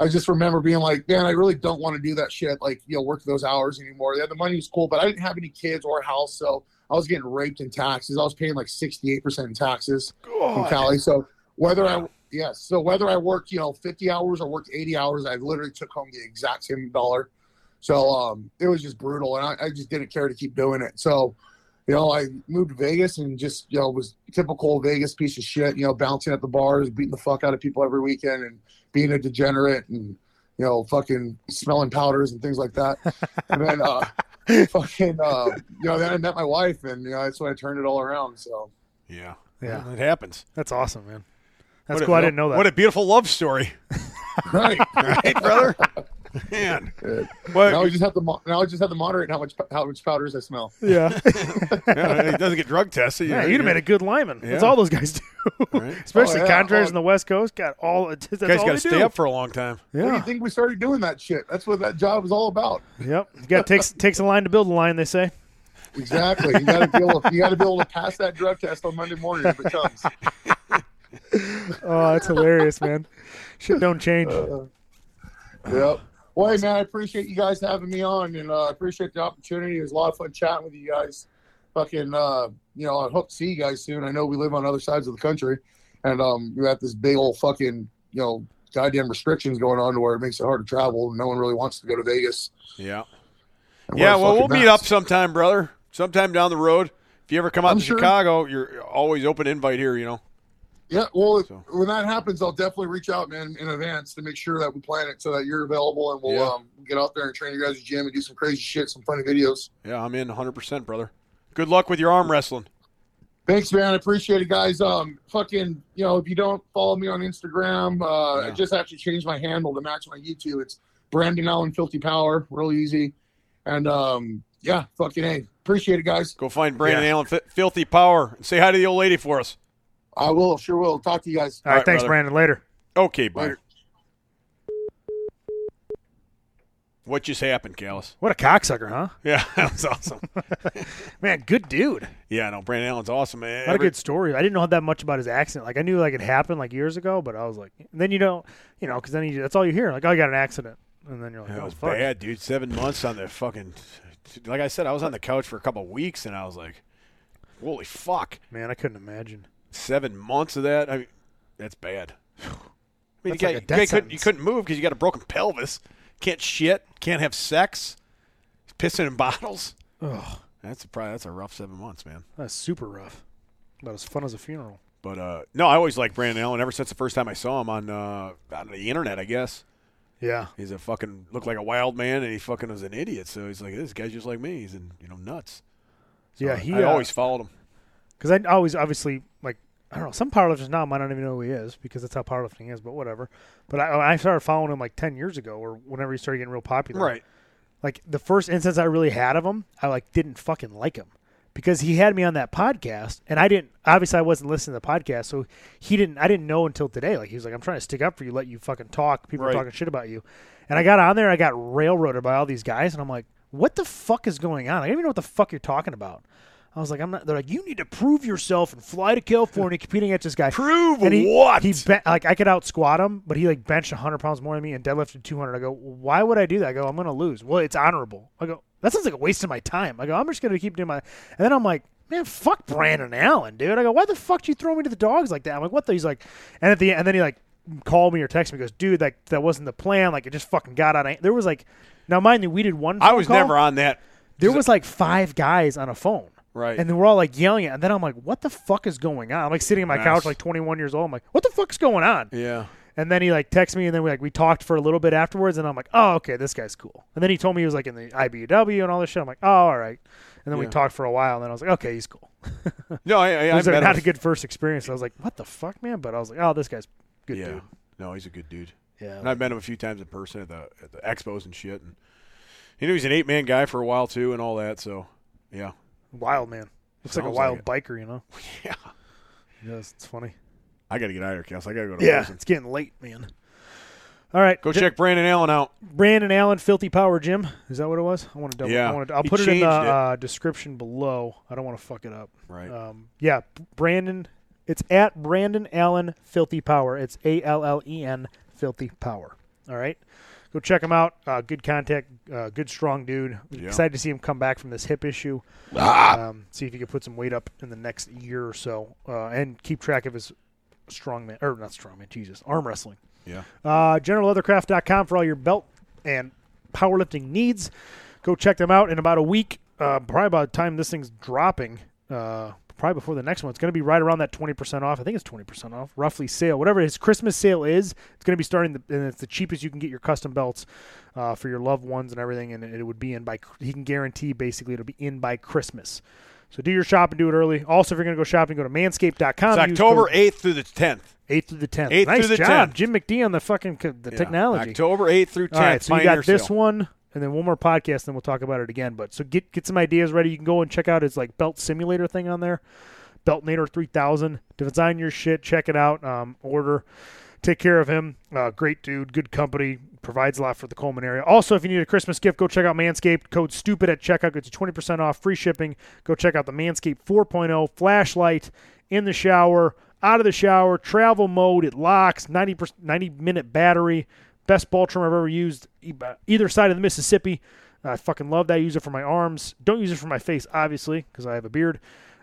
D: I just remember being like, man, I really don't want to do that shit. Like, you know, work those hours anymore. Yeah, the money was cool, but I didn't have any kids or a house, so I was getting raped in taxes. I was paying like 68 percent in taxes
B: Oh,
D: from Cali. So whether I yes, so whether I worked you know 50 hours or worked 80 hours, I literally took home the exact same dollar. So um, it was just brutal, and I, I just didn't care to keep doing it. So you know, I moved to Vegas and just you know was typical Vegas piece of shit. You know, bouncing at the bars, beating the fuck out of people every weekend, and being a degenerate and. You know, fucking smelling powders and things like that, and then uh, fucking uh, you know, then I met my wife, and you know, that's when I turned it all around. So
B: Yeah.
C: Yeah.
B: Well, It happens.
C: That's awesome, man. That's
B: What a-
C: cool. I I didn't know that.
B: What a beautiful love story.
D: right,
B: Hey, brother. Man.
D: Now
B: Well,
D: I just have to mo- now I just have to moderate how much how much powders I smell.
C: yeah.
B: yeah, he doesn't get drug tested.
C: yeah, you'd have made a good lineman. That's
B: Yeah.
C: all those guys do.
B: Right.
C: Especially
D: Oh, yeah.
C: contractors
D: Oh.
C: in the West Coast. Got all. That's
B: guys got
C: all they
B: to
C: do.
B: stay up for a long time.
D: What do you
C: Yeah.
D: think we started doing that shit? That's what that job is all about.
C: yep. You got takes takes a line to build a line. They say.
D: Exactly. You got to be able you got to be able to pass that drug test on Monday morning if it comes.
C: Oh, that's hilarious, man. Shit don't change.
B: Uh,
D: Yep. Well, hey man, I appreciate you guys having me on, and uh, I appreciate the opportunity. It was a lot of fun chatting with you guys. Fucking, uh, you know, I hope to see you guys soon. I know we live on other sides of the country, and um, you have this big old fucking, you know, goddamn restrictions going on to where it makes it hard to travel. No one really wants to go to Vegas.
B: Yeah.
D: and wear
B: Yeah,
D: a
B: well, we'll
D: fucking
B: meet
D: mask.
B: up sometime, brother. Sometime down the road. If you ever come out
D: I'm
B: to
D: sure.
B: Chicago, you're always open invite here, you know.
D: Yeah, well, if-
B: So.
D: when that happens, I'll definitely reach out, man, in advance to make sure that we plan it so that you're available, and we'll
B: Yeah.
D: um, get out there and train you guys' gym and do some crazy shit, some funny videos.
B: Yeah, I'm in 100%, brother. Good luck with your arm wrestling.
D: Thanks, man. I appreciate it, guys. Um, fucking, you know, if you don't follow me on Instagram, uh,
B: Yeah.
D: I just actually changed my handle to match my YouTube. It's Brandon Allen Filthy Power, real easy. And um, yeah, fucking hey, appreciate it, guys.
B: Go find Brandon Allen, Fi- Filthy Power, and say hi to the old lady for us.
D: I will, sure will. Talk to you guys.
C: All right,
B: right,
C: thanks,
B: brother.
C: Brandon. Later.
B: Okay, bye.
D: Later.
B: What just happened, Callis?
C: What a cocksucker, huh?
B: Yeah, that was awesome.
C: Man, good dude.
B: yeah, no, Brandon Allen's awesome. man.
C: What a good story. I didn't know that much about his accident. Like I knew like it happened like years ago, but I was like, and then you know, you know, because then you, that's all you hear. Like, oh, I got an accident, and then you're like,
B: That
C: oh,
B: was
C: fuck.
B: bad, dude. Seven months on the fucking. Like I said, I was on the couch for a couple of weeks, and I was like, "Holy fuck!"
C: Man, I couldn't imagine.
B: Seven months of that. I mean, that's bad. I mean,
C: That's
B: you, got-
C: like a
B: you
C: death
B: couldn't, you
C: sentence.
B: couldn't move because you got a broken pelvis. Can't shit. Can't have sex. Pissing in bottles.
C: Ugh,
B: That's a, probably that's a rough seven months, man.
C: that's super rough. About as fun as a funeral.
B: But uh, no, I always liked Brandon Allen ever since the first time I saw him on uh, on the internet. I guess
C: Yeah,
B: he's a fucking looked like a wild man, and he fucking was an idiot. So he's like, this guy's just like me. He's in, you know nuts. So
C: yeah.
B: I-
C: He
B: I
C: uh,
B: always followed him.
C: Because I always, obviously, like, I don't know, some powerlifters now might not even know who he is because that's how powerlifting is, but whatever. But I, I started following him like 10 years ago or whenever he started getting real popular. Like, the first instance I really had of him, I, like, didn't fucking like him because he had me on that podcast and I didn't, obviously, I wasn't listening to the podcast. So he didn't, I didn't know until today. Like, he was like, I'm trying to stick up for you, let you fucking talk. People are
B: Right.
C: talking shit about you. And I got on there, I got railroaded by all these guys, and I'm like, what the fuck is going on? I don't even know what the fuck you're talking about. I was like, I'm not. They're like, you need to prove yourself and fly to California competing against this guy.
B: Prove
C: and he,
B: what?
C: He ben- like I could out squat him, but he like benched 100 pounds more than me and deadlifted 200. I go, why would I do that? I go, I'm gonna lose. Well, it's honorable. I go, that sounds like a waste of my time. I go, I'm just gonna keep doing my. And then I'm like, man, fuck Brandon Allen, dude. I go, why the fuck did you throw me to the dogs like that? I'm like, what the? He's like, and at the end, and then he like called me or texted me. Goes, dude, like that wasn't the plan. Like it just fucking got out. of- There was like, now mind you, we did one.
B: I
C: phone
B: was
C: call.
B: never on that.
C: There was like five guys on a phone.
B: Right.
C: And then we're all like yelling at and then I'm like, what the fuck is going on? I'm like sitting on my
B: Nice.
C: couch like twenty one years old. I'm like, what the fuck's going on?
B: Yeah.
C: And then he like texts me and then we like we talked for a little bit afterwards and I'm like, Oh, okay, this guy's cool. And then he told me he was like in the IBW and all this shit. I'm like, Oh, all right. And then we
B: Yeah.
C: talked for a while and then I was like, Okay, he's cool.
B: No, I, I,
C: It
B: I
C: was
B: met
C: like,
B: him
C: not
B: a
C: a good first experience. I was like, What the fuck, man? But I was like, Oh, this guy's good
B: yeah.
C: dude.
B: No, he's a good dude.
C: Yeah.
B: And I've met him a few times in person at the at the expos and shit. And he knew he's an eight man guy for a while too, and all that. So, yeah,
C: wild man. Looks like a
B: Sounds
C: wild
B: like
C: biker, you know?
B: yeah.
C: Yes, it's funny.
B: I got to get out of here, Cass. I got to go to
C: Yeah.
B: Wilson.
C: It's getting late, man. All right.
B: Go
C: Ju-
B: check Brandon Allen out.
C: Brandon Allen, Filthy Power Gym. Is that what it was? I want to double.
B: Yeah.
C: I wanna, I'll
B: He
C: put it in the
B: changed it.
C: Uh, description below. I don't want to fuck it up.
B: Right.
C: Um, yeah, Brandon. It's at Brandon Allen Filthy Power. It's A L L E N Filthy Power. All right. Go check him out. Uh, good contact. Uh, good strong dude.
B: Yeah. Ah!
C: Excited to see him come back from this hip issue. Um, see if he can put some weight up in the next year or so, uh, and keep track of his strongman or not strongman. Jesus, arm wrestling.
B: yeah.
C: Uh, GeneralLeathercraft.com for all your belt and powerlifting needs. Go check them out in about a week. Uh, probably by the time this thing's dropping, uh, probably before the next one, it's going to be right around that 20% off. I think it's 20% off, roughly sale. Whatever his Christmas sale is, it's going to be starting, the, and it's the cheapest you can get your custom belts uh, for your loved ones and everything. And it would be in by, he can guarantee basically it'll be in by Christmas. So do your shopping, do it early. Also, if you're going to go shopping, go to manscaped.com.
B: It's
C: Use
B: October
C: code
B: eighth through the tenth.
C: 8th through the 10th.
B: 8th
C: nice
B: through the
C: job.
B: 10th.
C: Jim McD on the fucking co- the technology.
B: October eighth through tenth.
C: All right, so you got this one, and then one more podcast, and then we'll talk about it again. But so get get some ideas ready. You can go and check out his like belt simulator thing on there, Beltnator three thousand. Design your shit, check it out, um, order, take care of him. Uh, great dude, good company, provides a lot for the Coleman area. Also, if you need a Christmas gift, go check out Manscaped. Code Stupid at checkout gets you twenty percent off, free shipping. Go check out the Manscaped 4.0 flashlight in the shower. Out of the shower, travel mode, it locks, 90, 90 minute battery, best ball trimmer I've ever used, e- uh, either side of the Mississippi. I fucking love that. I use it for my arms. Don't use it for my face, obviously, because I have a beard.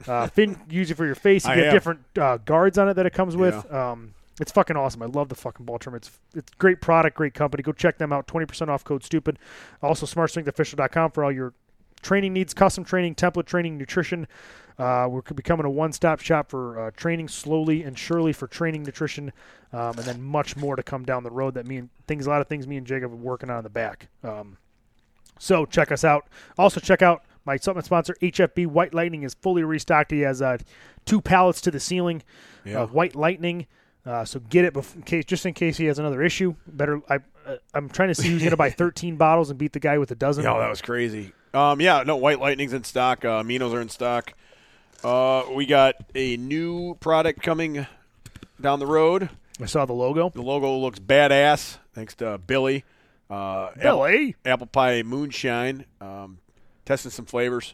C: Uh, Finn, use it for your face. You
B: I
C: get
B: have.
C: different uh, guards on it that it comes with. Um, it's fucking awesome. I love the fucking ball trimmer. It's it's great product, great company. Go check them out. Twenty percent off code stupid. Also, smartstrengthofficial.com for all your training needs, custom training, template training, nutrition. Uh, we're becoming a one-stop shop for uh, training slowly and surely for training, nutrition, um, and then much more to come down the road. That me and things, a lot of things me and Jacob are working on in the back. Um, so check us out. Also check out my supplement sponsor HFB White Lightning is fully restocked. He has uh, two pallets to the ceiling
B: Yeah.
C: of White Lightning. Uh, so get it bef- in case, just in case he has another issue. Better, I, uh, I'm trying to see who's going to buy 13 bottles and beat the guy with a dozen.
B: Yeah, that was crazy. Um, yeah, no, White Lightning's in stock. Uh, Minos are in stock. Uh, we got a new product coming down the road.
C: I saw the logo.
B: The logo looks badass, thanks to Billy. Uh, Apple-
C: Billy,
B: Apple, Pie Moonshine. Um, testing some flavors.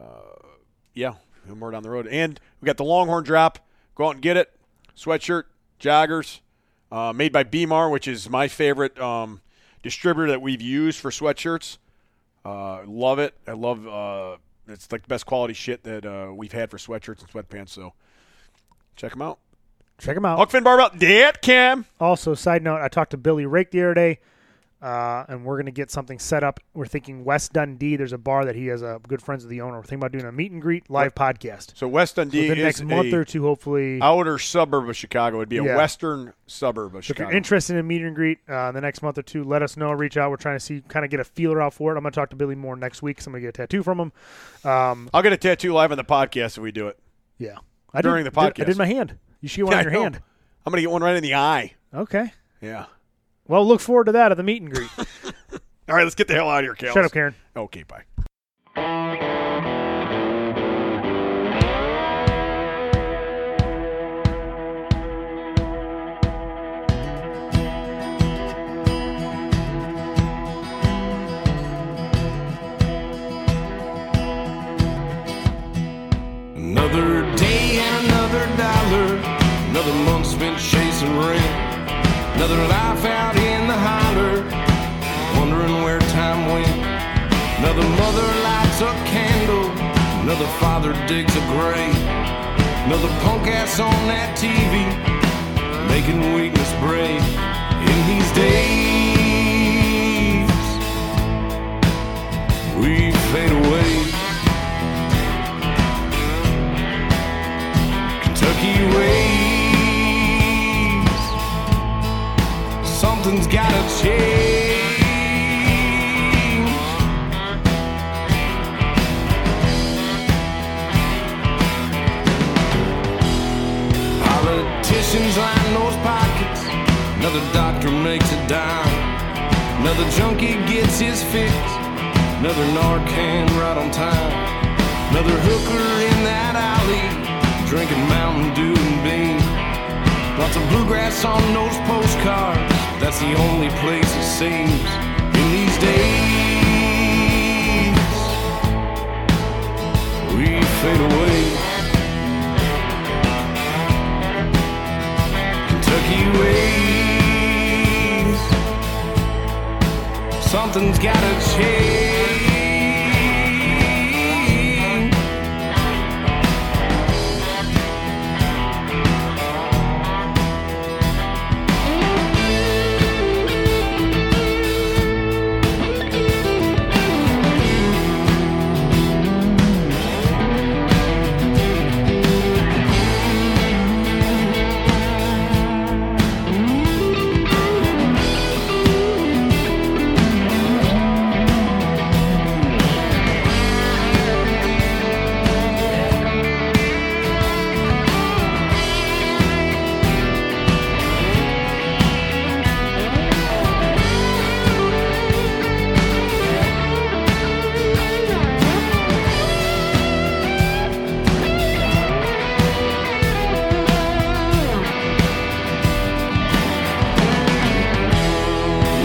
B: Uh, yeah, more down the road. And we got the Longhorn Drop. Go out and get it. Sweatshirt, joggers, uh, made by BMAR, which is my favorite um, distributor that we've used for sweatshirts. Uh, love it. I love uh, it's like the best quality shit that uh, we've had for sweatshirts and sweatpants. So check them out.
C: check him out.
B: Huckfin Barbell, Dad Cam.
C: Also, side note, I talked to Billy Rake the other day, uh, and we're going to get something set up. We're thinking West Dundee. There's a bar that he has uh, good friends with the owner. We're thinking about doing a meet and greet live podcast.
B: So West Dundee
C: Within the
B: is
C: next month
B: a
C: or two, hopefully.
B: outer suburb of Chicago. It'd be a
C: Yeah.
B: western suburb of
C: if
B: Chicago.
C: you're interested in meet and greet uh, the next month or two, let us know. Reach out. We're trying to see, kind of get a feeler out for it. I'm going to talk to Billy more next week. So I'm going to get a tattoo from him. Um,
B: I'll get a tattoo live on the podcast if we do it.
C: yeah. I
B: During
C: did,
B: the
C: did- I
B: podcast.
C: did my hand. You should get one
B: Yeah,
C: on
B: I
C: your
B: know.
C: hand.
B: I'm gonna get one right in the eye.
C: Okay.
B: Yeah.
C: Well, look forward to that at the meet and greet.
B: All right, let's get the hell out of here, Cal.
C: Shut up, Karen.
B: Okay, bye.
A: Another day and another dollar. Another month spent chasing rent. Another life out in the holler. Wondering where time went. Another mother lights a candle. Another father digs a grave. Another punk ass on that TV. Making weakness brave. In these days, we fade away. Kentucky ways. Something's gotta change. Politicians line those pockets. Another doctor makes a dime. Another junkie gets his fix. Another Narcan right on time. Another hooker in that alley, drinking Mountain Dew and bean. Lots of bluegrass on those postcards. That's the only place it seems in these days. We fade away. Kentucky ways. Something's gotta change.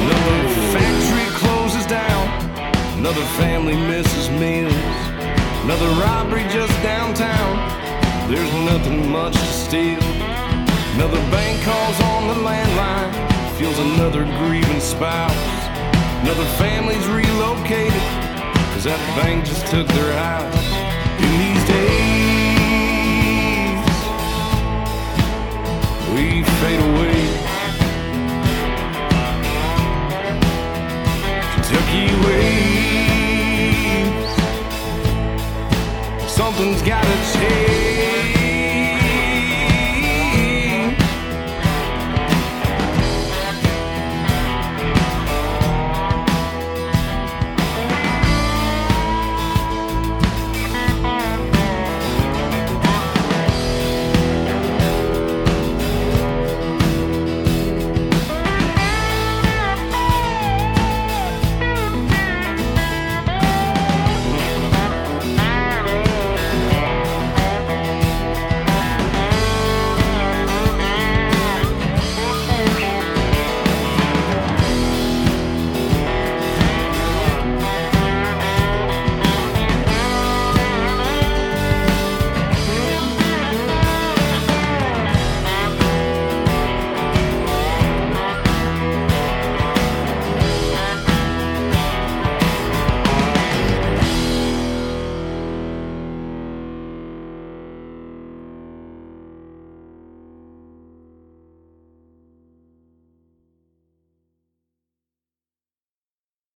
A: Another factory closes down. Another family misses meals. Another robbery just downtown. There's nothing much to steal. Another bank calls on the landline. Feels another grieving spouse. Another family's relocated. Cause that bank just took their house. In these days, we fade away. Kentucky ways. Something's gotta change.